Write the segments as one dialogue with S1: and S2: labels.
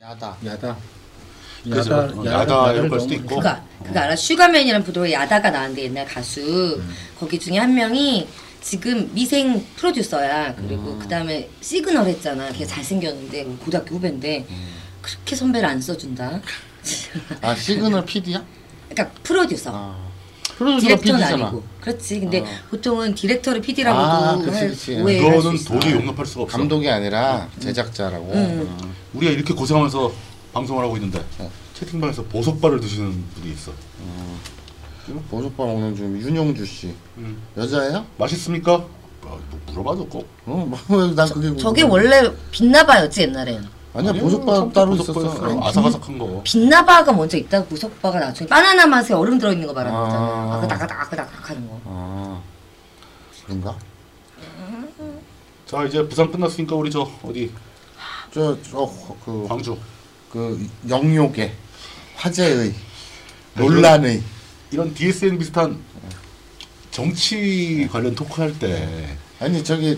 S1: 야다 야다
S2: 그래서 뭐 야다 이런 걸 수도 있고
S3: 그거 그거 알아? 슈가맨이라는 부도에 야다가 나왔는데 옛날 가수 거기 중에 한 명이 지금 미생 프로듀서야 그리고 그 다음에 시그널 했잖아 걔 잘생겼는데 우리 고등학교 후배인데
S1: 음.
S3: 그렇게 선배를 안 써준다
S1: 아 시그널 PD야?
S3: 그러니까 프로듀서
S1: 아 프로듀서
S3: 디렉터는
S1: PD잖아
S3: 아니고 그렇지 근데
S1: 어.
S3: 보통은 디렉터를 PD라고도
S1: 아, 그치, 그치.
S3: 네, 오해할 수
S2: 그거는
S3: 있어
S2: 도저히 용납할 수가 없어
S1: 감독이 아니라 제작자라고
S3: 음.
S2: 우리가 이렇게 고생하면서 방송을 하고 있는데 채팅방에서 보석바를 드시는 분이 있어
S1: 어. 보조밥 먹는 중 윤용주 씨 여자예요?
S2: 맛있습니까? 아, 뭐 물어봐도 꼭
S1: 어난 그게 궁금해.
S3: 저게 원래 빛나바였지 옛날엔
S1: 아니야
S2: 아니요,
S1: 네, 보조밥
S2: 삼겹
S1: 따로
S2: 보석바였어요.
S1: 있었어
S2: 아삭아삭한 거
S3: 빛나바가 먼저 있다고 보석바가 나중에 바나나 맛에 얼음 들어있는 거 말하는 거잖아
S1: 아.
S3: 아그닥아닥아그닥 하는 거
S1: 아 그런가?
S2: 자 이제 부산 끝났으니까 우리 저 어디
S1: 저저그
S2: 광주
S1: 그 영욕의 화제의
S2: 그
S1: 논란의
S2: 이런 DSN 비슷한 정치 관련 토크할 때
S1: 아니 저기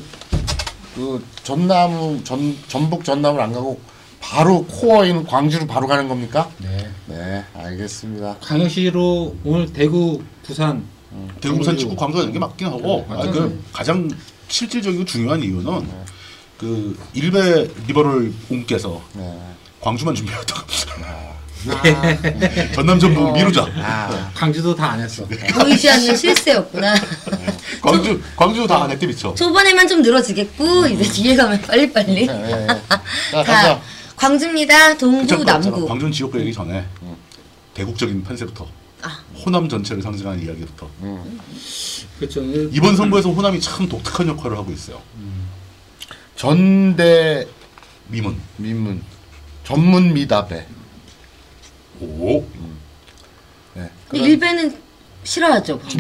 S1: 그 전남 전 전북 전남을 안 가고 바로 코어인 광주로 바로 가는 겁니까?
S4: 네.
S1: 네 알겠습니다.
S4: 광역시로 오늘 대구, 부산
S2: 대구 부산 찍고 광주가 되는 게 맞긴 하고 아, 그 가장 실질적이고 중요한 이유는 그 일베 리버럴 공께서
S1: 네.
S2: 광주만 준비했다고 전남 전북 미루자
S1: 아
S4: 광주도 다 안 했어.
S3: 네. 보이지 않는 실세였구나.
S2: 광주 광주 다 안 했대 미쳐
S3: 초반에만 좀 늘어지겠고 이제 뒤에 가면 빨리빨리.
S1: 음. 네, 네, 네. 자
S3: 자,
S1: 가자.
S3: 광주입니다. 동구, 남구.
S2: 광주는 지역구 얘기 전에 대국적인 판세부터
S3: 아.
S2: 호남 전체를 상징하는 이야기부터
S4: 그렇죠.
S2: 이번 선거에서 호남이 참 독특한 역할을 하고 있어요
S1: 전대
S2: 미문
S1: 민문 전문 미답에
S2: 오
S1: 네.
S3: 근데 일베는 싫어하죠. 광주.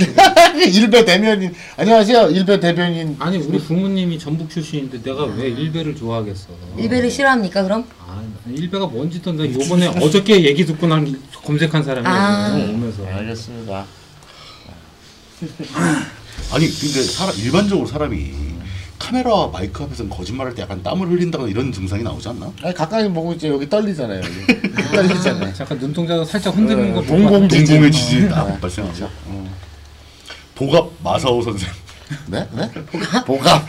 S1: 일베 대변인 안녕하세요 일베 대변인
S4: 아니 우리 부모님이 전북 출신인데 내가 왜 일베를 좋아하겠어?
S1: 음.
S3: 일베를 싫어합니까 그럼?
S4: 아, 일베가 뭔지도 내가 요번에 어저께 얘기 듣고 난 검색한 사람이야.
S3: 아.
S4: 오면서.
S1: 예. 알겠습니다.
S2: 아니 근데 사람 일반적으로 사람이 카메라와 마이크 앞에서는 거짓말할 때 약간 땀을 흘린다거나 이런 증상이 나오지 않나?
S1: 아니 가까이 보고 이제 여기 떨리잖아요. 여기 떨리잖아요.
S4: 잠깐 눈동자가 살짝 흔드는
S1: 어,
S4: 거.
S1: 동공
S4: 보고
S1: 지진.
S2: 동공의 지진이 딱 발생하죠. 어. 보갑 마사오 선생
S1: 네? 네? 보갑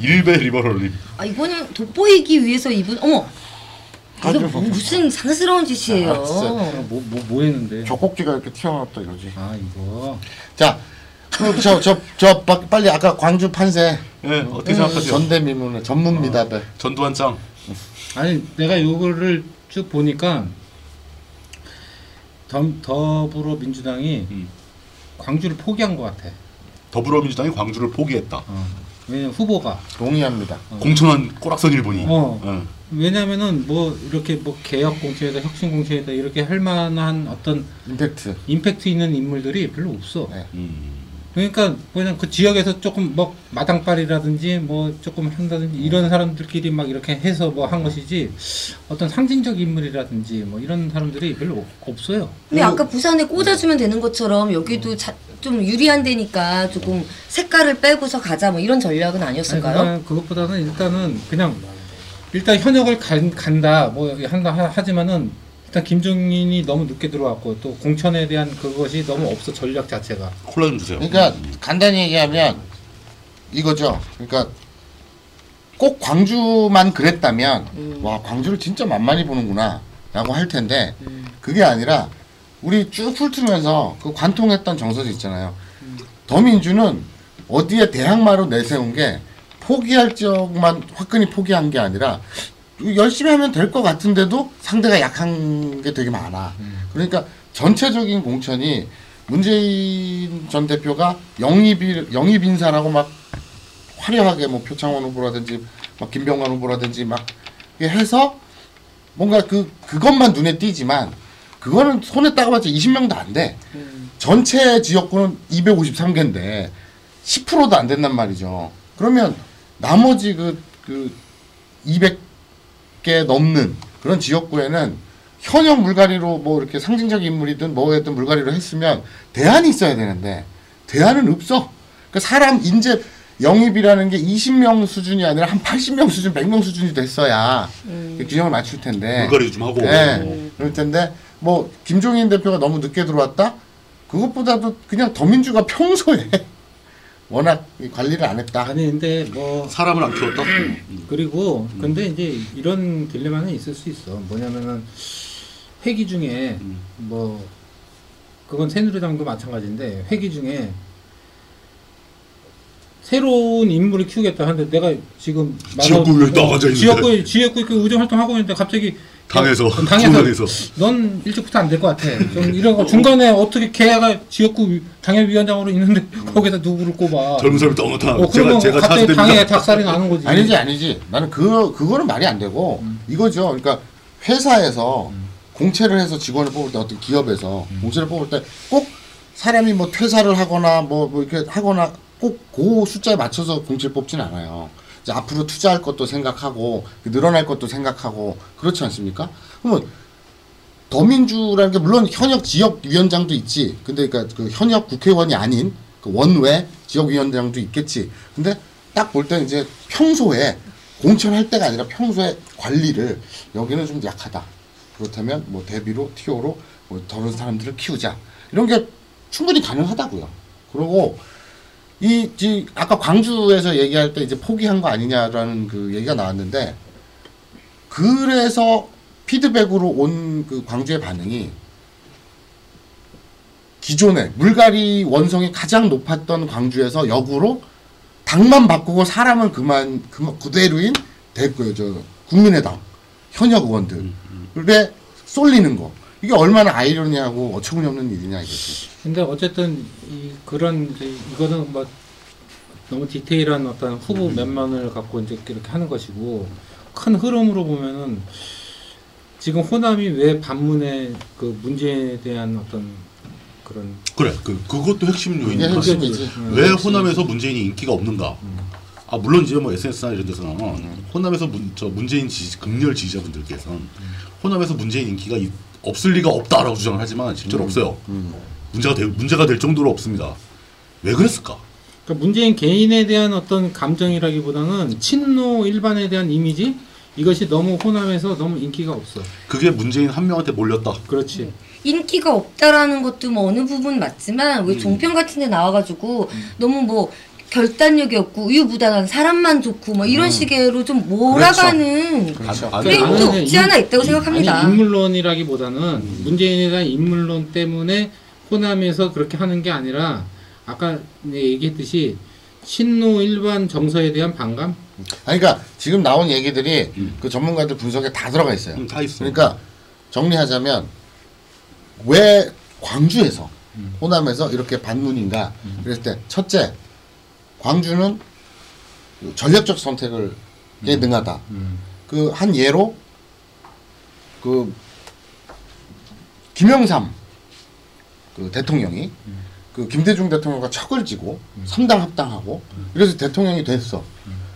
S2: 일베 리버럴님
S3: 아 이거는 돋보이기 위해서 이분 어머. 이게
S1: 아주
S3: 뭐- 무슨 상스러운 짓이에요.
S1: 아, 진짜.
S4: 뭐, 뭐, 뭐 했는데?
S1: 젖꼭지가 이렇게 튀어나왔다 이러지.
S4: 아, 이거.
S1: 자, 그, 저저저 빨리 아까 광주 판세 음,
S2: 예 어떻게 생각하세요?
S1: 네. 전대 미문의 전문
S2: 어.
S1: 미답에
S2: 전두환 짱
S4: 아니 내가 요거를 쭉 보니까 덤, 더불어민주당이
S2: 음.
S4: 광주를 포기한 것 같아.
S2: 더불어민주당이 광주를 포기했다.
S4: 어. 왜냐면 후보가
S1: 동의합니다.
S2: 공천한 꼬락선 일본이.
S4: 어.
S2: 예.
S4: 왜냐면은 뭐 이렇게 뭐 개혁 공천이다 혁신 공천이다 이렇게 할 만한 어떤
S1: 임팩트.
S4: 임팩트 있는 인물들이 별로 없어.
S1: 네.
S2: 음.
S4: 그러니까 그냥 그 지역에서 조금 뭐 마당발이라든지 뭐 조금 한다든지
S3: 네.
S4: 이런 사람들끼리 막 이렇게 해서 뭐 한 것이지 어떤 상징적 인물이라든지 뭐 이런 사람들이 별로 없- 없어요.
S1: 음.
S3: 근데 아까 부산에 꽂아주면 되는 것처럼 여기도 자, 좀 유리한 데니까 조금 색깔을 빼고서 가자 뭐 이런 전략은 아니었을까요?
S4: 아니, 그냥 그것보다는 일단은 그냥 일단 현역을 간, 간다 뭐 여기 한다 하, 하지만은 일단 김종인이 너무 늦게 들어왔고 또 공천에 대한 그것이 너무 없어 전략 자체가
S2: 콜라 좀 주세요.
S1: 그러니까 간단히 얘기하면 이거죠. 그러니까 꼭 광주만 그랬다면 와 광주를 진짜 만만히 보는구나라고 할 텐데 그게 아니라 우리 쭉 훑으면서 그 관통했던 정서들 있잖아요. 더민주는 어디에 대항마로 내세운 게 포기할 지역만 화끈히 포기한 게 아니라 열심히 하면 될 것 같은데도 상대가 약한 게 되게 많아. 그러니까 전체적인 공천이 문재인 전 대표가 영입이, 영입 인사라고 막 화려하게 뭐 표창원 후보라든지 막 김병관 후보라든지 막 이게 해서 뭔가 그 그것만 눈에 띄지만 그거는 손에 따가봤자 20명도 안 돼. 전체 지역구는 253개인데 10%도 안 된단 말이죠. 그러면 나머지 그그 200개 넘는 그런 지역구에는 현역 물갈이로 뭐 이렇게 상징적인 인물이든 뭐였든 물갈이로 했으면 대안이 있어야 되는데 대안은 없어. 그러니까 사람 인재 영입이라는 게 20명 수준이 아니라 한 80명 수준, 100명 수준이 됐어야 그 균형을 맞출 텐데.
S2: 물갈이 좀 하고.
S1: 네. 그럴 텐데 뭐 김종인 대표가 너무 늦게 들어왔다? 그것보다도 그냥 더민주가 평소에 워낙 이 관리를 안 했다.
S4: 아니 근데 뭐
S2: 어, 사람을 안 키웠다.
S1: 음.
S4: 그리고 근데 이제 이런 딜레마는 있을 수 있어. 뭐냐면은 회기 중에
S2: 음.
S4: 뭐 그건 새누리당도 마찬가지인데 회기 중에 새로운 인물을 키우겠다 하는데 내가 지금
S2: 지역구에 나가자 있는데.
S4: 지역구에 지역구에 그 의정 활동 하고 있는데 갑자기 그
S2: 당에서
S4: 당에서
S2: 중간에서.
S4: 넌 일찍부터 안 될 것 같아. 좀 이런 거 중간에 어떻게 걔가 지역구 위- 당협위원장으로 있는데
S2: 음.
S4: 거기다 누구를 꼽아?
S2: 젊은 사람이 너무 다.
S4: 어,
S2: 제가
S4: 그러면
S2: 제가
S4: 갑자기 당에
S2: 차지됩니다.
S4: 닭살이 나는 거지.
S1: 아니지 아니지. 나는 그 그거는 말이 안 되고 이거죠. 그러니까 회사에서 공채를 해서 직원을 뽑을 때 어떤 기업에서 공채를 뽑을 때 꼭 사람이 뭐 퇴사를 하거나 뭐, 뭐 이렇게 하거나 꼭 그 숫자에 맞춰서 공채를 뽑진 않아요. 이제 앞으로 투자할 것도 생각하고 그 늘어날 것도 생각하고 그렇지 않습니까? 그러면 더민주라는 게 물론 현역 지역위원장도 있지. 근데 그러니까 그 현역 국회의원이 아닌 그 원외 지역위원장도 있겠지. 근데 딱 볼 때 이제 평소에 공천할 때가 아니라 평소에 관리를 여기는 좀 약하다. 그렇다면 뭐 대비로 티오로 뭐 다른 사람들을 키우자 이런 게 충분히 가능하다고요. 그리고 이, 이 아까 광주에서 얘기할 때 이제 포기한 거 아니냐라는 그 얘기가 나왔는데 그래서 피드백으로 온 그 광주의 반응이 기존에 물갈이 원성이 가장 높았던 광주에서 역으로 당만 바꾸고 사람은 그만 그만 그대로인 대그 저 국민의당 현역 의원들의 쏠리는 거 이게 얼마나 아이러니하고 어처구니 없는 일이냐 이거지.
S4: 근데 어쨌든 이 그런 이제 이거는 뭐 너무 디테일한 어떤 후보
S2: 음.
S4: 몇만을 갖고 이제 이렇게 하는 것이고 큰 흐름으로 보면은 지금 호남이 왜 반문의 그 문제에 대한 어떤 그런
S2: 그래 그 그렇죠. 그것도 핵심
S1: 이게
S2: 요인인 것 같아.
S1: 핵심이지.
S2: 왜 호남에서 문재인이 인기가 없는가? 아 물론 이제 뭐 SNS나 이런 데서 나온 호남에서 문, 저 문재인 지지, 극렬 지지자분들께서는 호남에서 문재인 인기가 이- 없을 리가 없다라고 주장을 하지만
S1: 음.
S2: 실제로 없어요. 문제가 될 문제가 될 정도로 없습니다. 왜 그랬을까?
S4: 그러니까 문재인 개인에 대한 어떤 감정이라기보다는 친노 일반에 대한 이미지 이것이 너무 호남에서 너무 인기가 없어.
S2: 그게 문재인 한 명한테 몰렸다.
S4: 그렇지.
S3: 인기가 없다라는 것도 뭐 어느 부분 맞지만 왜 종편 같은 데 나와가지고 너무 뭐 결단력이 없고 우유부단한 사람만 좋고 뭐 이런 식으로 좀 몰아가는
S1: 그렇죠.
S2: 안- 안-
S3: 그래,
S2: 안-
S3: 또
S4: 나는
S3: 없지
S4: 인-
S3: 않아 있다고 생각합니다.
S4: 그러니까 아니, 인물론이라기보다는 문재인에 대한 인물론 때문에 호남에서 그렇게 하는 게 아니라 아까 네, 얘기했듯이 친노 일반 정서에 대한 반감
S1: 아니 그러니까 지금 나온 얘기들이 그 전문가들 분석에 다 들어가 있어요.
S2: 음, 다 있어.
S1: 그러니까 정리하자면 왜 광주에서 호남에서 이렇게 반문인가 그랬을 때 첫째 광주는 전략적 선택을 에 능하다 그 한 예로 그 김영삼 그 대통령이 그 김대중 대통령과 척을 지고 삼당 합당하고 그래서 대통령이 됐어.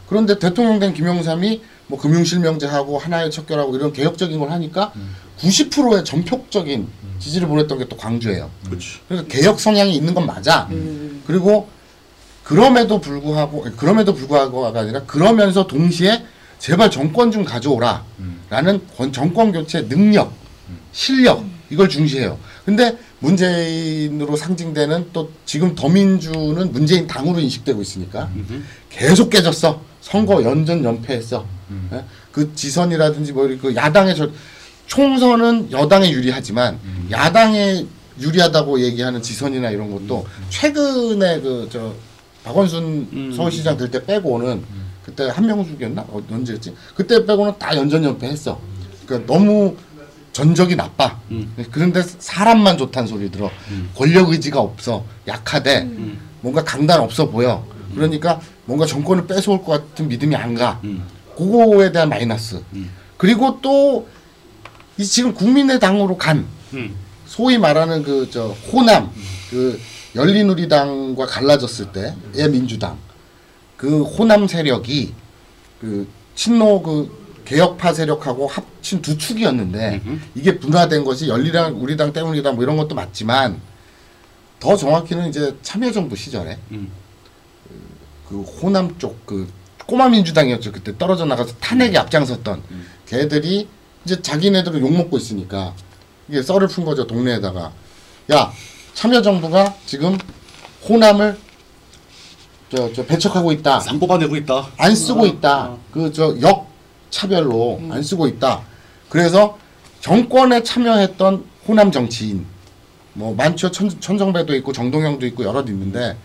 S1: 그런데 대통령 된 김영삼이 뭐 금융실명제하고 하나의 척결하고 이런 개혁적인 걸 하니까 90%의 전폭적인 지지를 보냈던 게 또 광주예요.
S2: 그렇지.
S1: 그러니까 개혁 성향이 있는 건 맞아. 그리고 그럼에도 불구하고 그럼에도 불구하고가 아니라 그러면서 동시에 제발 정권 좀 가져오라라는 권- 정권 교체 능력, 실력 이걸 중시해요. 근데 문재인으로 상징되는 또 지금 더민주는 문재인 당으로 인식되고 있으니까 계속 깨졌어. 선거 연전 연패했어. 예? 그 지선이라든지 뭐 이렇게 그 야당의 절 총선은 여당에 유리하지만 야당에 유리하다고 얘기하는 지선이나 이런 것도 최근에 그 저 박원순
S2: 음.
S1: 서울시장 될 때 빼고는 그때 한명숙이었나 어, 언제였지 그때 빼고는 다 연전연패했어. 그러니까 너무 전적이 나빠.
S2: 음.
S1: 그런데 사람만 좋다는 소리 들어. 권력 의지가 없어. 약하대.
S2: 음.
S1: 뭔가 강단 없어 보여. 그러니까 뭔가 정권을 뺏어올 것 같은 믿음이 안 가.
S2: 음.
S1: 그거에 대한 마이너스. 그리고 또, 이 지금 국민의당으로 간,
S2: 음.
S1: 소위 말하는 그, 저, 호남, 그, 열린우리당과 갈라졌을 때의 민주당. 그 호남 세력이, 그, 친노 그, 개혁파 세력하고 합친 두 축이었는데, 이게 분화된 것이 열린우리당 우리당 때문이다 뭐 이런 것도 맞지만, 더 정확히는 이제 참여정부 시절에
S2: 음.
S1: 그 호남 쪽 그 꼬마 민주당이었죠 그때 떨어져 나가서 탄핵에 앞장섰던 걔들이 이제 자기네들은 욕 먹고 있으니까 이게 썰을 푼 거죠 동네에다가 야 참여정부가 지금 호남을 저, 저 배척하고 있다
S2: 쌍 뽑아내고 있다.
S1: 안 쓰고 있다. 그 저 역 차별로 안 쓰고 있다. 그래서 정권에 참여했던 호남 정치인 뭐 많죠. 천, 천정배도 있고 정동영도 있고 여럿 있는데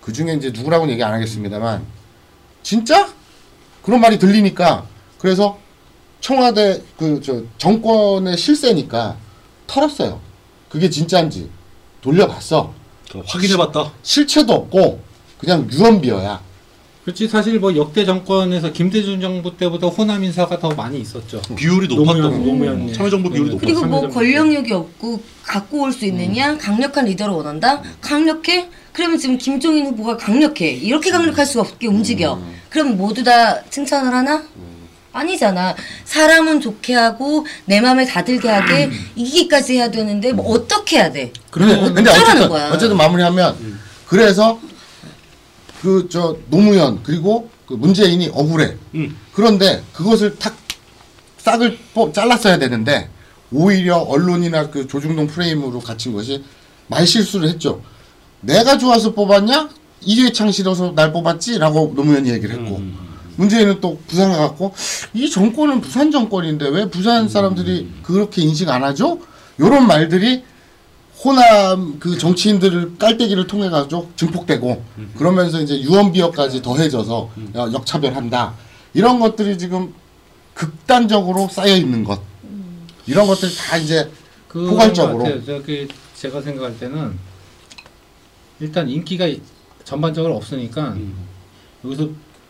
S1: 그 중에 이제 누구라고는 얘기 안 하겠습니다만 진짜 그런 말이 들리니까 그래서 청와대 그 저 정권의 실세니까 털었어요. 그게 진짜인지 돌려봤어.
S2: 그 확인해봤다.
S1: 실체도 없고 그냥 유언비어야.
S4: 그렇지 사실 뭐 역대 정권에서 김대중 정부 때보다 호남 인사가 더 많이 있었죠.
S2: 비율이
S4: 음. 노무현,
S2: 높았던
S4: 노무현,
S2: 거.
S4: 예.
S2: 참여정부 비율이 높았던 거.
S3: 그리고
S4: 그리고 삼
S3: 뭐
S4: 점.
S3: 권력력이 없고 갖고 올 수 있느냐
S1: 음.
S3: 강력한 리더를 원한다 강력해 그러면 지금 김종인 후보가 강력해 이렇게 강력할 수가 없게 움직여
S1: 음.
S3: 그럼 모두 다 칭찬을 하나 아니잖아 사람은 좋게 하고 내 마음에 다들게 하게 이기기까지 해야 되는데 뭐 어떻게 해야 돼
S1: 근데, 근데
S3: 짜라는
S1: 어쨌든
S3: 음, 거야.
S1: 어쨌든 마무리하면 그래서 그 저 노무현 그리고 그 문재인이 억울해.
S2: 음.
S1: 그런데 그것을 탁 싹을 뽑 잘랐어야 되는데 오히려 언론이나 그 조중동 프레임으로 갇힌 것이 말실수를 했죠. 내가 좋아서 뽑았냐? 이회창 싫어서 날 뽑았지라고 노무현이 얘기를 했고 문재인은 또 부산 가갖고 이 정권은 부산 정권인데 왜 부산 사람들이 그렇게 인식 안 하죠? 요런 말들이 호남 그 정치인들을 깔때기를 통해 가지고 증폭되고 그러면서 이제 유언비어까지 더해져서 야, 역차별한다 이런 것들이 지금 극단적으로 쌓여 있는 것 이런 것들 다 이제
S4: 그
S1: 포괄적으로.
S4: 저기 그 제가 생각할 때는 일단 인기가 전반적으로 없으니까
S2: 음.
S4: 여기서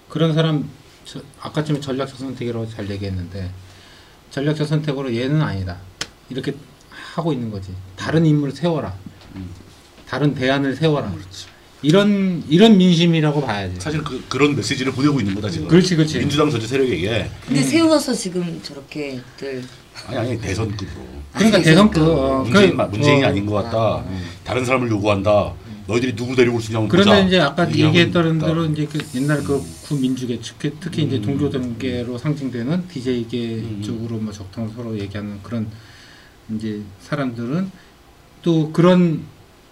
S4: 그런 사람 저- 아까쯤에 전략적 선택이라고 잘 얘기했는데 전략적 선택으로 얘는 아니다 이렇게 하고 있는 거지 다른 인물을 세워라
S2: 음.
S4: 다른 대안을 세워라 이런 이런 민심이라고 봐야지
S2: 사실 그, 그런 메시지를 보내고 있는 거다 지금.
S4: 그렇지, 그렇지.
S2: 민주당 전체 세력에게
S3: 근데 세워서 지금 저렇게들
S2: 아니 아니 대선급으로. 뭐,
S4: 그러니까
S3: 아,
S4: 대선급 어,
S2: 문재인
S4: 그-
S2: 마- 문재인이
S4: 어,
S2: 아닌 것 같다. 다른 사람을 요구한다. 너희들이 누구 데리고 올 수냐 한번 보자.
S4: 그런데 이제 아까
S2: 이 양은 음.
S4: 얘기했던
S2: 있다.
S4: 대로 이제 그 옛날 그 구민주계 특히, 특히 이제 동조정계로 상징되는 DJ계
S2: 음.
S4: 쪽으로 뭐 적당 서로 얘기하는 그런 이제 사람들은 또 그런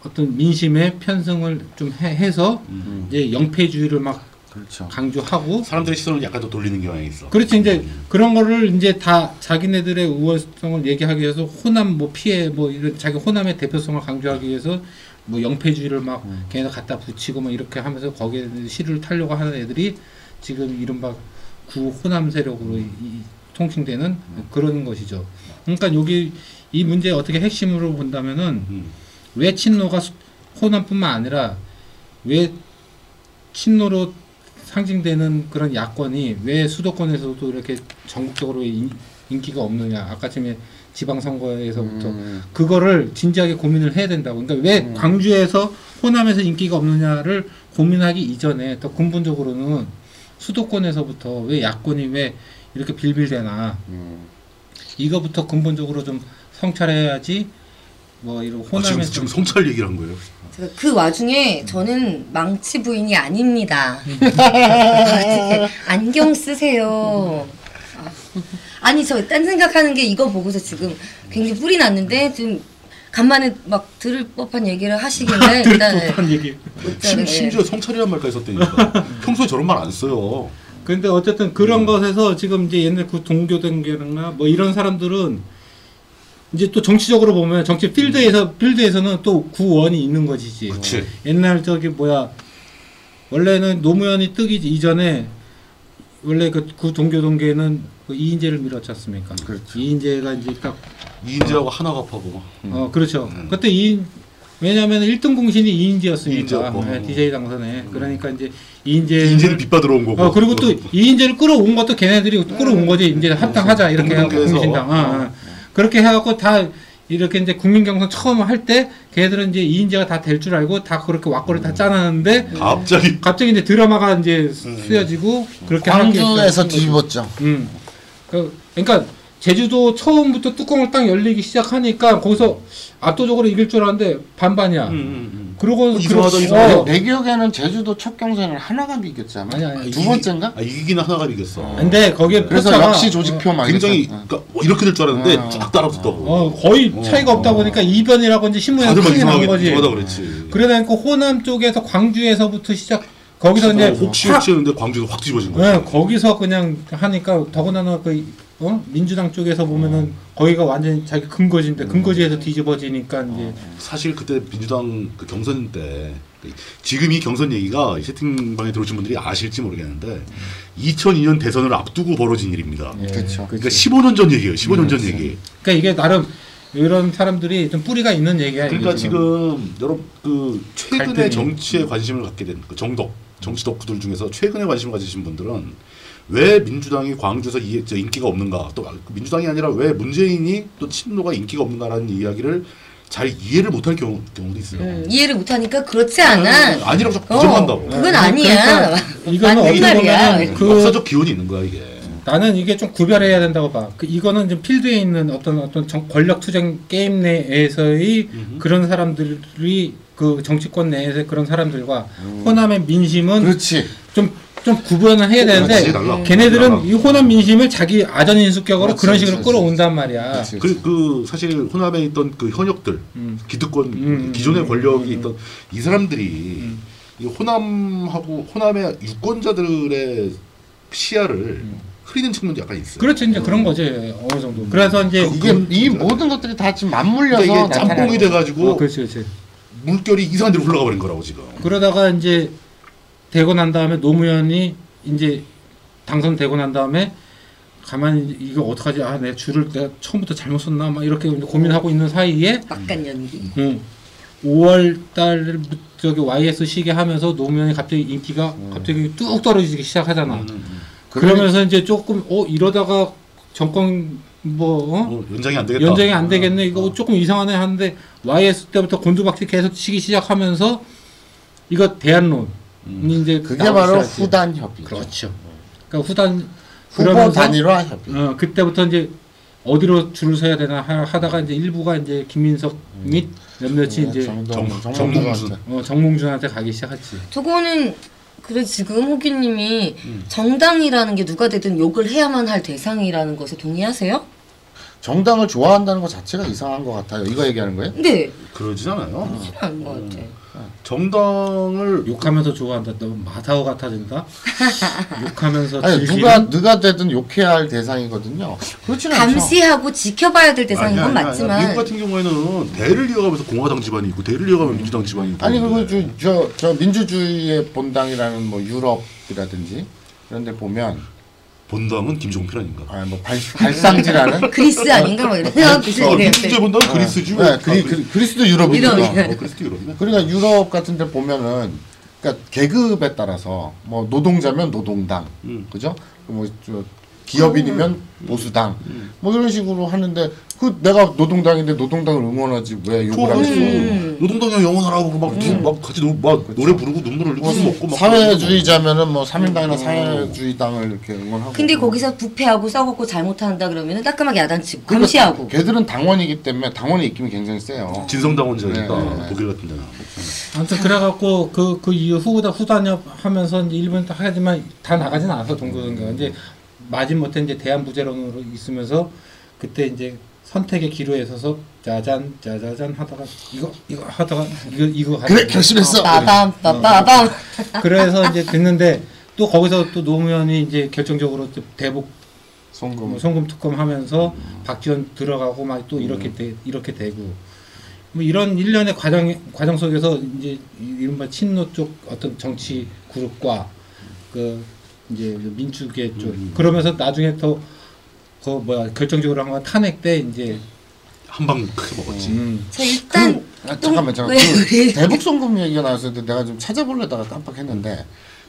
S4: 어떤 민심의 편승을 좀 해, 해서
S2: 음. 어.
S4: 이제 영패주의를 막
S1: 그렇죠.
S4: 강조하고
S2: 사람들의 시선을 약간 더 돌리는 경향이 있어.
S4: 그렇지 이제 그런 거를 이제 다 자기네들의 우월성을 얘기하기 위해서 호남 뭐 피해 뭐 이런 자기 호남의 대표성을 강조하기 위해서 뭐 영패주의를 막
S2: 음.
S4: 걔네가 갖다 붙이고 막 이렇게 하면서 거기에 시를 타려고 하는 애들이 지금 이른바 구 호남 세력으로 이- 이 통칭되는
S2: 음.
S4: 그런 것이죠. 그러니까 여기 이 문제 어떻게 핵심으로 본다면은
S2: 음.
S4: 왜 친노가 수- 호남뿐만 아니라 왜 친노로 상징되는 그런 야권이 왜 수도권에서도 이렇게 전국적으로 인, 인기가 없느냐 아까 전에 지방선거에서부터
S2: 음.
S4: 그거를 진지하게 고민을 해야 된다고 그러니까 왜 광주에서 호남에서 인기가 없느냐를 고민하기 이전에 더 근본적으로는 수도권에서부터 왜 야권이 왜 이렇게 빌빌대나
S2: 음.
S4: 이거부터 근본적으로 좀 성찰해야지 뭐 이런
S2: 아, 지금,
S4: 호남에서
S2: 지금 성찰 얘기를 한 거예요.
S3: 제가 그 와중에 저는 망치 부인이 아닙니다.
S4: 음.
S3: 안경 쓰세요. 아, 아니 저 딴 생각하는 게 이거 보고서 지금 굉장히 뿔이 났는데 지금 간만에 막 들을 법한 얘기를 하시길래 일단은
S4: 그런 얘기.
S2: 심,
S3: 일단은
S2: 심지어 성찰이란 말까지 썼다니까. 평소에 저런 말 안 써요.
S4: 근데 어쨌든 그런 것에서 지금 이제 옛날 그 동교den계나 뭐 이런 사람들은 이제 또 정치적으로 보면 정치 필드에서 필드에서는 또 구원이 있는 것이지.
S2: 그치.
S4: 옛날 저기 뭐야 원래는 노무현이 뜨기 이전에 원래 그 구동교동계는 그 이인재를 밀었지 않습니까?
S1: 그렇죠.
S4: 이인재가 이제 딱
S2: 이인재하고 하나갑하고 막.
S4: 어 그렇죠. 그때 이 왜냐하면 1등 공신이 이인재였으니까
S2: 이인재였고.
S4: 네, DJ 당선에 그러니까 이제 이인재
S2: 이인재는 빗바 들어온 거고.
S4: 어 그리고 또 이인재를 끌어온 것도 걔네들이 끌어온 거지 이제 합당하자 이렇게 해갖고
S2: 공동대에서.
S4: 공신당 어, 어. 그렇게 해갖고 다 이렇게 이제 국민 경선 처음 할 때 걔들은 이제 이인재가 다 될 줄 알고 다 그렇게 왁거를 다 짜놨는데
S2: 음. 갑자기
S4: 갑자기 이제 드라마가 이제 쓰여지고 그렇게 하는 게
S1: 광주에서
S4: 있다는 거죠.
S1: 뒤집었죠.
S4: 음. 그, 그러니까 제주도 처음부터 뚜껑을 딱 열리기 시작하니까 거기서 압도적으로 이길 줄 알았는데 반반이야.
S2: 음, 음, 음.
S4: 그러고
S2: 이상하다,
S4: 그러-
S2: 이상하다.
S4: 어.
S1: 내 기억에는 제주도 첫 경선을 하나감이
S4: 아니,
S1: 이겼잖아요.
S4: 아니,
S1: 두 번째인가?
S2: 아, 이기기는 하나가 이겼어.
S4: 근데 거기에
S1: 그래서
S4: 표차가-
S1: 역시 조직표 막
S2: 굉장히
S1: 이랬잖아.
S2: 그러니까 뭐 이렇게 될 줄 알았는데
S1: 어.
S2: 쫙 따라붙더라고.
S4: 어, 거의
S2: 어,
S4: 차이가 없다
S2: 어.
S4: 보니까 이변이라고 이제 신문에
S2: 다들 막
S4: 크게 나온
S2: 이상하게
S4: 거지.
S2: 하다 그랬지.
S4: 그러다 보니까 호남 쪽에서 광주에서부터 시작 거기서
S2: 어,
S4: 이제
S2: 혹시
S4: 확-
S2: 혹시 했는데 광주도 확 뒤집어진 거야.
S4: 네, 거기서 그냥 하니까 더군다나 그 어? 민주당 쪽에서 보면은
S2: 어.
S4: 거기가 완전히 자기
S2: 음.
S4: 근거지인데 근거지에서 뒤집어지니까 이제
S2: 사실 그때 민주당 그 경선 때 지금 이 경선 얘기가 이 채팅방에 들어오신 분들이 아실지 모르겠는데 2002년 대선을 앞두고 벌어진 일입니다.
S4: 예,
S1: 예, 그쵸.
S2: 그러니까 15년 전 얘기예요. 15년 전 얘기.
S4: 그러니까 이게 나름 이런 사람들이 좀 뿌리가 있는 얘기야. 이게
S2: 그러니까 지금 여러 그 최근에
S4: 갈등이.
S2: 정치에 관심을 갖게 된그 정덕 정치 덕후들 중에서 최근에 관심을 가지신 분들은 왜 민주당이 광주에서 이, 저 인기가 없는가 또 민주당이 아니라 왜 문재인이 또 친노가 인기가 없는가라는 이야기를 잘 이해를 못할 경우, 경우도 있어요. 네,
S3: 음, 이해를 못하니까 그렇지
S4: 음,
S3: 않아.
S2: 아니라고 자꾸
S3: 어,
S2: 부정한다고.
S3: 그건 아니야.
S4: 그러니까 이거는
S3: 맞는
S4: 어떻게
S3: 말이야.
S4: 보면은 그-
S2: 역사적 기원이 있는 거야 이게.
S4: 나는 이게 좀 구별해야 된다고 봐. 그 이거는 좀 필드에 있는 어떤 어떤 정- 권력 투쟁 게임 내에서의 그런 사람들이 그 정치권 내에서 그런 사람들과 호남의 민심은
S1: 음. 그렇지.
S4: 좀, 좀 구분을 해야
S2: 그렇지,
S4: 되는데
S2: 달라. 달라.
S4: 걔네들은 이 호남 민심을 자기 아전인수격으로
S1: 그렇지,
S4: 그런 식으로
S1: 그렇지,
S4: 끌어온단 말이야.
S1: 그렇지.
S2: 그, 그 사실 호남에 있던 그 현역들
S4: 음.
S2: 기득권
S4: 음,
S2: 기존의
S4: 음,
S2: 권력이 있던 이 사람들이 이 호남하고 호남의 유권자들의 시야를 흐리는 측면도 약간 있어요.
S4: 그렇지 이제 그런 거지 어느 정도. 그래서 이제
S1: 이게 이 모든 것들이 다 지금 맞물려서
S2: 그러니까 이게
S1: 나타나는
S2: 짬뽕이
S1: 거야.
S2: 돼가지고
S4: 어, 그렇지 그렇지.
S2: 물결이 이상한 데로 흘러가 버린 거라고 지금.
S4: 그러다가 이제 되고 난 다음에 노무현이 이제 당선되고 난 다음에 가만히 이제 이거 어떡하지? 아, 내 줄을 내가 처음부터 잘못 썼나? 막 이렇게 이제 고민하고 있는 사이에
S3: 막간 연기.
S4: 응. 5월 달 저기 YS 시계 하면서 노무현이 갑자기 인기가 갑자기 뚝 떨어지기 시작하잖아. 음, 그러면서 이제 조금 어 이러다가 정권 뭐 어?
S2: 어, 연장이 안 되겠다.
S4: 연장이 안 되겠네. 이거 조금 이상하네 하는데 YS 때부터 곤두박질 계속 치기 시작하면서 이거 대안론이
S2: 음.
S4: 이제
S1: 그게
S4: 나오기
S1: 바로
S4: 시작했지.
S1: 후단 협의.
S4: 그렇죠. 그러니까 후단
S1: 후보
S4: 그러면서-
S1: 단일화 협의.
S4: 어, 그때부터 이제 어디로 줄을 서야 되나 하- 하다가 이제 일부가 이제 김민석
S2: 음.
S4: 및 몇몇이 이제
S1: 음, 정동,
S2: 정- 정몽준.
S1: 정몽준.
S4: 어, 정몽준한테 가기 시작했지.
S3: 저거는 그래 지금 호기님이
S4: 음.
S3: 정당이라는 게 누가 되든 욕을 해야만 할 대상이라는 것에 동의하세요?
S1: 정당을 좋아한다는 것 자체가 이상한 것 같아요. 이거 얘기하는 거예요?
S3: 네,
S2: 그러진 않아요.
S3: 싫어하는 것
S1: 음.
S3: 같아.
S2: 정당을
S4: 욕하면서 좋아한다. 너무 마사오 같아진다. 욕하면서
S1: 아니
S4: 즐기는
S1: 누가 누가 되든 욕해야 할 대상이거든요. 그렇지는 않죠.
S3: 감시하고 지켜봐야 될 대상인
S2: 아니야,
S3: 건
S2: 아니야, 아니야. 미국
S3: 맞지만
S2: 같은 경우에는 대를 이어가면서 공화당 집안이 있고 대를 이어가면 민주당 집안이 있고.
S1: 아니 그리고
S2: 있는데.
S1: 저저 저 민주주의의 본당이라는 뭐 유럽이라든지 그런데 보면
S2: 본당은 김종필 아닌가?
S1: 아뭐 발상지라는
S3: 그리스 아닌가 뭐 이런 무슨
S2: 어,
S3: 이래요.
S2: 민주주의 본당은 아, 그리스지.
S1: 네, 그리, 그리, 그리스도 유럽이니까.
S3: 유럽이야.
S2: 어, 그리스도 유럽이네.
S1: 그러니까 유럽 같은 데 보면은 그러니까 계급에 따라서 뭐 노동자면 노동당
S2: 음.
S1: 그죠 뭐저 기업인이면 보수당
S2: 음.
S1: 뭐 이런 식으로 하는데 그 내가 노동당인데 노동당을 응원하지 왜 욕을 하겠어
S3: 음.
S2: 노동당 영원하라고 막,
S1: 음.
S2: 누- 막 같이 노, 막 노래 부르고 눈물 흘리고 술 먹고 막 음.
S1: 사회주의자면은 뭐 삼인당이나 사회주의당을 이렇게 응원하고
S3: 근데 거기서 부패하고 써갖고 잘못한다 그러면은 따끔하게 야단치고 감시하고
S1: 그러니까
S3: 어.
S1: 걔들은 당원이기 때문에 당원의 입김이 굉장히 세요
S2: 진성당원자니까
S1: 네, 네.
S2: 독일 같은 데나
S4: 아무튼 그래갖고 그 그 이후 후보다 후단협 하면서 이제 일본 하지만 다 나가진 않았어 동교동교 이제 마지못해 이제 대한부재론으로 있으면서 그때 이제 선택의 기로에 서서 짜잔 짜자잔 하다가 이거 이거 하다가 이거 이거 하다가
S1: 그래 결심했어
S3: 빠밤 빠밤
S4: 그래서 이제 됐는데 또 거기서 또 노무현이 이제 결정적으로 또 대북
S1: 송금
S3: 음.
S4: 뭐 송금 특검 하면서 박지원 들어가고 막 또 이렇게 돼, 이렇게 되고 뭐 이런 일련의 과정 과정 속에서 이제 이- 이른바 친노 쪽 어떤 정치 그룹과 그 이제 민주계 쪽 그러면서 나중에 더 그 뭐야 결정적으로 한 건 탄핵 때 이제
S2: 한방 크게 먹었지
S4: 음,
S3: 자 일단
S1: 그, 아, 잠깐만
S3: 똥-
S1: 잠깐
S3: 왜 우리-
S1: 그 대북 송금 얘기가 나왔을 때 내가 좀 찾아보려다가 깜빡했는데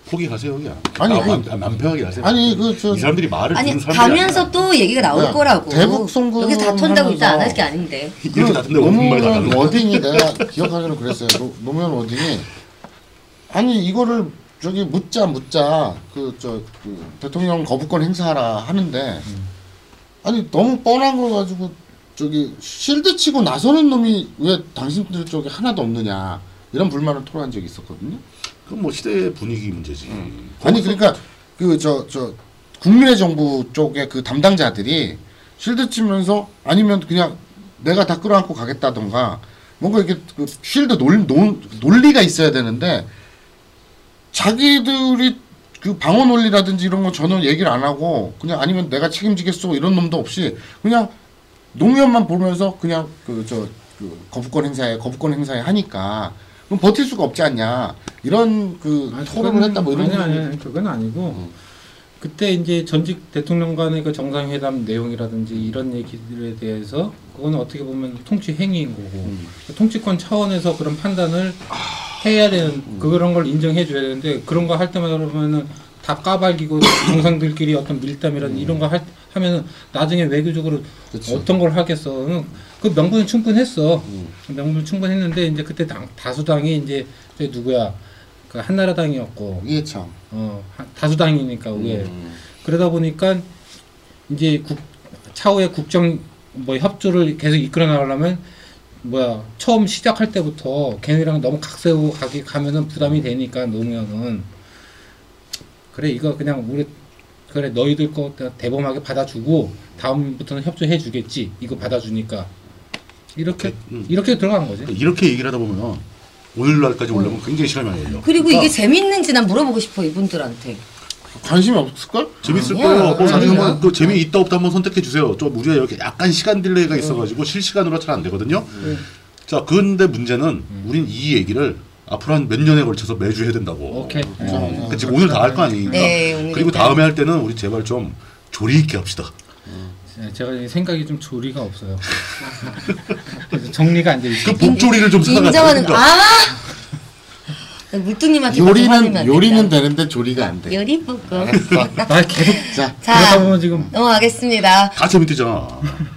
S2: 포기하세요 그냥
S1: 아니,
S2: 아니
S1: 그-
S2: 만편하게 하세요
S1: 아니, 그 저-
S2: 이 사람들이 말을
S3: 아니
S2: 듣는 사람들이
S3: 가면서
S2: 아니야.
S3: 또 얘기가 나올
S1: 야,
S3: 거라고
S1: 대북 송금
S3: 여기 다 턴다고 일단
S1: 하면서-
S3: 안할 게 아닌데
S2: 이렇게 나쁜데 없는 말
S1: 노무현 뭐
S2: 달라고
S1: 그 워딩이 내가 기억하기로 그랬어요. 노, 노무현 워딩이 아니 이거를 저기 묻자 묻자 그 저 그 대통령 거부권 행사하라 하는데 아니 너무 뻔한 걸 가지고 저기 실드 치고 나서는 놈이 왜 당신들 쪽에 하나도 없느냐 이런 불만을 토로한 적이 있었거든요.
S2: 그건 뭐 시대 분위기 문제지.
S1: 아니 그러니까 그 저 저 국민의 정부 쪽의 그 담당자들이 실드 치면서 아니면 그냥 내가 다 끌어안고 가겠다던가 뭔가 이렇게 그 실드 논, 논, 논리가 있어야 되는데 자기들이 그 방어 논리라든지 이런 거 저는 얘기를 안 하고 그냥 아니면 내가 책임지겠어 이런 놈도 없이 그냥 농협만 보면서 그냥 그 저 그 거부권 행사에 거부권 행사에 하니까 그럼 버틸 수가 없지 않냐 이런 그
S4: 아니,
S1: 토론을
S4: 그건-
S1: 했다 뭐 이런 어.
S4: 아니
S1: 얘기-
S4: 아니 그건 아니고 그때 이제 전직 대통령 간의 그 정상회담 내용이라든지 이런 얘기들에 대해서 그건 어떻게 보면 통치 행위인 거고
S1: 음.
S4: 통치권 차원에서 그런 판단을 해야 되는 그런 걸 인정해 줘야 되는데 그런 거 할 때마다 그러면은 다 까발기고 정상들끼리 어떤 밀담이라든지 이런 거 할- 하면은 나중에 외교적으로
S1: 그치.
S4: 어떤 걸 하겠어. 그 명분은 충분했어. 명분 충분했는데 이제 그때 당, 다수당이 이제 그때 누구야? 그 한나라당이었고
S1: 이해참.
S4: 어 하- 다수당이니까 그게
S2: 음.
S4: 그러다 보니까 이제 국, 차후에 국정 뭐 협조를 계속 이끌어 나가려면 뭐야 처음 시작할 때부터 걔네랑 너무 각세우고 가기 가면은 부담이 되니까 노무현은 그래 이거 그냥 우리 그래 너희들 거 대범하게 받아주고 다음부터는 협조해 주겠지 이거 받아주니까 이렇게
S2: 음.
S4: 이렇게 들어간 거지.
S2: 그러니까 이렇게 얘기를 하다 보면 오늘날까지 올려면 굉장히 시간이 많이 걸려.
S3: 그리고
S2: 그러니까
S3: 이게 재밌는지 난 물어보고 싶어 이분들한테.
S1: 관심이 없을걸?
S2: 재밌을
S3: 아니야.
S2: 거예요. 뭐 나중에
S4: 아니야.
S2: 한번 그 재미 있다 없다 한번 선택해 주세요. 좀 우리가 이렇게 약간 시간
S3: 네.
S2: 딜레이가 있어가지고 실시간으로 잘 안 되거든요. 자, 근데 문제는 우린 이 얘기를 앞으로 한 몇 년에 걸쳐서 매주 해야 된다고.
S4: 오케이.
S1: 어.
S2: 그치 오늘 다 할 거 아니니까.
S3: 네, 오늘
S2: 그리고
S3: 일단.
S2: 다음에 할 때는 우리 제발 좀 조리 있게 합시다.
S4: 제가 이 생각이 좀 조리가 없어요. 그래서 정리가 안 돼 있어.
S2: 그 목조리를 좀
S3: 인정하는
S2: 생각하자. 그러니까
S3: 거. 아 물뚱님한테
S1: 그러니까. 요리는 요리는 되는데 조리가 안 돼.
S3: 요리 부금.
S4: 나 아, 계속
S1: 자,
S4: 그러다
S3: 자
S4: 보면 지금
S3: 넘어가겠습니다.
S2: 다 재밌대잖아.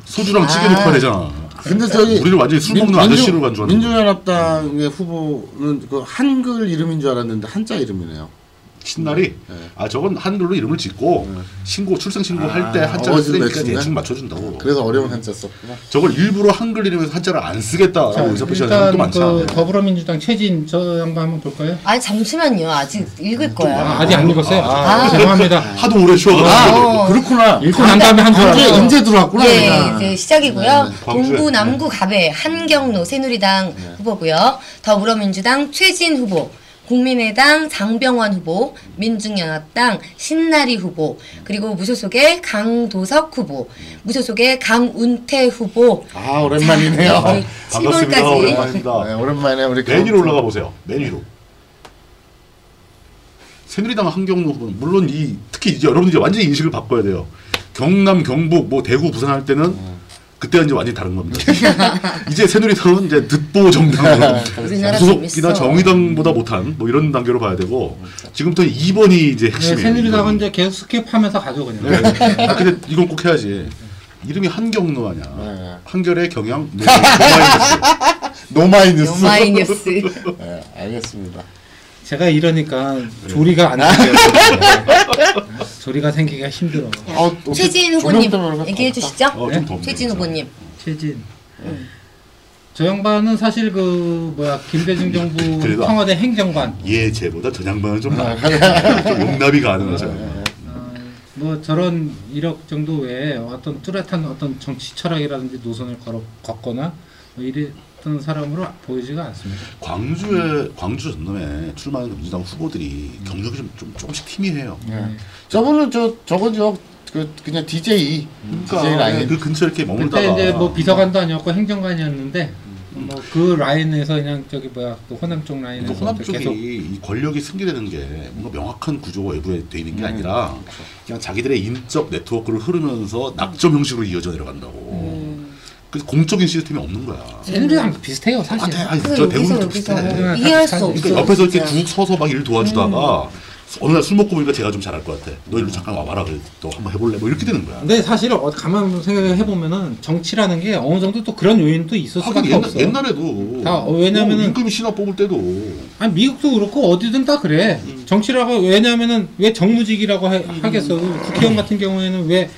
S2: 소주랑 찌개 먹고 하잖아.
S1: 근데 저기
S2: 우리를 완전히 술
S1: 민-
S2: 먹는 아저씨로 간주하는
S1: 민주연합당의 후보는 그 한글 이름인 줄 알았는데 한자 이름이네요.
S2: 신날이 아 저건 한글로 이름을 짓고 신고 출생 신고 할 때 한자를
S1: 어디서
S2: 쓰니까
S1: 맞춘 거야?
S2: 대충 맞춰준다고.
S1: 그래서 어려운 한자 썼구나.
S2: 저걸 일부러 한글 이름에서 한자를 안 쓰겠다라고 의사 아, 표시하는 사람도
S4: 일단 그
S2: 많잖아.
S4: 더불어민주당 최진 저 양반 한번 볼까요?
S3: 아니 잠시만요 아직 읽을 거야.
S4: 아, 아직 안 읽었어요. 아,
S3: 아.
S4: 죄송합니다.
S2: 하도 오래 쉬어가지고
S1: 아,
S3: 어.
S1: 그렇구나.
S4: 읽고 난 다음에 한줄
S1: 이제
S4: 알아요.
S1: 이제 들어왔구나.
S3: 예,
S1: 내가.
S3: 이제 시작이고요.
S1: 네,
S2: 네.
S3: 동구
S2: 광주에.
S3: 남구 갑에 한경로 새누리당 후보고요. 더불어민주당 최진 후보, 국민의당 장병환 후보, 민중연합당 신나리 후보, 그리고 무소속의 강도석 후보, 무소속의 강운태 후보.
S1: 아 오랜만이네요.
S3: 자, 네,
S2: 반갑습니다.
S3: 7월까지
S1: 네,
S2: 오랜만입니다.
S1: 오랜만에 우리
S2: 맨 위로 올라가 보세요. 맨 위로. 새누리당 한경로 후보는 물론 이 특히 이제 여러분들 이제 완전히 인식을 바꿔야 돼요. 경남, 경북, 뭐 대구, 부산 할 때는 그때는 이제 완전히 다른 겁니다. 이제 새누리당은 이제 듣보 정당으로
S3: 네,
S2: 뭐
S3: 우리나라
S2: 소속이나
S3: 재밌어.
S2: 정의당보다 못한 뭐 이런 단계로 봐야 되고 지금부터 2번이 이제
S4: 네,
S2: 핵심이에요.
S4: 새누리당은
S2: 2번이.
S4: 이제 계속 스킵하면서 가죠 그냥.
S2: 네. 아, 근데 이건 꼭 해야지. 이름이 한경로 아냐?
S1: 네.
S2: 한결의 경향 네. 노- 노마이너스.
S1: 노마이뉴스.
S3: 요마이뉴스.
S1: 네, 알겠습니다.
S4: 제가 이러니까
S2: 네.
S4: 조리가 안 생겨요. 조리가 생기기가 힘들어.
S1: 아, 어떻게
S3: 최진
S1: 조명
S3: 후보님
S1: 때문에 그런가?
S3: 얘기해 주시죠.
S2: 어, 좀더 없네,
S3: 최진
S2: 진짜.
S3: 후보님.
S4: 최진. 저 양반은 사실 그 뭐야 김대중 정부
S2: 그래도 예.
S4: 청와대 행정관
S2: 얘 쟤보다 저 양반은 좀 나아. 좀 용납이
S4: 네,
S2: 가능하잖아요.
S4: 뭐 저런 이력 정도 외에 어떤 뚜렷한 어떤 정치 철학이라든지 노선을 걸어 걷거나 뭐 이랬던 사람으로 보이지가 않습니다.
S2: 광주에 광주 전남에 출마하는 민주당 후보들이 경력이 좀, 좀 조금씩 희미해요.
S1: 네. 저분은 저 저거죠. 그 그냥 DJ DJ 라인.
S2: 그 근처에 이렇게
S4: 그때
S2: 머물다가
S4: 이제 뭐 비서관도 아니었고 행정관이었는데 뭐 그 라인에서 그냥 저기 뭐야 그 호남 쪽
S2: 또
S4: 라인에서
S2: 네, 호남 쪽이
S4: 네, 계속
S2: 이 권력이 생기되는 게 뭔가 명확한 구조가 외부에 돼
S4: 음,
S2: 있는 게 아니라
S4: 그렇죠.
S2: 그냥 자기들의 인적 네트워크를 흐르면서 낙점 형식으로 이어져 내려간다고.
S4: 음.
S2: 그래서 공적인 시스템이 없는 거야.
S4: 새누리당 비슷해요 사실.
S2: 아, 아니,
S3: 그래서
S2: 저
S3: 여기서
S2: 대구도
S3: 여기서
S2: 비슷해.
S4: 네.
S3: 이해할 수 없어.
S2: 그러니까 옆에서 이렇게
S3: 진짜.
S2: 쭉 서서 막 일 도와주다가
S1: 음.
S2: 어느 날 술 먹고 보니까 제가 좀 잘할 것 같아. 너 일로 잠깐 와봐라. 그래. 너 한번 해볼래? 뭐 이렇게 되는 거야.
S1: 음.
S4: 근데 사실 어- 가만 생각해 보면은 정치라는 게 어느 정도 또 그런 요인도 있을
S2: 하긴
S4: 수밖에
S2: 아, 옛날,
S4: 없어. 요
S2: 옛날에도
S1: 아,
S4: 다, 어, 왜냐면은-
S2: 뭐 임금 신화 뽑을 때도 음,
S4: 아니 미국도 그렇고 어디든 다 그래. 정치라고 왜냐면은 왜 정무직이라고 하,
S2: 음.
S4: 하겠어. 국회의원 같은 경우에는
S2: 음.
S4: 왜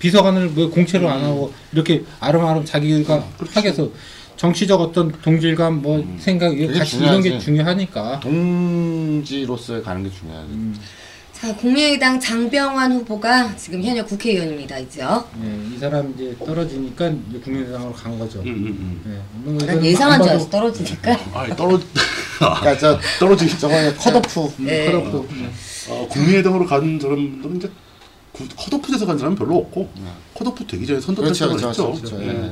S4: 비서관을 왜 공채로 안 하고 이렇게 아름아름 자기가 하겠어. 정치적 어떤 동질감 뭐
S2: 음.
S4: 생각 이거
S1: 그게
S4: 같이 이런 게
S1: 중요하지.
S4: 중요하니까
S1: 동지로서 가는 게 중요하죠.
S3: 자, 국민의당 장병환 후보가 지금 현역 국회의원입니다, 이제요.
S4: 예, 이 사람 이제 떨어지니까 이제 국민의당으로 간 거죠.
S2: 음, 음,
S4: 예, 물론
S3: 난
S4: 이거는
S3: 예상한
S4: 안
S3: 줄
S4: 봐도-
S3: 알았어, 떨어지니까.
S2: 음. 아, 떨어
S1: 그러니까 저 떨어지기 저번에 컷오프
S3: 예.
S4: 네. 그렇고
S2: 어, 국민의당으로 간 사람들은 이제 구- 컷오프 돼서 간 사람은 별로 없고 컷오프 되기 전에 선거
S1: 네. 그렇죠,
S2: 때가
S1: 그렇죠,
S2: 있죠.
S1: 그렇죠.
S2: 예.
S1: 예.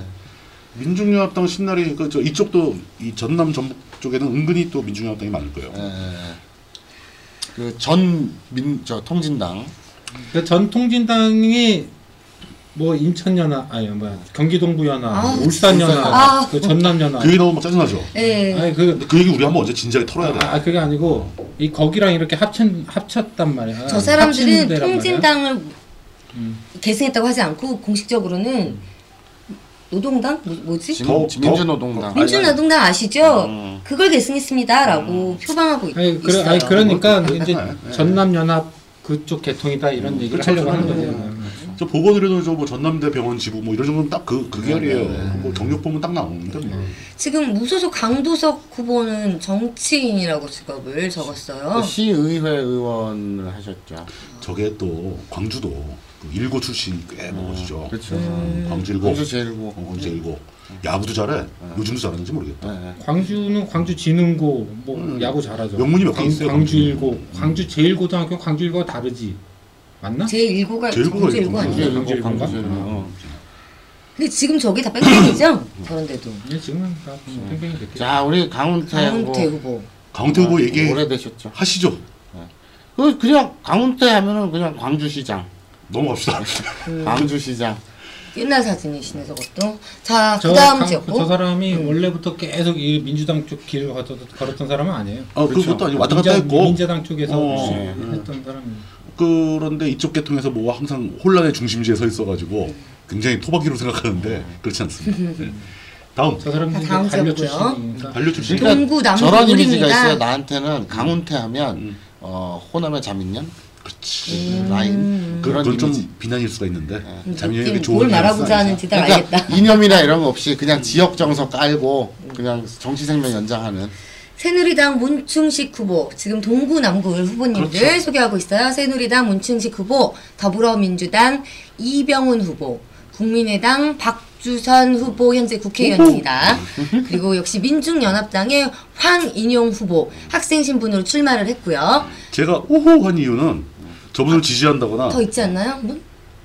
S2: 민중연합당 신나리 그저 이쪽도 이 전남 전북 쪽에는 은근히 또 민중연합당이 많을 거예요.
S1: 네. 그 그전민저 통진당
S4: 그러니까 전통진당이 뭐 인천연합 아니 뭐야 경기동부연합, 뭐
S3: 아,
S4: 울산연합,
S3: 아.
S4: 그 전남연합.
S2: 그 얘기 나오면 막 짜증나죠.
S1: 네.
S3: 예.
S4: 아니 그
S2: 근데 그 얘기 우리 한번 언제 진지하게 털어야 돼.
S4: 아, 아, 그게 아니고 이 거기랑 이렇게 합친 합쳤단 말이야.
S3: 저 사람들은
S4: 합치는 데란 음. 말이야.
S3: 통진당을 계승했다고 하지 않고 공식적으로는 노동당 뭐- 뭐지?
S1: 진-
S2: 더-
S1: 민주노동당
S2: 더-
S3: 민주노동당 아시죠?
S2: 어.
S1: 음.
S3: 그걸 계승했습니다라고
S2: 음.
S3: 표방하고 있,
S4: 아니, 그래,
S3: 있어요.
S4: 아니 그러니까
S2: 뭐,
S4: 이제
S2: 네, 네.
S4: 전남연합 그쪽 계통이다 이런 얘기를
S2: 그렇죠,
S4: 하려고 하는
S2: 그렇죠.
S4: 거죠.
S2: 저 보건의료도 저뭐 전남대 병원 지부 뭐 이런 정도면 딱 그 그
S1: 네,
S2: 결이에요. 뭐 경력 보면 딱 나오는데 뭐.
S3: 지금 무소속 강도석 후보는 정치인이라고 직업을 적었어요.
S1: 아,
S2: 그
S1: 시의회 의원을 하셨죠.
S2: 저게 또 광주도 그 일고 출신 꽤 먹어주죠.
S1: 그렇죠.
S2: 광주 일고.
S1: 공주 네. 제일고.
S2: 어, 광주 일고. 야구도 잘해. 요즘도 잘하는지 모르겠다.
S1: 예,
S4: 광주는 광주 진흥고 뭐
S2: 음.
S4: 야구 잘하죠.
S2: 명문이 몇개
S4: 광-
S2: 있어요, 음.
S4: 광주
S2: 광주는.
S4: 일고 광주 제일고등학교 광주 일고 다르지 맞나?
S3: 제 1구가
S2: 제1고가
S3: 정제
S2: 있구나.
S3: 1구
S1: 광주
S3: 아니에요?
S1: 일고
S4: 광주
S1: 광주 제일고.
S3: 근데 지금 저게 다 뺑뺑이죠? 저런데도.
S4: 예, 지금은 다
S2: 음.
S4: 팽팽이 됐겠죠.
S1: 자 우리 강훈태
S3: 강훈태
S1: 후보
S3: 후보.
S2: 강태
S1: 아,
S2: 후보 얘기
S1: 오래되셨죠.
S2: 하시죠.
S1: 그 그냥 강훈태 하면은 그냥 광주시장,
S2: 넘어갑시다.
S1: 아, 그렇죠. 음. 광주시장.
S3: 옛날 사진이시네 저것도. 자,
S4: 저,
S3: 그 다음
S4: 강- 저
S3: 지역구. 음.
S4: 사람이 원래부터 계속 이 민주당 쪽 길을 걸었던, 걸었던 사람은 아니에요.
S2: 아, 그
S1: 그렇죠.
S2: 것도 아니고 왔다 갔다
S4: 민자-
S2: 했고.
S4: 민자당 쪽에서
S2: 어,
S4: 시-
S2: 예.
S4: 했던 사람이에요.
S2: 그런데 이쪽 계통에서 뭐 항상 혼란의 중심지에 서 있어가지고 굉장히 토박이로 생각하는데 그렇지 않습니다. 네. 다음
S4: 저 사람이 이제
S3: 다음
S4: 관료
S3: 지역구요.
S4: 출신이니까
S2: 반려 출신.
S3: 그러니까- 동구, 남구,
S1: 저런 이미지가
S3: 우리입니다.
S1: 있어요. 나한테는 강훈태 하면
S2: 음.
S1: 어, 호남의 자민련
S2: 그렇지.
S3: 음.
S1: 라인 그런
S2: 그건 좀
S1: 이미지. 네.
S2: 비난일 수가 있는데
S3: 느낌,
S2: 잠이 좋은
S3: 뭘
S2: 비난은
S3: 말하고자
S2: 아니죠.
S3: 하는지 다 알겠다.
S1: 그러니까
S3: 음.
S1: 이념이나 이런 거 없이
S2: 음.
S1: 그냥 지역 정서 깔고 그냥 정치 생명 연장하는
S3: 새누리당 문충식 후보, 지금 동구 남구 후보님들
S2: 그렇죠.
S3: 소개하고 있어요. 새누리당 문충식 후보, 더불어민주당 이병훈 후보, 국민의당 박주선 후보 현재 국회의원입니다. 그리고 역시 민중연합당의 황인용 후보 학생 신분으로 출마를 했고요.
S2: 제가 오호 한 이유는 저분을 지지한다거나
S3: 아, 더 있지 않나요? 분?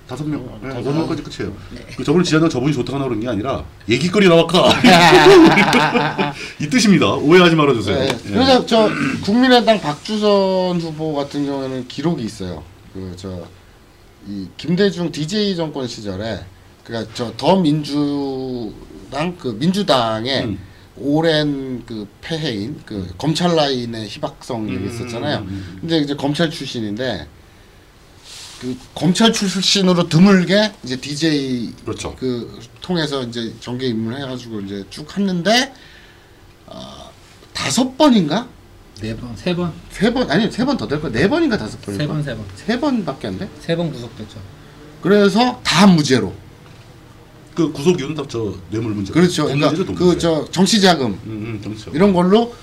S2: 다섯 명
S1: 어,
S2: 네, 다섯 명까지 끝이에요.
S3: 네.
S2: 그 저분을 지지한다고 저분이 좋다거나 그런 게 아니라 얘기거리 나왔다 이 뜻입니다. 오해하지 말아주세요.
S1: 네.
S2: 예.
S1: 그래서 저 국민의당 박주선 후보 같은 경우에는 기록이 있어요. 그 저 이 김대중 DJ 정권 시절에 그러니까 저 더민주당 그 민주당의
S2: 음.
S1: 오랜 그 폐해인 그 검찰 라인의 희박성
S2: 음,
S1: 얘기 있었잖아요. 근데 이제 검찰 출신인데 그 검찰 출신으로 드물게 이제 DJ
S2: 그렇죠.
S1: 그 통해서 이제 정계 입문해 가지고 이제 쭉 했는데 어, 다섯 번인가
S4: 네 번, 세 번,
S1: 세 번 아니 세 번 더 될 거야 네 번인가 다섯 번인가
S4: 세 번, 세 번,
S1: 세 번밖에 안 돼.
S4: 세 번 구속됐죠.
S1: 그래서 다 무죄로.
S2: 그 구속 이유는 다저 뇌물 문제.
S1: 그렇죠.
S2: 돈
S1: 그러니까
S2: 문제죠, 돈
S1: 그
S2: 문제.
S1: 저 정치 자금
S2: 음, 음, 그렇죠.
S1: 이런 걸로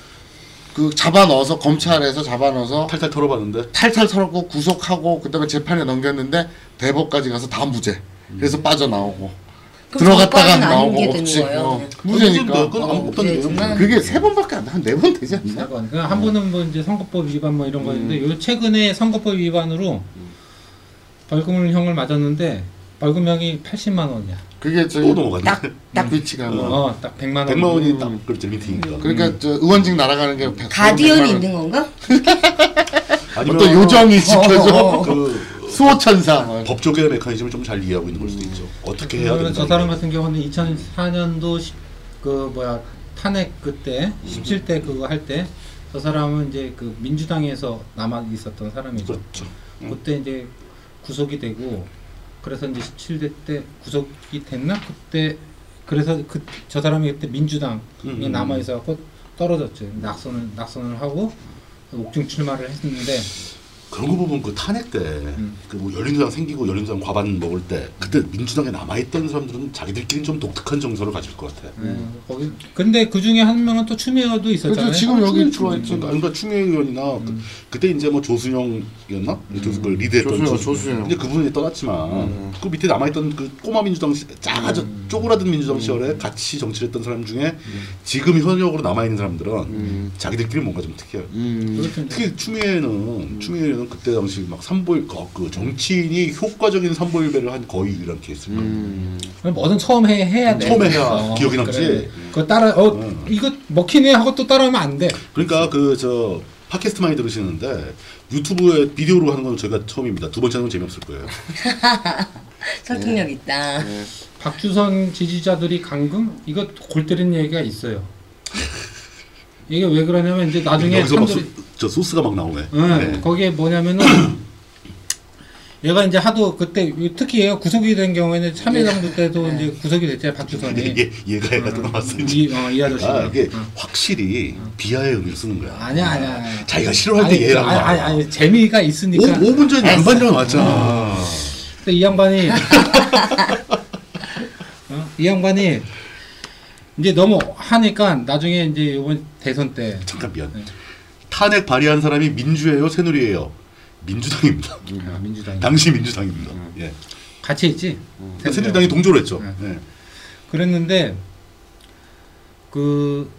S1: 그 잡아 넣어서 검찰에서 잡아 넣어서
S2: 탈탈 털어봤는데
S1: 탈탈 털었고 구속하고 그다음에 재판에 넘겼는데 대법까지 가서 다 무죄. 그래서 빠져나오고
S3: 그럼
S1: 들어갔다가
S3: 정권은
S1: 나오고
S3: 아닌 게 되는
S1: 없지.
S3: 거예요,
S1: 어,
S3: 그냥.
S2: 뭐
S1: 무죄니까.
S2: 그건
S3: 네,
S1: 어,
S2: 아무것도 없다는
S3: 무죄지만.
S2: 거예요.
S1: 그게 세 번밖에 안 나면 네번 되지
S4: 세
S1: 않나?
S4: 번. 그러니까 한 번은 뭐 이제 선거법 위반 뭐
S2: 음.
S4: 이런 거였는데 요 최근에 선거법 위반으로 벌금형을 맞았는데 벌금형이 80만 원이야.
S1: 그게
S2: 또
S1: 저기
S2: 넘어갔네.
S1: 딱 위치가 뭐.
S4: 어, 딱 100만 원.
S2: 100만 아, 원이 딱 그렇죠 미팅이니까.
S1: 그러니까 저 의원직 날아가는 게 백- 백만
S3: 가디언이
S1: 원.
S3: 있는 건가?
S2: 아니면
S1: 어떤 요정이
S3: 어, 어,
S1: 지켜줘.
S2: 그
S1: 수호 천사. 뭐.
S2: 법조계 메커니즘을 좀 잘 이해하고 있는 걸 수도 있죠. 어떻게 해야
S4: 음. 그러면
S2: 된다.
S4: 저 사람 같은 경우는 2004년도 시, 그 뭐야 탄핵 그때 17대 그거 할 때 저 사람은 이제 그 민주당에서 남아 있었던 사람이죠.
S2: 그렇죠.
S4: 그때 이제 구속이 되고 그래서 이제 17대 때 구속이 됐나 그때 그래서 그 저 사람이 그때 민주당이
S2: 음, 음.
S4: 남아 있어 갖고 떨어졌죠. 낙선을 낙선을 하고 옥중 출마를 했는데
S2: 그런 거 보면 그 탄핵
S4: 음.
S2: 때그뭐 열린우당 생기고 열린우당 과반 먹을 때 그때 민주당에 남아있던 사람들은 자기들끼리 좀 독특한 정서를 가질 것 같아.
S4: 음, 거기 근데 그 중에 한 명은 또 추미애도 있었잖아요.
S2: 네.
S4: 음.
S2: 그렇죠. 지금 여기
S1: 충분히
S2: 들어와 있죠. 그러니까 추미애 의원이나 그, 때 이제 뭐 조순영이었나? 조수 그 리드했던
S1: 조순영,
S2: 조수-
S1: 조순영.
S2: 근데 그분이 떠났지만
S4: 음.
S2: 그 밑에 남아있던 그 꼬마 민주당 시- 작아져 쪼그라든
S4: 음.
S2: 민주당 시절에 같이 정치를 했던 사람 중에 지금 현역으로 남아있는 사람들은
S4: 음.
S2: 자기들끼리 뭔가 좀 특이해요.
S1: 음.
S4: 그렇죠.
S2: 특히 추미애는 추미애는 그때 당시 막 삼보일 그, 그 정치인이 효과적인 삼보일배를 한 거의 유일한 케이스입니다.
S1: 음.
S4: 그럼 뭐든 처음 해, 해야 돼. 어,
S2: 처음에 해야 기억이 남지.
S4: 그거 따라, 어,
S2: 음.
S4: 이거 먹히네 하고 또 따라하면 안 돼.
S2: 그러니까 그 저 팟캐스트 많이 들으시는데 유튜브에 비디오로 하는 건 저희가 처음입니다. 두 번째 하는 건 재미없을 거예요.
S3: 설득력 있다.
S2: 네.
S4: 박주선 지지자들이 강금? 이거 골 때리는 얘기가 있어요. 이게 왜 그러냐면 이제 나중에
S2: 여기서 막
S4: 사람들이-
S2: 소, 저 소스가 막 나오네.
S4: 응,
S2: 네.
S4: 거기에 뭐냐면은 얘가 이제 하도 그때 특히 얘가 구속이 된 경우에는
S2: 예.
S4: 참여정부 때도 이제 구속이 됐잖아요 박주선이
S2: 얘 얘가 얘가 또 나왔어 이제.
S4: 네. 이, 어, 이 아저씨가
S2: 예, 아 이게
S4: 응.
S2: 확실히 비하의 의미를 쓰는 거야.
S4: 아니야 아니야 아니야.
S2: 자기가 싫어할 때
S4: 아니,
S2: 얘랑
S4: 아니, 아니, 그러니까. 아니, 재미가 있으니까
S2: 5, 분 전에 양반이랑 왔잖아.
S4: 근데 그러니까 이 양반이 어? 이 양반이 이제 너무 하니까 나중에 이제 이번 대선 때
S2: 잠깐 미안.
S4: 네.
S2: 탄핵 발의한 사람이 민주예요, 새누리예요. 민주당입니다.
S4: 아, 민주당이
S2: 당시 민주당입니다. 예.
S4: 같이 있지
S2: 그러니까 새누리당이 동조를 했죠.
S4: 음. 네.
S2: 예.
S4: 그랬는데 그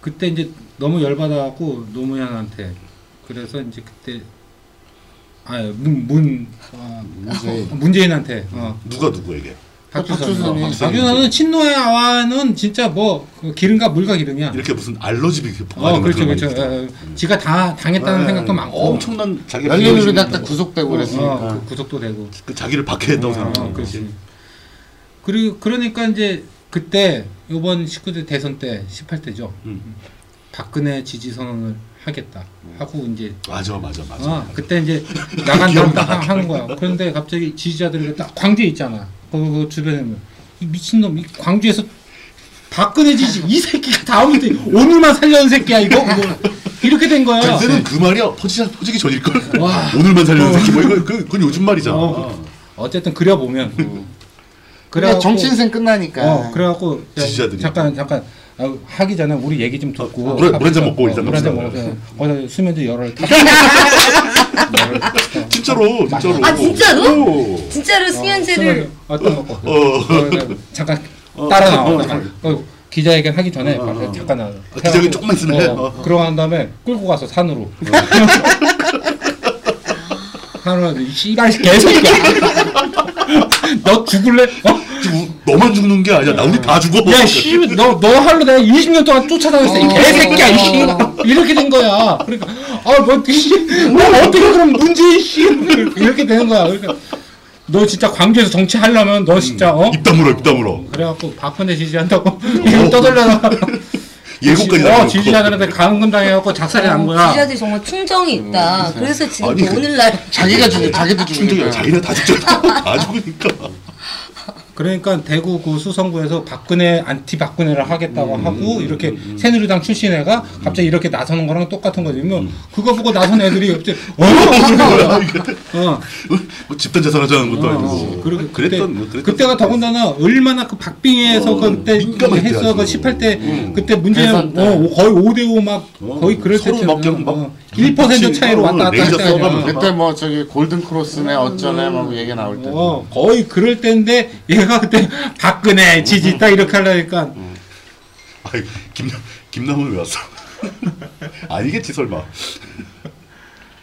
S4: 그때 이제 너무 열받아갖고 노무현한테 그래서 이제 그때 아문문 아,
S1: 문재인.
S4: 문재인한테 어,
S2: 누가 누구에게?
S1: 네. 박주선이.
S4: 박주선이 박주선은 친노야와는 진짜 뭐그 기름과 물과 기름이야.
S2: 이렇게 무슨 알러지 비교
S4: 어 그렇죠 그렇죠.
S2: 있잖아.
S4: 어, 지가 다 당했다는
S2: 네,
S4: 생각도
S2: 네.
S4: 많고
S2: 엄청난 자기
S1: 열린우리당 딱 구속되고 그랬으니까.
S4: 어, 그 구속도 되고
S2: 그 자기를 박해했다고
S4: 어,
S2: 생각하는
S4: 그렇지.
S2: 거지.
S4: 그리고 그러니까 이제 그때 요번 19대 대선 때 18대죠.
S2: 음.
S4: 박근혜 지지 선언을 하겠다 하고 이제
S2: 맞아 맞아 맞아.
S4: 아, 그때 이제 나간다 하- 하는 거야. 그런데 갑자기 지지자들이 딱 광주에 있잖아. 그, 그 주변에 보면. 이 미친놈 이 광주에서 박근혜 지지 이 새끼가 다음부터 오늘만 살려는 새끼야 이거 이렇게된 거야.
S2: 그때는 그 말이야 퍼지자 퍼지기 전일 걸.
S4: 아, 예. 와.
S2: 오늘만 살려는 새끼 뭐 이거 그, 그건 요즘 말이잖아.
S4: 어. 어쨌든 그려보면 뭐.
S2: 음.
S1: 그래
S4: 그래갖고-
S1: 정치 인생 끝나니까.
S4: 어 그래갖고
S2: 지지자들이.
S4: 잠깐 잠깐 아, 하기 전에 우리 얘기 좀 듣고
S2: 어, 물-
S4: 합시다.
S2: 물한잔 먹고 일단
S4: 물한잔
S2: 갑시다.
S4: 먹어서 어서 네. 수면제 열을 타 그렇죠.
S2: 진짜로
S4: 어.
S2: 진짜로. 어.
S3: 아, 진짜로?
S2: 오.
S3: 진짜로 승연제를
S4: 어떤 먹고
S2: 어.
S4: 어, 네. 잠깐
S2: 어,
S4: 따라
S2: 어,
S4: 나와
S2: 어,
S4: 잠깐. 어, 기자회견 하기 전에
S2: 어, 어, 어.
S4: 잠깐 나와
S2: 기자회견 조금만 있으면 어. 해. 어.
S4: 그러고 난 다음에 끌고 가서 산으로 산으로 이 씨발 개새끼야 너 죽을래? 어?
S2: 지금 너만 죽는 게 아니야. 나 우리 다 죽어.
S4: 야, 씨, 너, 너 할로 내가 20년 동안 쫓아다녔어. 이 개새끼야, 이 씨. 이렇게 된 거야. 그러니까, 아, 뭐, 이 씨, 뭐, 어떻게 그럼 문제인 씨. 이렇게 되는 거야. 그러니까, 너 진짜 광주에서 정치하려면 너 진짜, 어?
S2: 입 다물어 입 다물어.
S4: 그래갖고 박근혜 지지한다고 이름 떠들려다가
S2: 예고까지
S4: 어,
S2: 나오는
S4: 지지자들한테 강금 당해갖고 작살이 난 거야.
S3: 기자들이 정말 충정이 있다. 그래서 지금
S2: 음, 아니,
S3: 또
S2: 그-
S3: 오늘날
S1: 자기가 죽 자기도 죽으니까.
S2: 충격이야. 자기네 다 죽잖아. 다 죽으니까.
S4: 그러니까 대구 그 수성구에서 박근혜 안티 박근혜를 하겠다고
S2: 음,
S4: 하고 이렇게 새누리당 출신 애가 갑자기 이렇게 나서는 거랑 똑같은 거지. 뭐
S2: 음.
S4: 그거 보고 나선 애들이 갑자기 어,
S2: 뭐야,
S4: 어,
S2: 이게.
S4: 어,
S2: 뭐 집단 자살하자는 것도 아니고.
S4: 어. 그리고 그때
S2: 그랬던 뭐 그랬던
S4: 그때가 더군다나 얼마나 그 박빙에서
S2: 어,
S4: 그때
S2: 민감할 때야,
S4: 했어 그
S2: 지금.
S4: 18대
S2: 음.
S4: 그때 문제는
S1: 대선 때.
S4: 어, 거의 5대 5 막
S2: 어,
S4: 거의 그럴
S2: 서로
S4: 때처럼
S2: 막 그냥 막
S4: 어, 1% 차이로 왔다 갔다
S2: 레이저
S4: 할때 아니야.
S2: 써가면서.
S1: 그때 뭐 저기 골든 크로스네 어쩌네 뭐 얘기 나올 때.
S4: 어, 거의 그럴 때인데 얘가 그때 박근혜 지지
S2: 음.
S4: 딱 이렇게 하려니까
S2: 아이 김 김남은 왜 왔어? 아니겠지 설마.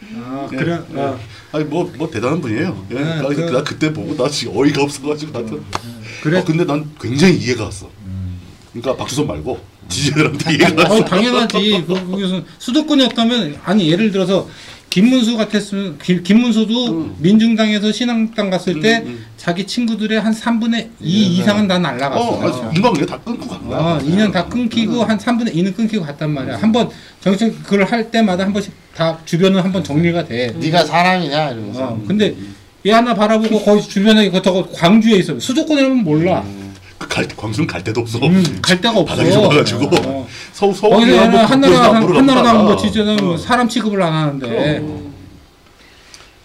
S2: 네.
S4: 아, 그래 어.
S2: 아니 뭐 뭐 대단한 분이에요. 예,
S4: 네,
S2: 나,
S4: 그- 네,
S2: 나 그때 보고 나 지금 어이가 없어가지고 나도.
S4: 그래. 음.
S2: 어, 근데 난 굉장히 이해가 갔어. 그러니까 박주선 말고 지지자들한테 이해가 갔어.
S4: 어, 당연하지. 그, 거기서 수도권이었다면 아니 예를 들어서 김문수 같았으면 김, 김문수도 민중당에서 신앙당 갔을 때 자기 친구들의 한 3분의
S2: 예,
S4: 2
S2: 네.
S4: 이상은 다 날라갔어.
S2: 어, 아, 이방에 다 끊고 간 거야.
S4: 아, 2년 다 끊기고 한 3분의 2는 끊기고 갔단 말이야. 한번 정신 그걸 할 때마다 한 번씩 다 주변은 한 번 정리가 돼.
S1: 음. 네가 사람이냐 이러면서.
S4: 어, 근데 얘 하나 바라보고 거기 주변에 그거 광주에 있어. 수도권이라면 몰라.
S2: 그 갈, 광주는 갈 데도 없어.
S4: 음, 갈 데가 없어.
S2: 바닥이 좁아가지고
S4: 어.
S2: 서울 뭐 서울에
S4: 거기서
S2: 한번
S4: 한나라당
S2: 보러
S4: 한나라당
S2: 갔다가.
S4: 뭐 지지는 사람 취급을 안 하는데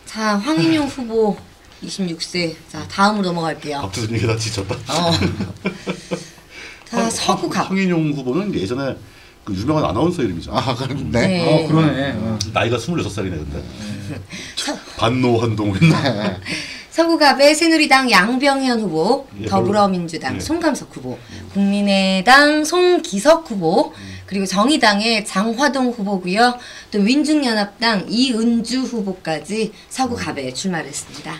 S3: 자 황인용 후보 26세. 자 다음으로 넘어갈게요.
S2: 박 교수님이 다 지쳤다.
S4: 아,
S3: 어. 자
S2: 황-
S3: 서구 갑.
S2: 황인용 아, 후보는 예전에 그 유명한 아나운서 이름이죠.
S1: 아 그런데
S3: 네.
S4: 어 그러네. 어.
S2: 나이가 26살이네 근데.
S3: 서-
S2: 반노 한동을 했나?
S3: 서구갑의 새누리당 양병현 후보,
S2: 예,
S3: 더불어민주당
S2: 예.
S3: 송감석 후보, 국민의당 송기석 후보, 그리고 정의당의 장화동 후보고요. 또 민중연합당 이은주 후보까지 서구갑에 출마를 했습니다.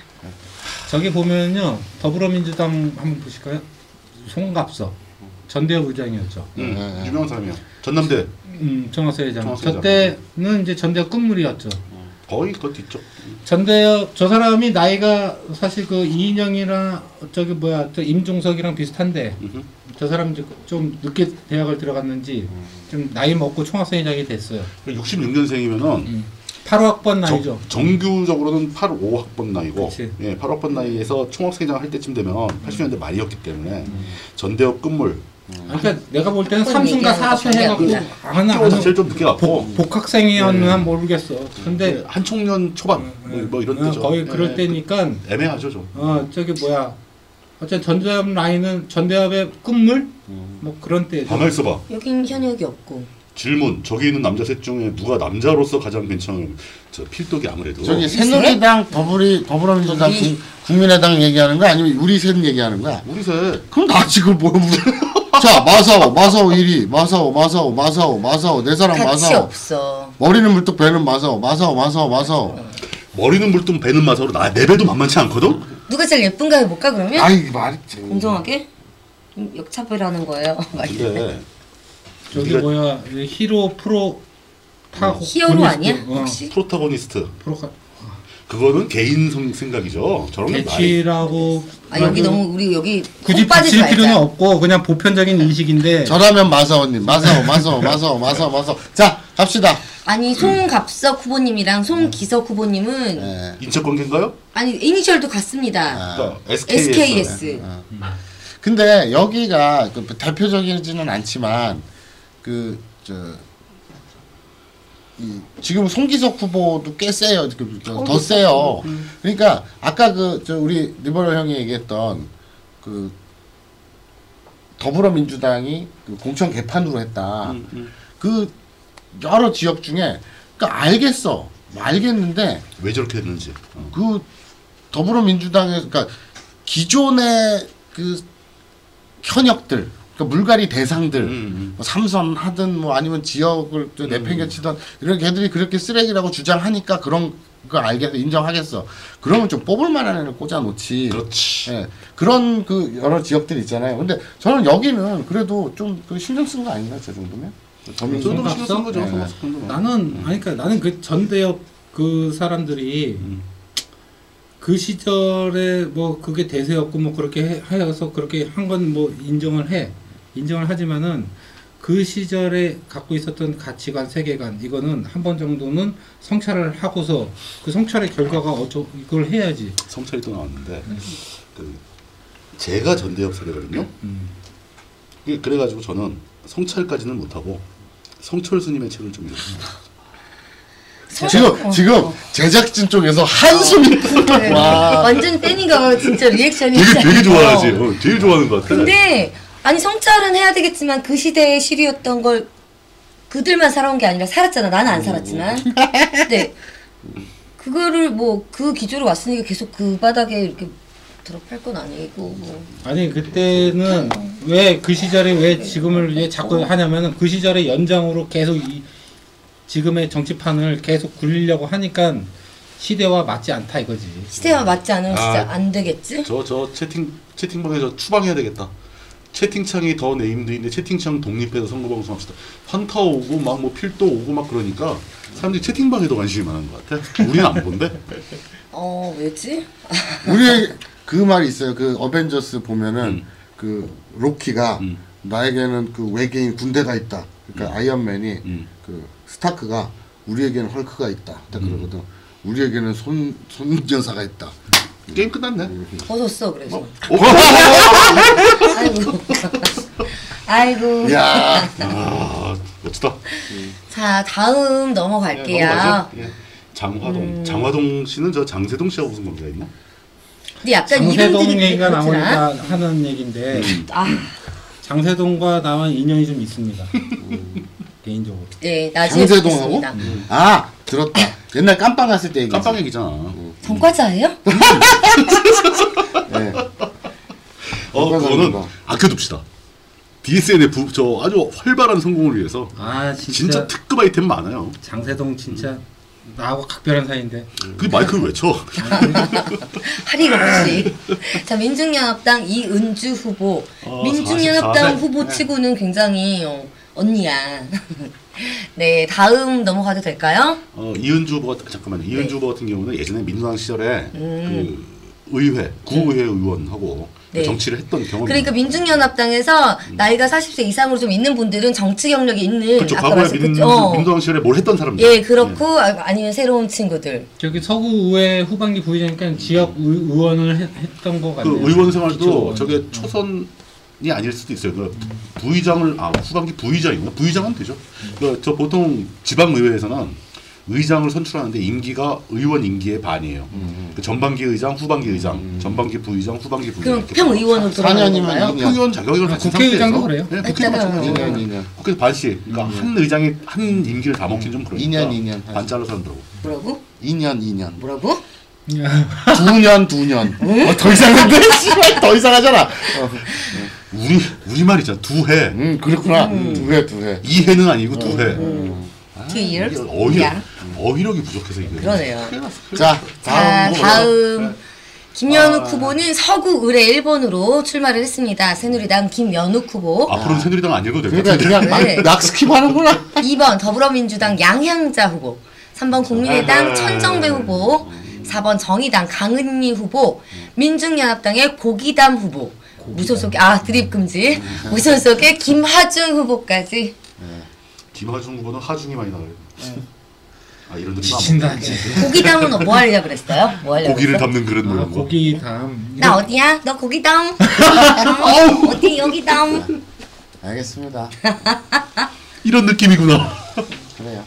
S4: 저기 보면요 더불어민주당 한번 보실까요? 송갑석 전대협 의장이었죠.
S2: 응, 음, 유명한 사람이야. 전남대
S4: 음, 정학세 회장.
S2: 정학세
S4: 저 때는 이제 전대협 끝물이었죠.
S2: 거의 그 뒤쪽.
S4: 전대협 저 사람이 나이가 사실 그 이인영이랑 저기 뭐야 저 임종석이랑 비슷한데
S2: 음흠.
S4: 저 사람 이제 좀 늦게 대학을 들어갔는지 좀 나이 먹고 총학생 회장이 됐어요.
S2: 66년생이면은
S4: 음. 8학번 나이죠. 음.
S2: 정, 정규적으로는 8, 5학번 나이고
S4: 그치.
S2: 예, 8, 5학번 나이에서 총학생장 할 때쯤 되면 80년대 말이었기 때문에 전대협 끝물
S4: 그러니까 내가 볼 때는
S3: 그건
S4: 삼순과
S3: 얘기하는
S4: 사수
S3: 거
S4: 해갖고
S3: 아니야.
S4: 하나
S2: 학교
S4: 하나
S2: 자체를 좀 늦게 갔고
S4: 복- 복학생이었나 모르겠어. 근데
S2: 예, 한 청년 초반 네. 뭐, 뭐 이런
S4: 어,
S2: 때죠.
S4: 거의
S2: 예,
S4: 그럴 때니까
S2: 애매하죠 좀.
S4: 어 저기 뭐야 어쨌든 전대협 라인은 전대협의 끝물
S2: 음.
S4: 뭐 그런 때죠.
S2: 가만 있어봐.
S3: 여긴 현역이 없고.
S2: 질문. 저기 있는 남자 셋 중에 누가 남자로서 가장 괜찮은 저 필독이 아무래도
S3: 네.
S1: 저기 새누리당 더불이 더불어민주당
S3: 우리-
S1: 국- 국민의당 얘기하는 거 아니면 우리 셋 얘기하는 거야?
S2: 우리 셋
S1: 그럼 나 지금 뭐 물어? 자 마사오 마사오 1위 마사오 마사오 마사오 마사오 내 사랑
S3: 같이
S1: 마사오
S3: 없어.
S1: 머리는 물뚝 배는 마사오 마사오 마사오 마사오
S2: 머리는 물뚱 배는 마사로 나 내 배도 만만치 않거든.
S3: 누가 제일 예쁜가 해볼까 그러면?
S1: 아이 말했지
S3: 공정하게? 좀 역차별하는 거예요.
S2: 아,
S3: 막 이래.
S2: 근데
S4: 저기
S2: 우리가-
S4: 뭐야 히로 프로
S2: 음.
S4: 타
S3: 히어로 아니야?
S4: 고니스트, 어,
S3: 혹시?
S2: 프로타고니스트
S4: 프로가
S2: 그거는 개인 성- 생각이죠. 저런 게 말이
S4: 개취라고
S3: 아 여기 너무 우리 여기
S4: 굳이
S3: 꼭 빠지지
S4: 붙일
S3: 말자.
S4: 필요는 없고 그냥
S3: 네.
S4: 보편적인 인식인데
S1: 저라면 마사오님 마사오 마사오 마사오 마사오 마사오 자 갑시다
S3: 아니 송갑석 후보님이랑 송기석 후보님은
S1: 예.
S2: 인척 관계인가요?
S3: 아니 이니셜도 같습니다.
S1: 아.
S2: 그러니까 SKS.
S3: SKS.
S1: 근데 여기가 그 대표적이지는 않지만 그저 지금 송기석 후보도 꽤 세요. 그,
S2: 어,
S1: 저, 더 세요. 그러니까 아까 그 저 우리 리버럴 형이 얘기했던 그 더불어민주당이 그 공천 개판으로 했다.
S2: 음, 음.
S1: 그 여러 지역 중에 그러니까 알겠어. 알겠는데
S2: 왜 저렇게 됐는지. 어.
S1: 그 더불어민주당의 그러니까 기존의 그 현역들 그러니까 물갈이 대상들
S2: 음,
S1: 뭐 삼선 하든 뭐 아니면 지역을 또 내팽개치던 이런 걔들이 그렇게 쓰레기라고 주장하니까 그런 거 알겠어 인정하겠어 그러면 좀 뽑을 만한 애를
S2: 네.
S1: 꽂아놓지
S2: 그렇지.
S1: 예, 그런 그 여러 지역들 있잖아요 근데 저는 여기는 그래도 좀그 신경 쓴 거 아닌가 저 정도면 더민
S2: 저도
S4: 송갑석?
S2: 신경 쓴 거죠.
S1: 네.
S2: 송갑석 정도는.
S4: 나는 아니 그러니까 나는 그 전대협 그 사람들이
S2: 음.
S4: 그 시절에 뭐 그게 대세였고 뭐 그렇게 해- 하여서 그렇게 한 건 뭐 인정을 해 인정을 하지만은 그 시절에 갖고 있었던 가치관 세계관 이거는 한 번 정도는 성찰을 하고서 그 성찰의 결과가 어쩌 이걸 해야지
S2: 성찰이 또 나왔는데 그 제가 전대협 세대거든요.
S4: 음.
S2: 예, 그래가지고 저는 성찰까지는 못하고 성철 스님의 책을 좀 읽었습니다.
S3: 어.
S1: 지금 지금 제작진 쪽에서 한숨이
S3: 네.
S1: 와
S3: 완전 팬인가 봐요. 진짜 리액션이
S2: 되게 되게
S3: 진짜.
S2: 좋아하지.
S3: 어.
S2: 어, 제일 좋아하는 것 같아.
S3: 근데 아니 성찰은 해야 되겠지만 그 시대의 시류였던 걸 그들만 살아온 게 아니라 살았잖아. 나는
S1: 음.
S3: 안 살았지만. 근데 그거를 뭐 그 기조로 왔으니까 계속 그 바닥에 이렇게 드롭할 건 아니고 뭐.
S4: 아니 그때는 왜 그 시절에 왜 지금을 왜 자꾸 하냐면은 그 시절의 연장으로 계속 이 지금의 정치판을 계속 굴리려고 하니까 시대와 맞지 않다 이거지.
S3: 시대와 맞지 않으면 진짜
S2: 아.
S3: 안 되겠지?
S2: 저 저 채팅 채팅방에 저 추방해야 되겠다. 채팅창이 더 네임드인데 채팅창 독립해서 선거 방송합시다. 환타 오고 막 뭐 필도 오고 막 그러니까 사람들이 채팅방에 더 관심이 많은 것 같아. 우리는 안 본데.
S3: 어 왜지?
S1: 우리 그 말이 있어요. 그 어벤져스 보면은 그 로키가
S2: 음.
S1: 나에게는 그 외계인 군대가 있다. 그러니까 아이언맨이
S2: 음.
S1: 그 스타크가 우리에게는 헐크가 있다. 딱 그러거든. 우리에게는 손 손여사가 있다.
S2: 게임 끝났네.
S3: 벗었어 아, 그래서.
S1: 뭐?
S2: 오,
S3: 아이고. 아이고.
S1: 야,
S2: 아 멋지다.
S3: 자, 다음 넘어갈게요.
S4: 네,
S2: 넘어가죠. 예. 장화동.
S3: 음.
S2: 장화동 씨는 저 장세동 씨하고 무슨 관계가 있나?
S3: 근데 약간 이름들이
S4: 장세동
S3: 되게
S4: 얘기가
S3: 그렇더라.
S4: 나오니까 하는 얘기인데
S3: 아,
S4: 장세동과 나와 인연이 좀 있습니다. 개인적으로.
S3: 네, 나중에
S1: 장세동하고
S3: 뵙겠습니다.
S1: 아 들었다 옛날 깜빵 갔을 때 얘기
S2: 깜빵 얘기잖아. 어,
S3: 전과자예요?
S1: 예.
S2: 어,
S1: 깜빵
S2: 그거는
S1: 얘기다.
S2: 아껴둡시다. DSN의 부, 저 아주 활발한 성공을 위해서
S4: 아
S2: 진짜
S4: 진짜,
S2: 특급 아이템 많아요.
S4: 장세동 진짜 나하고 각별한 사이인데.
S2: 그 마이크를 왜 쳐?
S3: 할인 없이.
S2: 네.
S3: 자, 민중연합당 이은주 후보.
S2: 어,
S3: 민중연합당
S2: 44세. 네.
S3: 후보 치고는 굉장히 어, 언니야. 네, 다음 넘어가도 될까요?
S2: 어, 이은주 후보 같은 잠깐만요. 이은주 후보 같은 경우는 예전에 민주당 시절에 그 의회 구의회 의원하고
S3: 음.
S2: 그
S3: 네.
S2: 정치를 했던 경험이
S3: 그러니까 민중연합당에서 나이가 40세 이상으로 좀 있는 분들은 정치 경력이 있는
S2: 음. 그렇죠.
S3: 아까
S2: 과거에
S3: 말씀-
S2: 민,
S3: 그쵸? 어.
S2: 민주당 시절에 뭘 했던 사람들.
S3: 예, 그렇고 아, 아니면 새로운 친구들.
S4: 저기 서구의회 후반기 부의장이니까 지역 의, 의원을 했, 했던 것 같아요.
S2: 그 의원 생활도
S4: 기초의원.
S2: 저게 초선이 아닐 수도 있어요. 그 부의장을 아 후반기 부의장이구나. 부의장은 되죠. 그저 보통 지방의회에서는 의장을 선출하는데 임기가 의원 임기의 반이에요.
S4: 음,
S2: 그 전반기 의장, 후반기 의장, 전반기 부의장, 후반기 부의장.
S3: 그럼
S2: 이렇게
S3: 평의원으로 들어가는
S1: 4년이면
S3: 건가요?
S1: 그냥.
S2: 평의원 자격을 가진
S4: 아, 국회의장도
S2: 상태에서-
S4: 그래요? 음,
S2: 네, 국회의장
S3: 했잖아요.
S2: 마찬가지예요.
S1: 이년, 이년.
S2: 국회에서 반씩. 그러니까 한 의장이 한 임기를 다 먹긴 좀 그러니까.
S1: 이년, 이년
S2: 반 잘라 산다고.
S3: 뭐라고?
S1: 2년 2년
S3: 뭐라고?
S1: 2년 2년 어, 더 이상한데? 씨발 더 이상하잖아 어.
S2: 우리 우리 말 있잖아. 두 해.
S1: 음 그렇구나 두해 두해
S2: 이 해는 아니고 두
S4: 음.
S2: 해. 아,
S3: Two years?
S2: 이게 어휘력,
S3: 야.
S2: 어휘력이 부족해서 이게.
S3: 그러네요.
S1: 자 다음
S3: 자,
S1: 뭐
S3: 다음 김연욱 후보는 서구 의뢰 1번으로 출마를 했습니다. 새누리당 김연욱 후보.
S2: 앞으로는 새누리당 안 읽어도 될것
S1: 그러니까
S2: 같은데.
S1: 그냥 막
S3: 네.
S1: 낙스킵 하는구나
S3: 2번 더불어민주당 양향자 후보. 3번 국민의당
S2: 아하.
S3: 천정배 후보. 4번 정의당 강은미 후보. 민중연합당의 고기담 후보. 무소속의 아 드립 금지. 무소속의 김하중 후보까지.
S2: 김하중 후보는 하중이 많이 나와요.
S1: 네.
S2: 아 이런 데안
S4: 미친다 이제.
S3: 고기담은 뭐 하려 그랬어요? 뭐 하려?
S2: 고기를 담는 그릇 뭐
S4: 아,
S2: 이런 거.
S4: 고기 담.
S3: 나 어디야? 너 고기담. 어디 여기담.
S1: 알겠습니다
S2: 이런 느낌이구나.
S1: 그래요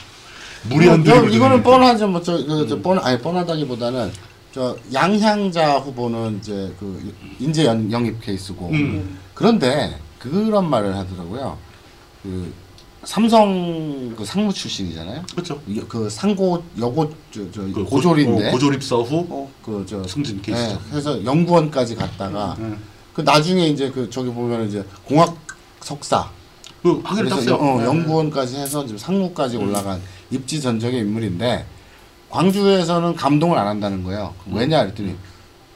S2: 무리한 음.
S1: 이거-
S2: 드립을.
S1: 이거는
S2: 드리는
S1: 뻔하죠 뭐저저뻔 아니 뻔하다기보다는 저 양향자 후보는 이제 그 인재 연, 영입 케이스고
S2: 음.
S1: 그런데 그런 말을 하더라고요 그 삼성 그 상무 출신이잖아요
S2: 그렇죠.
S1: 여- 그 상고 여고 저, 저
S2: 그 고-
S1: 고졸인데
S2: 어, 고졸 입사 후
S1: 그저 예,
S2: 승진 케이스죠. 음.
S1: 그래서 연구원까지 갔다가 그 나중에 이제 그 저기 보면 이제 공학 석사
S2: 그 학위를
S1: 그래서
S2: 땄어요.
S1: 어, 연구원까지 해서 지금 상무까지 올라간 입지 전적의 인물인데 광주에서는 감동을 안 한다는 거예요. 왜냐 그랬더니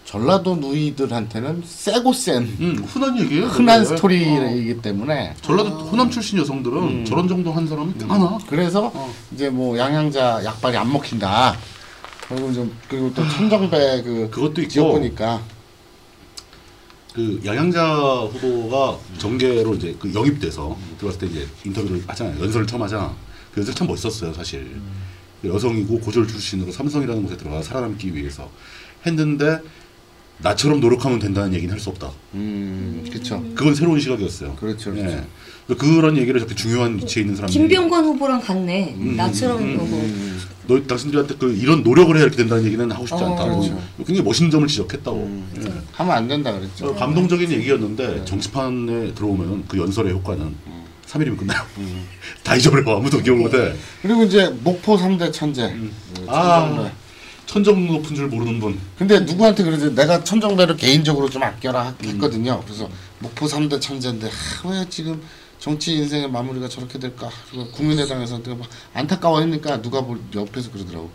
S1: 전라도 누이들한테는 세고 센
S2: 음, 흔한 얘기예요.
S1: 흔한
S2: 그게.
S1: 스토리이기 때문에
S2: 전라도 호남 출신 여성들은
S1: 음.
S2: 저런 정도 한 사람이 많아.
S1: 그래서
S2: 어.
S1: 이제 뭐 양양자 약발이 안 먹힌다. 그리고 좀 그리고 또 천정배 그
S2: 아, 그것도 있고.
S1: 지역구니까
S2: 그 양양자 후보가 정계로 이제 그 영입돼서 들어왔을 때 이제 인터뷰를 하잖아요. 연설을 처음 하잖아. 그 연설 참 멋있었어요, 사실. 여성이고 고졸 출신으로 삼성이라는 곳에 들어가 살아남기 위해서 했는데 나처럼 노력하면 된다는 얘기는 할 수 없다.
S1: 음 그쵸.
S2: 그건 새로운 시각이었어요.
S1: 그렇죠, 그렇죠.
S2: 예. 그러니까 그런 얘기를 저렇게 중요한 위치에 있는 사람들이
S3: 김병관 후보랑 같네.
S1: 음.
S3: 나처럼 그거.
S2: 너 당신들한테 그 이런 노력을 해야 이렇게 된다는 얘기는 하고 싶지
S3: 어.
S2: 않다. 고
S1: 그렇죠. 음,
S2: 굉장히 멋있는 점을 지적했다고. 예.
S1: 하면 안 된다
S2: 저
S1: 그랬죠.
S2: 어, 감동적인 얘기였는데 정치판에 들어오면 그 연설의 효과는 3일이면 끝나요.
S1: 음.
S2: 다 잊어버려 아무도 기억 못해.
S1: 그리고 이제 목포 3대 천재. 그 음, 천정배.
S2: 음. 아 천정 높은 줄 모르는 분.
S1: 근데 누구한테 그러지 내가 천정배를 개인적으로 좀 아껴라 했거든요. 그래서 목포 3대 천재인데 하, 왜 지금 정치 인생의 마무리가 저렇게 될까? 그리고 국민의당에서 내가 막 안타까워하니까 누가 볼 옆에서 그러더라고.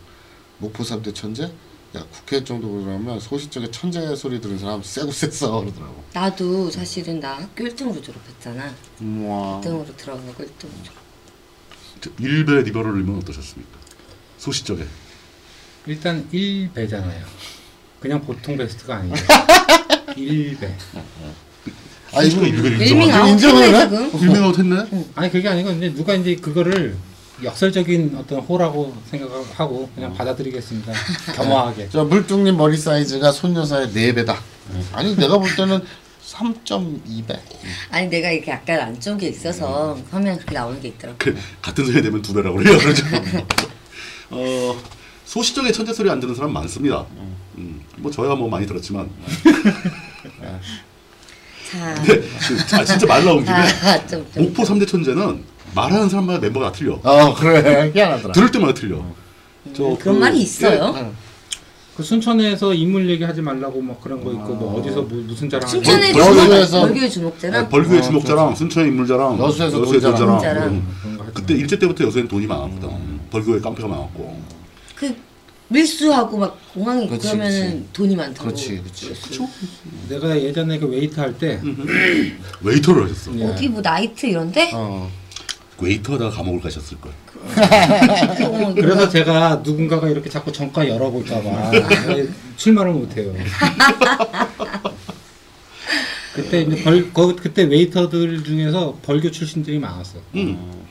S1: 목포 3대 천재? 야 국회 정도 그러면 소시적에 천재 소리 들은 사람 쎄고 쎘어 그러더라고.
S3: 나도 사실은 나 학교 1등으로 졸업했잖아.
S1: 우와.
S3: 1등으로 들어가고 1등으로 졸업.
S2: 저 일베 리버럴 의원 어떠셨습니까? 소시적에.
S4: 일단 1배잖아요. 그냥 보통 베스트가 아니에요. 1배.
S1: 아 이분
S2: 일베
S3: 일명
S2: 리버럴.
S3: 아웃
S1: 인정을 음. 해? 어.
S3: 했네 지금.
S2: 일명 했네.
S4: 아니 그게 아니고 이제 누가 이제 그거를 역설적인 어떤 호라고 생각하고 그냥 받아들이겠습니다. 겸허하게.
S1: 저 물뚱님 머리 사이즈가 손녀사의 4배다. 아니 내가 볼 때는 3.2배.
S3: 아니 내가 이렇게 약간 안쪽에 있어서 화면 그렇게 나오는 게 있더라고.
S2: 그 같은 소리 되면 두 배라고 그래요. 그렇죠. 어 소시적인 천재 소리 안 듣는 사람 많습니다. 음, 뭐 저야 뭐 많이 들었지만
S3: 자,
S2: 아, 진짜 말 나온 김에
S3: 아, 좀, 좀.
S2: 목포 3대 천재는 말하는 사람마다 멤버가 다 틀려.
S1: 어 그래 희한하더라.
S2: 들을 때마다 틀려.
S1: 어.
S2: 저
S3: 네, 그런
S2: 그-
S3: 말이 있어요?
S1: 응.
S4: 그 순천에서 인물 얘기하지 말라고 막 그런 거 있고 뭐 어디서 뭐, 무슨 자랑
S3: 춘천의
S1: 벌-
S3: 주먹,
S1: 어, 벌교에서-
S3: 벌교의 주먹제나
S2: 아, 벌교의 주먹자랑 순천의 인물자랑
S1: 그렇죠. 여수에서
S2: 여수의
S1: 돈자랑.
S2: 돈자랑.
S3: 돈자랑.
S2: 음. 그때 일제 때부터 여수에는 돈이 많았거든.
S1: 음.
S2: 벌교에 깡패가 많았고.
S3: 그 밀수하고 막 공항에
S1: 그치,
S3: 그러면
S1: 그치.
S3: 돈이 많다고.
S1: 그렇지, 그치.
S3: 그래서
S4: 내가 예전에 그 웨이트 할 때
S2: 웨이터를
S1: 음.
S2: 하셨어. 그
S4: 예.
S3: 어디 뭐 나이트 이런데?
S1: 어.
S2: 웨이터하다가 감옥을 가셨을 거야.
S3: 어,
S4: 그래서 제가 누군가가 이렇게 자꾸 정가 열어볼까봐 실망을 못해요. 그때 이제 벌 거, 그때 웨이터들 중에서 벌교 출신들이 많았어.
S2: 음.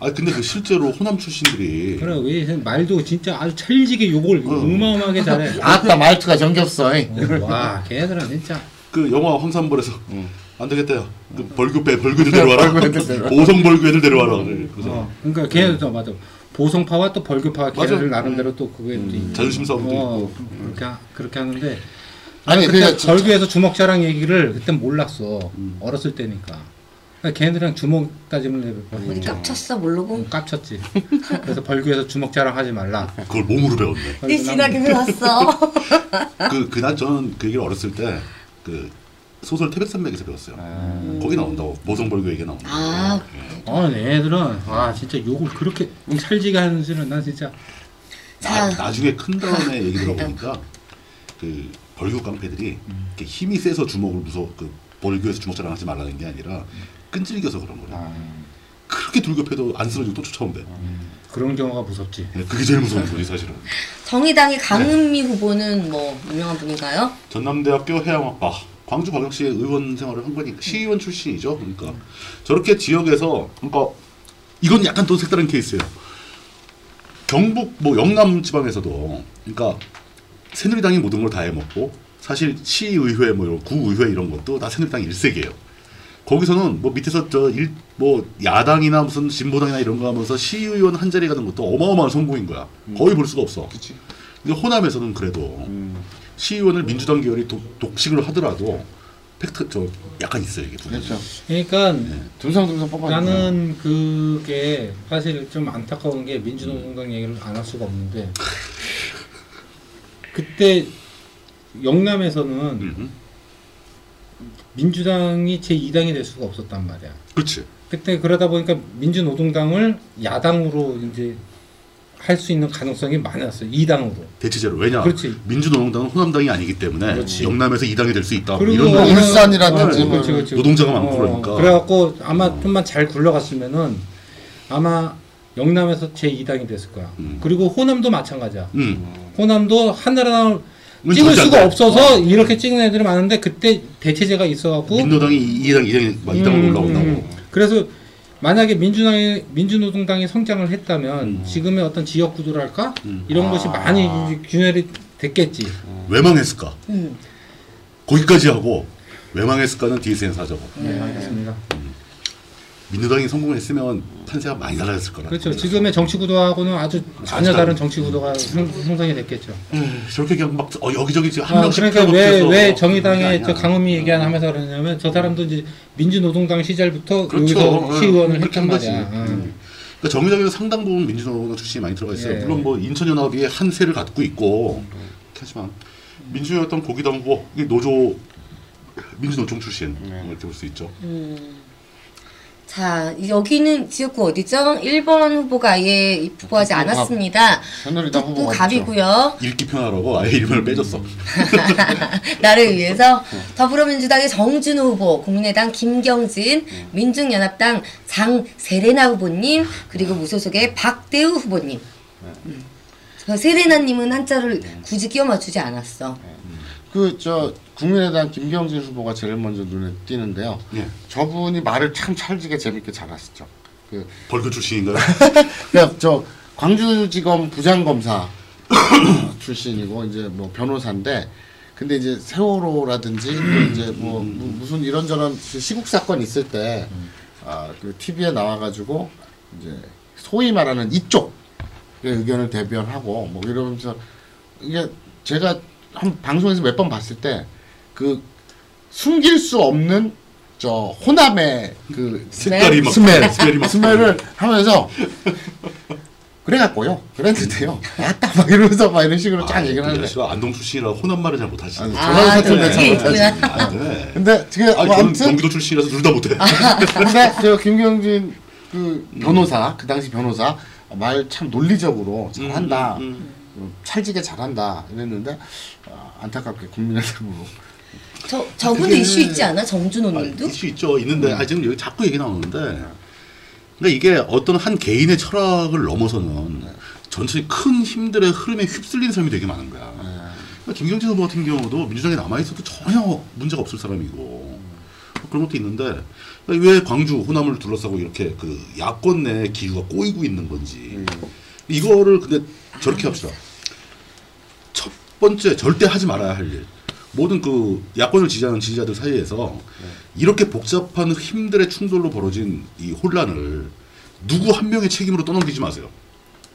S2: 아 근데 그 실제로 호남 출신들이
S4: 그래 웨이 말도 진짜 아주 찰지게 욕을
S2: 음.
S4: 어마어마하게 잘해.
S1: 아따 말투가 정겹어. 이.
S4: 와 걔들은 진짜
S2: 그 영화 황산벌에서 안 되겠다. 그 벌교 빼 벌교 애들 데려와라.
S1: 음. 벌교 애들 데려와라. 음.
S2: 오성 벌교 애들 데려와라. 그래. 그래서
S4: 어, 그러니까 걔네도 맞아 보성파와 또 벌교파와
S2: 음. 맞아. 음.
S4: 걔네들 나름대로 또 그게 또 있-
S2: 자존심 싸움도
S4: 어, 그렇게 하- 그렇게 하는데
S1: 아니
S4: 그때
S1: 그러니까
S4: 절규에서 주먹자랑 얘기를 그때 몰랐어. 어렸을 때니까. 그러니까 걔네들이랑 주먹 따짐을
S3: 어디
S1: 그러니까.
S4: 해보니까
S3: 깝쳤어 모르고?
S4: 깝쳤지. 그래서 벌교에서 주먹자랑 하지 말라.
S2: 그걸 몸으로 배웠네.
S1: 어,
S3: 네 지나게 흘렀어.
S2: 그 그날 저는 그 얘기를 어렸을 때 그 소설 태백산맥에서 배웠어요. 거기 나온다고 보성 벌교 얘기 나온다.
S3: 아,
S4: 어, 얘들은 아 진짜 욕을 그렇게 찰지게 하는지는 난 진짜
S2: 나,
S3: 자. 아,
S2: 나중에 큰 다음에 얘기 들어보니까 그 벌교 깡패들이 이렇게 힘이 세서 주먹을 무서 그 벌교에서 주먹 자랑하지 말라는 게 아니라 끈질겨서 그런 거래. 그렇게 돌격해도 안 쓰러지고 또 쫓아온대.
S4: 그런 경우가 무섭지.
S2: 네, 그게 제일 무서운 거지 사실은.
S3: 정의당의 강은미 후보는 뭐 유명한 분인가요?
S2: 전남대학교 해양학과 아, 광주광역시 의원 생활을 한 거니까 시의원 출신이죠. 그러니까 저렇게 지역에서 그러니까 이건 약간 또 색다른 케이스예요. 경북 뭐 영남 지방에서도 그러니까 새누리당이 모든 걸 다 해먹고 사실 시의회 뭐 이런 구의회 이런 것도 다 새누리당 일색이에요. 거기서는 뭐 밑에서 저일뭐 야당이나 무슨 진보당이나 이런 거 하면서 시의원 한 자리 가는 것도 어마어마한 성공인 거야.
S1: 음.
S2: 거의 볼 수가 없어. 근데 호남에서는 그래도
S1: 음.
S2: 시의원을 민주당 계열이 독, 독식을 하더라도 팩트 저 약간 있어요 이게 분명히.
S1: 그렇죠.
S4: 그러니까
S1: 듬성듬성 뽑아.
S4: 나는 그게 사실 좀 안타까운 게 민주노동당 얘기를 안 할 수가 없는데 그때 영남에서는
S2: 음, 음.
S4: 민주당이 제 2당이 될 수가 없었단 말이야.
S2: 그렇지.
S4: 그때 그러다 보니까 민주노동당을 야당으로 이제 할 수 있는 가능성이 많았어요. 2당으로.
S2: 대체제로 왜냐
S4: 그렇지.
S2: 민주노동당은 호남당이 아니기 때문에
S4: 그렇지.
S2: 영남에서 2당이 될 수 있다. 뭐
S4: 그리고
S2: 이런 거.
S1: 거 울산이라든지
S4: 아, 그렇지,
S1: 뭐
S4: 그렇지, 그렇지.
S2: 노동자가 많고 그러니까.
S4: 어, 그래갖고 아마 좀만 잘 굴러갔으면은 아마 영남에서 제 2당이 됐을 거야.
S2: 음.
S4: 그리고 호남도 마찬가지야.
S2: 음.
S4: 호남도 한나라당을
S2: 음,
S4: 찍을
S2: 절대 안
S4: 수가
S2: 돼.
S4: 없어서 이렇게 찍는 애들이 많은데 그때 대체제가 있어갖고
S2: 민노당이 2당 2당이 막
S4: 음.
S2: 2당으로 올라온다고.
S4: 그래서 만약에 민주당이 민주노동당이 성장을 했다면 지금의 어떤 지역 구조랄까
S2: 음.
S4: 이런 것이 많이 이제 균열이 됐겠지.
S2: 왜 망했을까?
S3: 음.
S2: 거기까지 하고 왜 망했을까는 DSN 사자고.
S4: 네, 알겠습니다.
S2: 민노당이 성공했으면 판세가 많이 달라졌을 거라.
S4: 그렇죠. 지금의 정치 구도하고는 아주 전혀 다른 정치 구도가 형- 형성이 됐겠죠.
S2: 에이, 저렇게 그냥 막 어, 여기저기 지금 한
S4: 아,
S2: 명씩
S4: 그러니까
S2: 펴놓고
S4: 왜
S2: 해서 뭐
S4: 왜
S2: 그런
S4: 정의당의
S2: 게
S4: 저
S2: 아니야.
S4: 강은미 얘기 하나 하면서 그러냐면 저 사람도 이제 민주노동당 시절부터
S2: 그렇죠.
S4: 여기서
S2: 예,
S4: 시의원을
S2: 그렇게
S4: 했단
S2: 한 거지.
S4: 말이야. 어.
S2: 음. 그러니까 정의당에서 상당 부분 민주노동당 출신이 많이 들어가 있어요.
S4: 예.
S2: 물론 뭐 인천연합이 한세를 갖고
S1: 음.
S2: 있고 하지만 민주연합당 고기당 후보 이게 노조 민주노총 출신
S1: 네.
S2: 이렇게 볼 수 있죠.
S3: 자, 여기는 지역구 어디죠? 1번 후보가 아예 입후보하지
S1: 북구 갑.
S3: 않았습니다.
S1: 새누리당
S3: 북구
S1: 후보가 있죠.
S3: 갑이고요.
S2: 읽기 편하라고 아예
S1: 음.
S2: 이름을 빼줬어.
S3: 나를 위해서 더불어민주당의 정준호 후보, 국민의당 김경진, 민중연합당 장세레나 후보님, 그리고 무소속의 박대우 후보님. 음. 저 세레나님은 한자를 굳이 끼워 맞추지 않았어.
S1: 그 저 국민의당 김경진 후보가 제일 먼저 눈에 띄는데요.
S2: 예.
S1: 저분이 말을 참 찰지게 재밌게 잘하시죠. 그
S2: 벌교 출신인가요?
S1: 그러니까 저 광주지검 부장검사 출신이고 이제 뭐 변호사인데 근데 이제 세월호라든지 이제 뭐 무- 무슨 이런저런 시국 사건 있을 때 아 그 TV에 나와가지고 이제 소위 말하는 이쪽 의견을 대변하고 뭐 이러면서 이게 제가 한 방송에서 몇 번 봤을 때 그 숨길 수 없는 저 호남의 그
S2: 색깔이 막
S1: 스멜
S2: 스멜이 막
S1: 스멜을 하면서 그래갖고요 그랬는데요 아따 막 이러면서 막 이런 식으로
S2: 아,
S1: 쫙 얘기를 하는데
S2: 제가 그 안동 출신이라 호남 말을 잘 못하시네.
S1: 아니,
S3: 아,
S1: 전화 같은
S3: 그게
S1: 데잘 못하지
S3: 있구나.
S2: 안 돼.
S1: 근데 그게
S2: 아니
S1: 뭐
S2: 저는
S1: 아무튼 아,
S2: 경기도 출신이라서 둘 다 못해.
S1: 근데 저 김경진 그 변호사 그 당시 변호사 말 참 논리적으로 잘한다 어,
S2: 음, 음.
S1: 찰지게 잘한다 이랬는데 아, 안타깝게 국민의힘으로
S3: 저 저분도
S2: 그게-
S3: 이슈 있지 않아?
S2: 아,
S3: 정준호님도? 음.
S2: 이슈 있죠. 있는데 아, 지금 여기 자꾸 얘기 나오는데 그러니까 이게 어떤 한 개인의 철학을 넘어서는 전체 큰 힘들의 흐름에 휩쓸리는 사람이 되게 많은 거야.
S3: 네.
S2: 그러니까 김경진 후보 같은 경우도 민주당에 남아 있어도 전혀 문제가 없을 사람이고 그런 것도 있는데 그러니까 왜 광주 호남을 둘러싸고 이렇게 그 야권 내 기류가 꼬이고 있는 건지
S3: 음.
S2: 이거를 근데 저렇게 합시다. 첫 번째 절대 하지 말아야 할 일. 모든 그 야권을 지지하는 지지자들 사이에서
S1: 네.
S2: 이렇게 복잡한 힘들의 충돌로 벌어진 이 혼란을 누구 한 명의 책임으로 떠넘기지 마세요.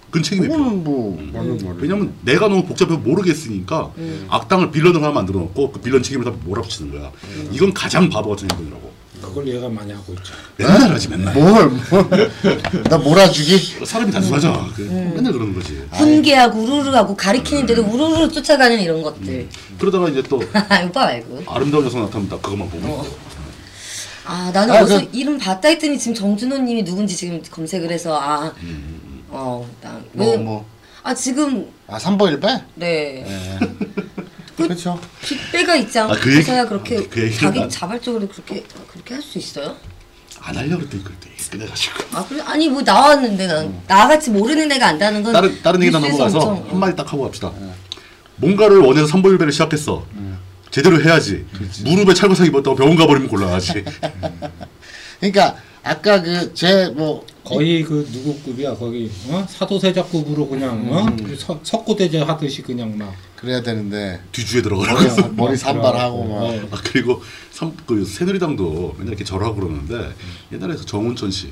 S2: 그건 책임이 필요.
S1: 그거는 뭐 맞는 거를
S2: 왜냐면 내가 너무 복잡해서 모르겠으니까
S1: 네.
S2: 악당을 빌런으로 하나 만들어 놓고 그 빌런 책임을 다 몰아붙이는 거야.
S1: 네.
S2: 이건 가장 바보 같은 행동이라고.
S4: 그걸 얘가 많이 하고 있죠.
S2: 맨날 하지 맨날.
S1: 뭘나 몰아주기
S2: 사람이 단순하잖아. 그
S1: 네.
S2: 맨날 그러는 거지.
S3: 훈계하고 음. 우르르하고 가리키는데도 우르르 쫓아가는 이런 것들.
S2: 그러다가 이제 또
S3: 오빠 말고.
S2: 아름다운 여성 나타납니다. 그것만 보고.
S1: 어.
S3: 아 나는
S1: 아,
S3: 어디서
S1: 그-
S3: 이름 봤다 했더니 지금 정준호님이 누군지 지금 검색을 해서 아 어, 나, 왜,
S1: 뭐뭐아
S3: 아, 지금,
S1: 3번 1배
S3: 네. 그-
S1: 그렇죠
S3: 뒷배가 있지 않고
S2: 아, 그 얘기-
S3: 서야 그렇게
S2: 아, 그 얘기는
S3: 자기
S2: 안-
S3: 자발적으로 그렇게 그렇게 할 수 있어요?
S2: 안 하려고 그랬더니 그때 끝내가지고.
S3: 아 그래 아니 뭐 나왔는데 난 나같이 모르는 애가 안다는 건
S2: 다른 다른 얘기 다
S3: 뉴스에서
S2: 넘어가서
S3: 엄청-
S2: 한 마디 딱 하고 갑시다. 뭔가를 원해서 삼보일배를 시작했어. 제대로 해야지. 무릎에 찰고상 입었다고 병원 가버리면 곤란하지.
S1: 그러니까 아까 그 제뭐
S4: 거의 그 누구급이야 거기 어? 사도세자급으로 그냥 어?
S2: 음.
S4: 석- 석고대제 하듯이 그냥 막
S1: 그래야 되는데
S2: 뒤주에 들어가라고.
S1: 머리, 머리 산발하고 막
S4: 어.
S2: 아 그리고 삼, 그 새누리당도 맨날 이렇게 절하고 그러는데 옛날에 그 정운천 씨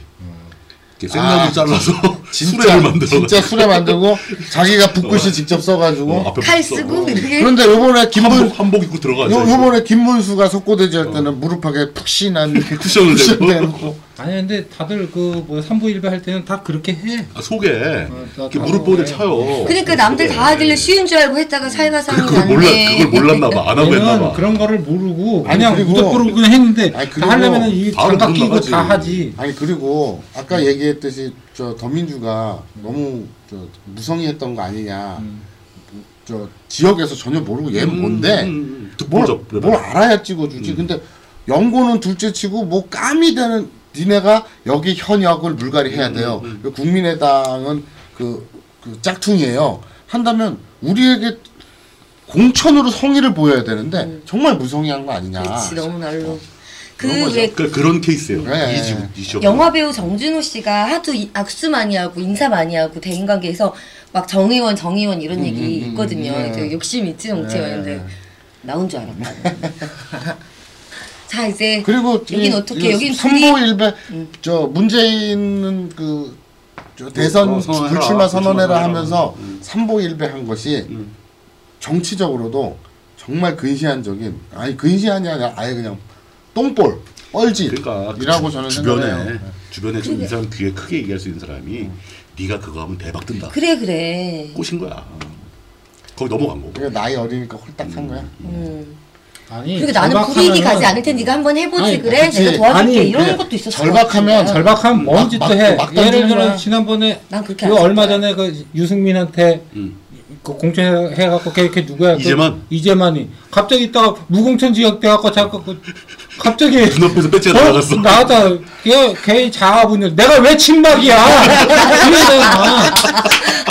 S2: 이렇게 생나무
S1: 음. 아,
S2: 잘라서
S1: 진짜
S2: 수레를 만들어
S1: 진짜 술에 만들고 자기가 붓글씨 직접 써가지고
S2: 어, 앞에
S3: 칼
S2: 붙어.
S3: 쓰고
S2: 어.
S3: 이렇게
S1: 그런데 요번에 김문
S2: 한복, 어. 한복 입고 들어가죠.
S1: 요, 요번에 김문수가 속고대지 할 때는 무릎팍에 푹신한
S2: 쿠션을 대고.
S1: 대놓고
S4: 아니 근데 다들 그뭐 삼부일배 할 때는 다 그렇게 해
S2: 아, 속에
S1: 어,
S4: 나
S2: 이렇게
S4: 다
S2: 무릎 보호대
S4: 그래.
S2: 차요.
S3: 그러니까 남들 다 하길래 쉬운 줄 알고 했다가 사회가상이
S2: 네. 그걸 몰라 그걸 몰랐나 봐. 안 하고 했나
S4: 얘는
S2: 봐.
S4: 그런 거를 모르고
S1: 아니,
S4: 그냥
S1: 그리고-
S4: 무덕거리고 그냥 했는데
S1: 아니,
S4: 다
S1: 그리고
S4: 하려면 이
S2: 바로
S4: 장갑
S2: 그런
S4: 끼고
S2: 거지.
S4: 다 하지
S1: 아니 그리고 아까
S2: 음.
S1: 얘기했듯이 저 더민주가 너무 저 무성의했던 거 아니냐 저 지역에서 전혀 모르고 얘
S2: 음,
S1: 뭔데
S2: 음, 음.
S1: 뭘,
S2: 듣보잡, 그래.
S1: 뭘 알아야 찍어주지
S2: 음.
S1: 근데 연고는 둘째치고 뭐 깜이 되는 니네가 여기 현역을 물갈이
S2: 음,
S1: 해야 돼요 국민의당은 그, 그 짝퉁이에요 한다면 우리에게 공천으로 성의를 보여야 되는데
S2: 음.
S1: 정말 무성의한 거 아니냐 어.
S3: 그렇지 너무 날로
S1: 그런 거죠.
S3: 그왜
S2: 그러니까 그런 케이스예요.
S1: 네.
S2: 이지 이지.
S3: 영화 배우 정준호 씨가 하도 이- 악수 많이 하고 인사 많이 하고 대인 관계에서 막 정의원 정의원 이런 얘기
S1: 음,
S3: 있거든요.
S1: 네.
S3: 되게 욕심 있지 정치원인데
S1: 네.
S3: 나온 줄 알았다. 자 이제
S1: 그리고
S3: 여긴 어떻게 여긴
S1: 삼보
S3: 둘이- 음.
S1: 일배 저 문재인은 그 저 대선
S2: 어, 선언해라.
S1: 불출마 선언해라
S2: 불출마
S1: 하면서
S2: 선언해라. 음.
S1: 삼보 일배한 것이
S2: 음.
S1: 정치적으로도 정말 근시안적인 아니 근시안이 아니라 아예 그냥 똥볼
S2: 그러니까 그
S1: 뻘짓이라고
S2: 주-
S1: 저는 생각해요. 어.
S2: 주변에 네. 주변에 좀 이 사람 귀에 크게 얘기할 수 있는 사람이 네가 그거 하면 대박 뜬다.
S3: 그래 그래.
S2: 꼬신 거야. 거기 넘어간 거고.
S1: 그러니까 나이 어리니까 홀딱 산 거야.
S3: 음.
S4: 아니
S3: 그리고 나는
S4: 절박하면은-
S3: 불이익이 가지 않을 텐데 네가 한번 해보지
S4: 아니,
S3: 그래.
S1: 그치.
S3: 내가 도와줄게
S4: 아니,
S3: 이런
S1: 그래.
S3: 것도 있었어. 네.
S1: 절박하면 절박-
S4: 절박하면
S1: 막-
S4: 뭔 짓도
S1: 막-
S4: 해
S1: 막 던지는
S4: 예를 들어
S1: 거야.
S4: 지난번에
S3: 난 그렇게
S4: 그
S3: 안
S4: 얼마
S3: 할 거야.
S4: 전에 그 유승민한테
S2: 음.
S4: 그 공천 해갖고 걔, 걔 누구야? 그
S2: 이재만?
S4: 이재만이 갑자기 있다가 무공천 지역 돼갖고 자꾸 그- 갑자기
S2: 눈앞에서 배지가 날아갔어.
S4: 나다 걔걔 자아분열 내가 왜 친박이야? 이러잖아.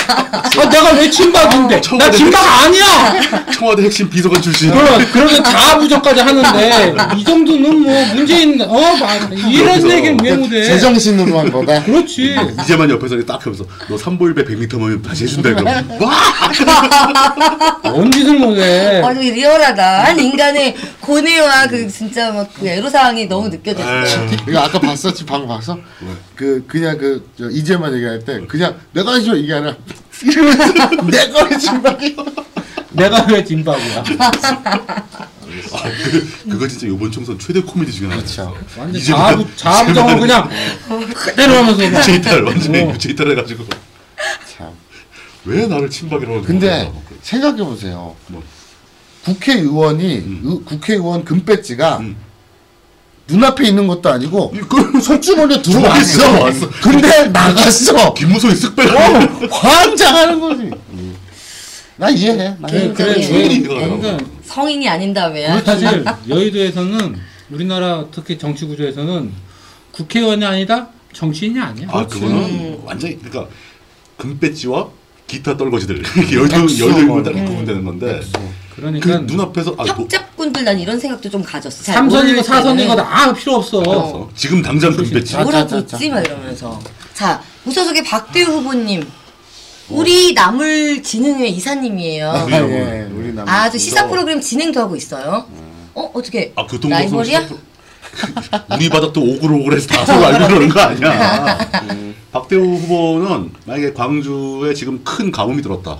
S4: 아 내가 왜 친박인데? 나
S2: 청와대
S4: 친박 아니야.
S2: 청와대 핵심 비서관 출신.
S4: 그러 그러게 자아부정까지 하는데 이 정도는 뭐 문재인 어 마- 이런
S2: 그래서
S4: 얘기는 왜 못해?
S1: 제정신으로 한 거다.
S4: 그렇지.
S2: 이제만 옆에서 딱 하면서 너 삼보일배 100m만 다시 해준다 이거. 와!
S4: 뭔 짓을 못해?
S3: 아, 되게 리얼하다. 한 인간의 고뇌와 그 진짜 막 그 애로사항이 너무
S1: 음.
S3: 느껴졌어.
S2: 에이.
S1: 이거 아까 네. 그, 봤어? 지금 방금 봤어? 그 그냥 그저 이제만 얘기할 때 그냥 내가 하죠 이게 아니라 이러면서 내 거를 진박이
S4: 내가 왜 진박이야?
S2: 아, 그, 그거 진짜 이번 총선 최대 코미디 중에 하나였어.
S1: 그렇죠.
S4: 완전 자아부 자아부정을 그냥 그대로 하면서 그냥.
S2: 유체이탈 완전히
S4: 어.
S2: 유체이탈해가지고
S1: 참.
S2: 왜 나를 침박이라고 하는
S1: 근데
S2: 거야?
S1: 생각해 보세요.
S2: 뭐.
S1: 국회의원이 의- 국회의원 금배지가
S2: 음.
S1: 눈앞에 있는 것도 아니고
S2: 이걸
S1: 속주머니에
S2: 들어왔어,
S1: 들어왔어.
S2: 왔어.
S1: 근데 나갔어.
S2: 김무성이 쓱 빼고
S1: 어, 환장하는 거지. 나 이해해. 나
S3: 그-
S1: 이해해.
S4: 네, 그래 그래
S3: 충분히
S4: 왜- 그러니까
S3: 성인이 아닌 다음에야.
S4: 우리 사실 여의도에서는 우리나라 특히 정치 구조에서는 국회의원이 아니다 정치인이 아니야.
S2: 아 그거는 완전히 그러니까 금배지와 기타 떨거지들 이렇게 열두
S1: 백수,
S2: 열두
S1: 뭐.
S2: 일곱 딱 구분되는 건데
S4: 그러니까
S2: 그 눈앞에서 아 도,
S3: 협잡꾼들 난 이런 생각도 좀 가졌어. 잘 모를 때는.
S4: 삼선이고 사선이고 다 아, 필요 없어.
S2: 알았어. 지금 당장 금배지
S1: 자,
S3: 뭐라고
S1: 자, 자,
S3: 있지? 막 이러면서. 자, 무소속의 박대우 후보님. 우리 나물 진흥회 이사님이에요.
S1: 어. 아, 예, 우리 남.
S3: 아주 시사 프로그램 진행도 하고 있어요.
S1: 음.
S3: 어, 어떻게?
S2: 아 교통정선
S3: 라이벌이야?
S2: 우리 바닥도 오글오글해서 다 서로 알고 그러는 거 아니야. 박대우 후보는 만약에 광주에 지금 큰 가뭄이 들었다.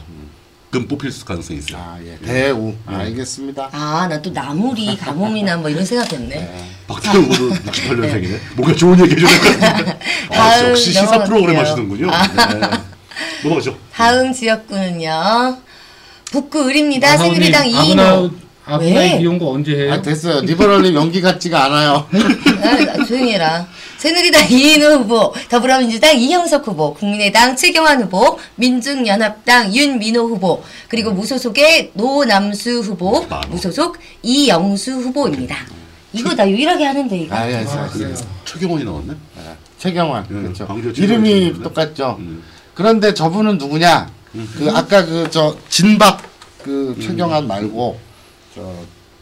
S2: 그럼 뽑힐 가능성이 있어요.
S1: 아, 예. 대우. 알겠습니다.
S3: 아, 난 또 나물이 가뭄이나 뭐 이런 아, 생각했네.
S2: 박태우 후보도 68년생이네. 뭔가 좋은 얘기 해주셨는데. 아,
S3: 다음
S2: 역시 시사
S3: 넘어갈게요. 아.
S2: 프로그램 하시는군요. 네. 넘어가죠.
S3: 다음 지역구는요. 북구 을입니다.
S4: 아무나
S3: 새누리당
S4: 이-
S3: 이인호.
S4: 아무나
S3: 왜?
S4: 아무나 이용고 언제 해?
S1: 아,
S4: 요
S1: 됐어요. 리버럴님 연기 같지가 않아요.
S3: 아, 아, 조용히 해라. 새누리당 이인호 후보, 더불어민주당 이형석 후보, 국민의당 최경환 후보, 민중연합당 윤민호 후보, 그리고 무소속의 노남수 후보,
S2: 많아.
S3: 무소속 이영수 후보입니다. 이거 나 유일하게 하는데 이거.
S1: 아, 예, 아,
S2: 그리고 최경원이 나왔네.
S1: 최경환.
S2: 예,
S1: 그렇죠.
S2: 광주 최경환
S1: 이름이
S2: 씨였는데.
S1: 똑같죠.
S2: 음.
S1: 그런데 저분은 누구냐? 그 아까 그 저 진박 그 최경환
S2: 음.
S1: 말고 저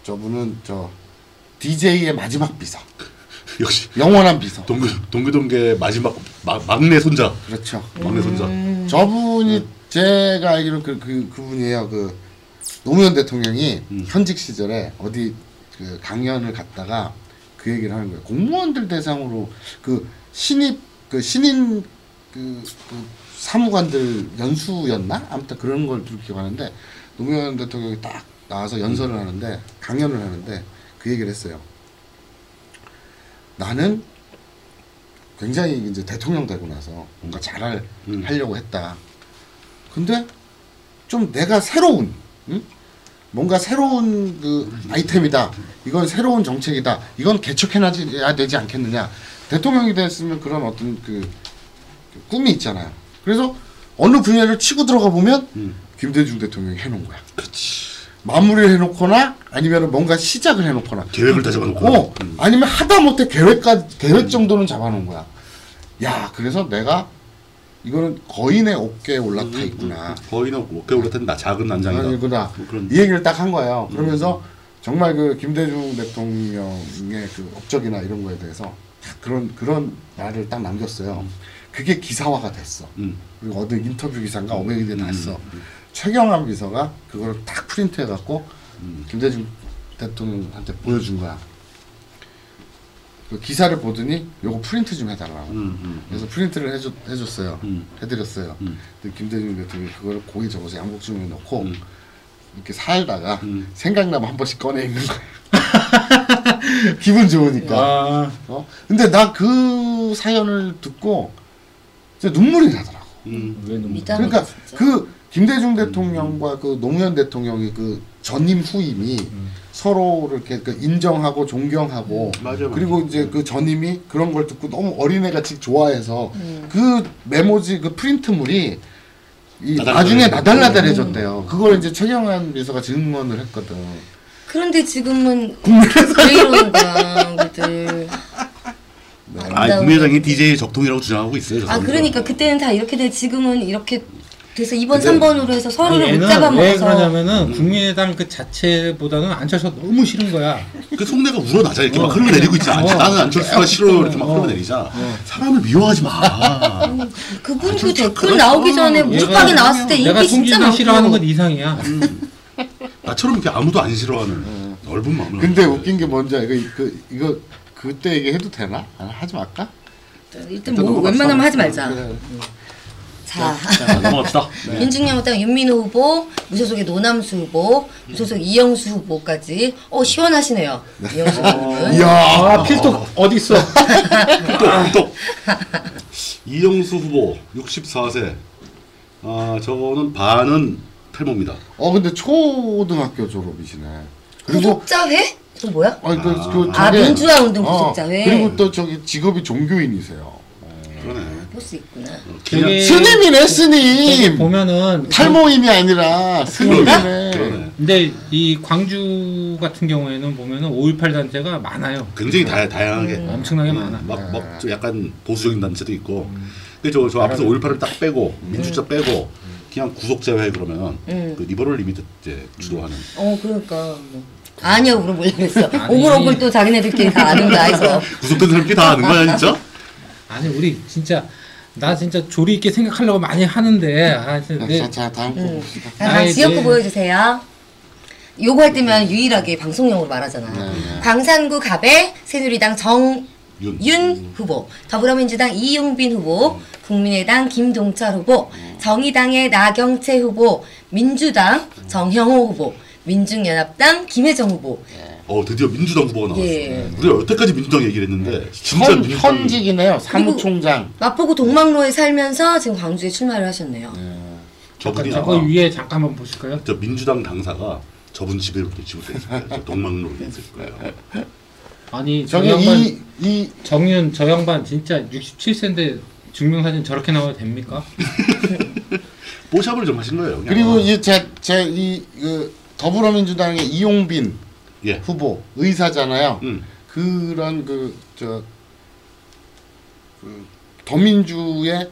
S1: 저분은 저 DJ의 마지막 비서.
S2: 역시
S1: 영원한 비서.
S2: 동교 동교 동계 마지막 마, 막내 손자.
S1: 그렇죠.
S2: 막내 손자.
S3: 음.
S1: 저분이 제가 알기로 그, 그 그분이에요. 그 노무현 대통령이 현직 시절에 어디 그 강연을 갔다가 그 얘기를 하는 거예요. 공무원들 대상으로 그 신입 그 신인 그, 그 사무관들 연수였나? 아무튼 그런 걸 기억하는데 노무현 대통령이 딱 나와서 연설을 하는데 강연을 하는데 그 얘기를 했어요. 나는 굉장히 이제 대통령 되고 나서 뭔가 잘할
S2: 음.
S1: 하려고 했다. 근데 좀 내가 새로운 응? 뭔가 새로운 그 아이템이다. 이건 새로운 정책이다. 이건 개척해놔야 되지 않겠느냐. 대통령이 됐으면 그런 어떤 그, 그 꿈이 있잖아요. 그래서 어느 분야를 치고 들어가 보면
S2: 음.
S1: 김대중 대통령이 해놓은 거야.
S2: 그렇지.
S1: 마무리를 해놓거나 아니면 뭔가 시작을 해놓거나
S2: 계획을 음. 다 잡아놓고.
S1: 어, 아니면 하다못해 계획까지 계획 정도는 잡아놓은 거야. 야, 그래서 내가 이거는 거인의 어깨에 올라타 있구나.
S2: 거의 나고 겨울 같은 나 작은 난장이다.
S1: 아니구나.
S2: 뭐 그런- 음.
S1: 이 얘기를 딱 한 거예요. 그러면서 정말 그 김대중 대통령의 그 업적이나 이런 거에 대해서 딱 그런 그런 말을 딱 남겼어요. 그게 기사화가 됐어.
S2: 음.
S1: 그리고 어느 인터뷰 기사인가 어메이드에 났어. 최경환 비서가 그거를 딱 프린트해 갖고
S2: 음.
S1: 김대중 대통령한테 보여준 거야. 그 기사를 보더니 요거 프린트 좀 해달라고.
S2: 음, 음.
S1: 그래서 프린트를 해줬, 해줬어요.
S2: 음.
S1: 해드렸어요.
S2: 음.
S1: 근데 김대중 대통령이 그거를 고기 접어서 양복주머니에 넣고
S2: 음.
S1: 이렇게 살다가
S2: 음.
S1: 생각나면 한 번씩 꺼내 입는 거예요. 기분 좋으니까.
S4: 아,
S1: 어? 근데 나 그 사연을 듣고 진짜 눈물이 나더라고.
S2: 음.
S4: 왜 눈물?
S3: 미담이다,
S1: 그러니까
S3: 진짜.
S1: 그 김대중 대통령과 그 노무현 대통령이 그 전임 후임이 서로를 이렇게 그 인정하고 존경하고
S2: 음. 맞아, 맞아.
S1: 그리고 이제 그 전임이 그런 걸 듣고 너무 어린애 같이 좋아해서 그 메모지 그 프린트물이 이
S2: 나달라달해.
S1: 나중에 나달나달해졌대요. 그걸 이제 최경환 비서가 증언을 했거든.
S2: 음.
S3: 그런데 지금은 왜 이러는가 우리들.
S2: 아, 국민의당이 DJ 적통이라고 주장하고 있어요. 저
S3: 아
S2: 사람들은.
S3: 그러니까 그때는 다 이렇게 돼 지금은 이렇게 돼서 2번 3번으로 해서
S4: 아니,
S3: 서로를 못
S4: 얘는 왜
S3: 잡아먹어서
S4: 그러냐면은 국민의당 그 자체보다는 안철수 너무 싫은 거야.
S2: 그 속내가 우러나자 이렇게
S4: 어.
S2: 막 흘러내리고 있지 않지.
S4: 어.
S2: 나는 안철수가 싫어 이렇게 막
S4: 어.
S2: 흘러내리자. 사람을 미워하지 마.
S3: 그분 그 댓글 나오기 전에 무식하게 나왔을 때
S4: 내가
S3: 인기 진짜
S4: 송진을
S3: 많고 음.
S4: 싫어하는 건 이상이야.
S2: 나처럼 이렇게 아무도 안 싫어하는 넓은 마음을.
S1: 근데
S2: 갖고
S1: 웃긴 게 뭔지 알아? 이거 그 이거 그때 얘기해도 되나? 아, 하지 말까?
S3: 일단
S2: 일단
S3: 뭐
S1: 네.
S2: 넘어갑시다.
S3: 웬만하면 하지 말자. 자.
S2: 자, 넘어갑시다. 네.
S3: 윤중년 후보, 윤민호 후보, 무소속의 노남수 후보, 무소속 이영수 후보까지. 어 시원하시네요. 이영수 후보는.
S1: 이야.
S4: 아 필독 어디 있어?
S2: 또, 또. 이영수 후보 64세. 아 저거는 반은 탈모입니다.
S1: 어 근데 초등학교 졸업이시네. 그리고
S3: 구독자회? 또 뭐야?
S1: 아니 그, 그
S2: 아,
S1: 저게-
S3: 아 민주화 운동 구속자회.
S1: 그리고 또 저기 직업이 종교인이세요.
S2: 그러네. 어,
S3: 볼 수 있구나.
S2: 그냥
S4: 되게-
S2: 예.
S1: 스님이네
S4: 이게
S1: 스님.
S4: 보면은
S1: 탈모임이 아니라 스님이네.
S2: 그러네.
S4: 근데 이 광주 같은 경우에는 보면은 5.18 단체가 많아요.
S2: 굉장히 다, 다양하게
S4: 음,
S2: 음,
S4: 엄청나게 많아.
S2: 막막좀 약간 보수적인 단체도 있고. 근데 저 저 앞에서 5.18을 딱 빼고 민주자 빼고 그냥 구속자회 그러면
S3: 음.
S2: 그 리버럴 리미트 때 주도하는
S3: 어 그러니까. 뭐. 아니요, 그럼 몰라 그랬어.
S4: 아니.
S3: 오글오글 또 자기네들끼리 다 아는다 해서.
S2: 구속된 사람끼리 다 아는 거야 진짜?
S4: 아니 우리 진짜 나 진짜 조리 있게 생각하려고 많이 하는데 아 진짜 내-
S2: 예.
S1: 자, 자 다음 거
S3: 음.
S1: 봅시다.
S3: 자, 다음
S4: 아이,
S3: 지역구
S4: 네.
S3: 보여주세요. 요거 할 때면 유일하게 방송용으로 말하잖아.
S1: 네.
S3: 광산구 갑의 새누리당 정윤
S2: 윤.
S3: 후보, 더불어민주당 이용빈 후보,
S1: 음.
S3: 국민의당 김동철 후보, 정의당의 나경채 후보, 민주당 정형호 후보, 민중연합당 김혜정 후보.
S1: 네.
S2: 어 드디어 민주당 후보가 나왔어.
S3: 예.
S2: 우리가 여태까지 민주당 얘기를 했는데 진짜
S1: 현,
S2: 민주당
S1: 현직이네요. 사무총장.
S3: 마포구 동망로에 살면서 지금 광주에 출마를 하셨네요.
S2: 저분이
S4: 저거
S2: 아마
S4: 위에 잠깐만 보실까요?
S2: 저 민주당 당사가 저분 집에로부터 지목돼 있을 거예요. 저 동망로로 돼 있을 거예요.
S4: 아니 저
S1: 저기
S4: 양반
S1: 이이
S4: 정윤 저 양반 진짜 67세인데 증명사진 저렇게 나와도 됩니까?
S2: 뽀샵을 좀 하신 거예요. 그냥.
S1: 그리고 이제제이그 더불어민주당의 이용빈
S2: 예.
S1: 후보 의사잖아요.
S2: 음.
S1: 그런 그 저 그, 더민주의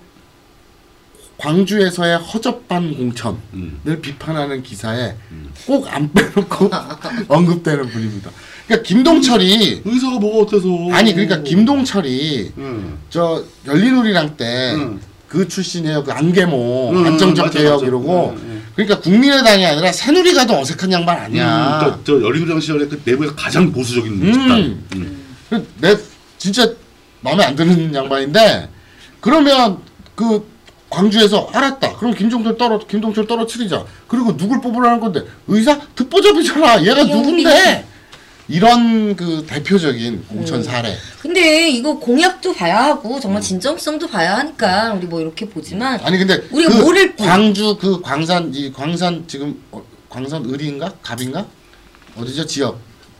S1: 광주에서의 허접한 공천을
S2: 음.
S1: 비판하는 기사에 꼭 안 빼놓고 언급되는 분입니다. 그러니까 김동철이
S2: 의사가 뭐가 어때서?
S1: 아니 그러니까 김동철이
S2: 음.
S1: 저 열린우리랑 때
S2: 음.
S1: 그 출신이에요. 그 안개모
S2: 음,
S1: 안정적
S2: 맞아,
S1: 개혁
S2: 맞아.
S1: 이러고
S2: 음, 음.
S1: 그러니까 국민의당이 아니라 새누리가도 어색한 양반
S2: 음,
S1: 아니야.
S2: 그러니까 저 열린우리당 시절에 그 내부에서 가장 보수적인
S1: 음.
S2: 집단. 음.
S1: 그 내 진짜 마음에 안 드는 양반인데 그러면 그 광주에서 알았다. 그럼 김종철 떨어 김동철 떨어뜨리자. 그리고 누굴 뽑으라는 건데 의사 듣보잡이잖아. 얘가 누군데? 이런 그 대표적인
S3: 음.
S1: 공천 사례.
S3: 근데 이거 공약도 봐야 하고 정말 진정성도 봐야 하니까 우리 뭐 이렇게 보지만
S1: 음. 아니 근데
S3: 우리가
S1: 그
S3: 모를 뿐.
S1: 광주 그 광산 이 광산 지금 어, 광산 을인가 갑인가 어디죠 지역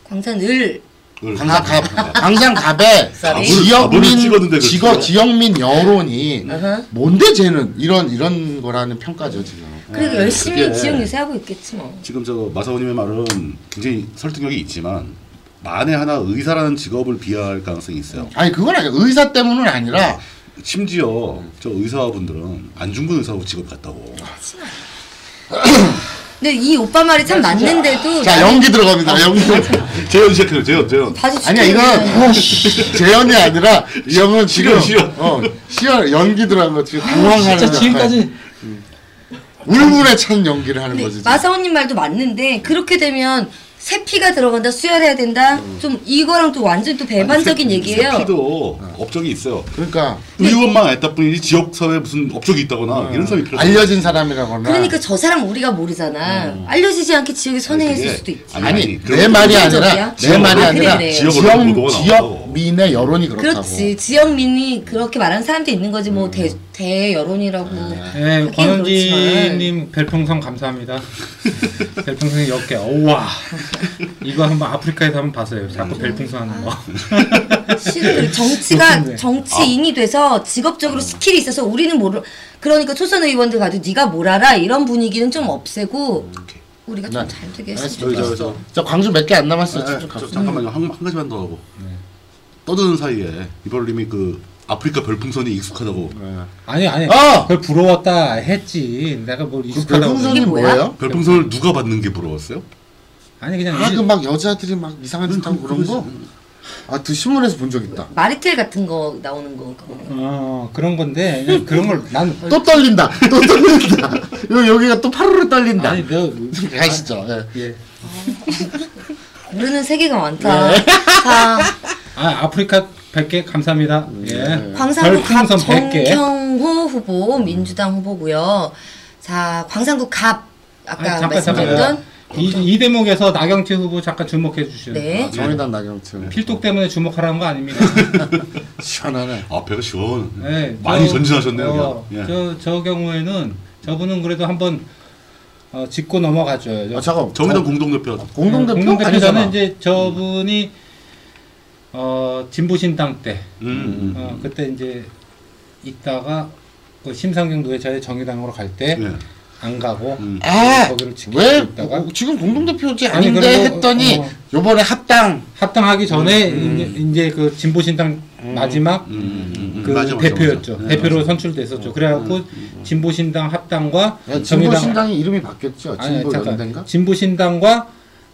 S3: 광산을
S2: 음.
S1: 광산 갑 광산 갑에
S3: 갑을-
S2: 갑을 아,
S1: 지역민
S2: 찍었는데
S1: 지거
S2: 그렇죠.
S1: 지역민 여론이
S3: 아하.
S1: 뭔데 쟤는 이런 이런 거라는 평가죠 지금
S3: 그리고
S2: 네,
S3: 열심히
S2: 그게-
S3: 지역 유세하고 있겠지 뭐.
S2: 지금 저 마사오님의 말은 굉장히 설득력이 있지만 만에 하나 의사라는 직업을 비하할 가능성이 있어요.
S1: 아니 그건 아니야 의사 때문은 아니라
S2: 심지어 저 의사분들은 안중근 의사 직업 같다고.
S3: 근데 이 오빠 말이 참 맞는데도
S1: 자
S3: 나는
S1: 연기 들어갑니다 연기
S2: 재현 시작해요, 재현, 재현.
S3: 다시
S1: 아니야 음,
S3: 죽겠네.
S1: 이건 재현이 아니라 이 형은 지금
S2: 시연, 시연.
S1: 어 시연 연기 들어간 거
S3: 아,
S1: 지금 당황하는
S4: 진짜
S1: 약간
S4: 지금까지
S1: 울분에 찬 연기를 하는
S3: 근데
S1: 거지 음. 지금.
S3: 마사오님 말도 맞는데 그렇게 되면 새 피가 들어간다 수혈해야 된다
S1: 음.
S3: 좀 이거랑 또 완전 또 배반적인 얘기예요.
S2: 피도 업적이 있어요.
S1: 그러니까
S2: 의원만 했다 뿐이지 지역 사회 무슨 업적이 있다거나 이런 사람이 필요.
S1: 알려진 사람이라거나
S3: 그러니까 저 사람 우리가 모르잖아.
S1: 음.
S3: 알려지지 않게 지역에 선행했을
S2: 그게-
S3: 수도 있지.
S2: 아니,
S1: 아니
S2: 그런
S1: 내 말이
S3: 건
S1: 아니라 내
S3: 지역이야?
S1: 말이
S3: 아,
S1: 아니라
S3: 그래, 그래.
S1: 지역
S2: 지역으로 보도가 나왔다고.
S1: 지역민의 여론이 그렇다고 음.
S3: 그렇지 지역민이 그렇게 말하는 사람도 있는 거지 뭐 대 대여론이라고.
S4: 예,
S3: 그렇긴
S4: 권현진님 별풍선 감사합니다. 별풍선이 게 우와 이거 한번 아프리카에서 한번 봤어요. 자꾸 별풍선 하는 거.
S3: 실은 정치가
S4: 좋겠네.
S3: 정치인이 돼서
S4: 음.
S3: 직업적으로 스킬이 있어서 우리는 모르 그러니까 초선 의원들 가도 네가 뭘 알아 이런 분위기는 좀 없애고 우리가
S1: 네.
S3: 좀 잘 되게 했으면
S1: 알겠습니다.
S2: 저,
S3: 좋겠어.
S2: 저,
S1: 저 광주 몇 개 안 남았어요
S2: 저,
S1: 쭉쭉
S2: 저,
S1: 네, 갑시다.
S2: 잠깐만요. 한, 한 가지만 더 하고 떠드는 사이에 이벌님이 그 아프리카 별풍선이 익숙하다고
S4: 아니 아니
S1: 아!
S4: 그걸 부러웠다 했지. 내가 뭘
S1: 그
S4: 익숙하다고.
S1: 별풍선이
S3: 이게 뭐야?
S1: 뭐예요?
S2: 별풍선을 누가 받는 게 부러웠어요?
S4: 아니 그냥 일-
S1: 아그 막 여자들이 막 이상한 짓 하고
S2: 그-
S1: 그런 거?
S2: 그거지.
S1: 아그 신문에서 본 적 있다
S3: 마리텔 같은 거 나오는 거 그거.
S4: 어 그런 건데 그냥 그런 걸난
S1: 또 떨린다 또 떨린다 요, 여기가 또 파르르 떨린다
S4: 아니 너
S1: 가시죠 예.
S4: 예.
S3: 모르는 세계가
S4: 네.
S3: 많다. 자,
S4: 아 아프리카 100개 감사합니다. 예.
S3: 광산구
S4: 별풍선 100개.
S3: 갑정경 김홍호 후보 민주당 후보고요. 자 광산구 갑 아까
S4: 아니, 잠깐 잠깐
S3: 말씀드렸던
S4: 이, 이 대목에서 나경태 후보 잠깐 주목해 주시죠.
S3: 네.
S1: 정의당 나경철
S4: 필독 때문에 주목하라는 거 아닙니다.
S1: 시원하네.
S2: 아 배가 시원.
S4: 네,
S2: 많이
S4: 저-
S2: 전진하셨네요.
S4: 어,
S2: 그냥. 예.
S4: 저, 저 경우에는 저분은 그래도 한번 어, 짚고 넘어가죠.
S1: 아 잠깐
S2: 정의당 공동대표
S1: 공동대표
S4: 네. 공동대표자는
S1: 아니잖아. 음.
S4: 이제 저분이 어, 진보신당 때
S2: 음, 음.
S4: 어, 그때 이제 있다가 그 심상정 노회차에 정의당으로 갈 때 안
S2: 예.
S4: 가고
S2: 음.
S1: 아,
S4: 거기를 지키고
S1: 왜
S4: 있다가
S1: 어, 지금 공동대표지
S4: 아니,
S1: 아닌데
S4: 그리고,
S1: 했더니
S4: 어.
S1: 요번에 합당
S4: 합당하기 전에
S1: 음.
S4: 이제, 이제 그 진보신당 마지막
S2: 음, 음, 음.
S4: 그
S2: 맞아, 맞아,
S4: 대표였죠.
S2: 맞아.
S4: 대표로
S2: 네, 맞아.
S4: 선출됐었죠. 그래갖고 진보신당 합당과
S1: 야, 진보
S4: 정의당
S1: 신당이 이름이 바뀌었죠.
S4: 아니,
S1: 진보
S4: 잠깐.
S1: 연대인가?
S4: 진보신당과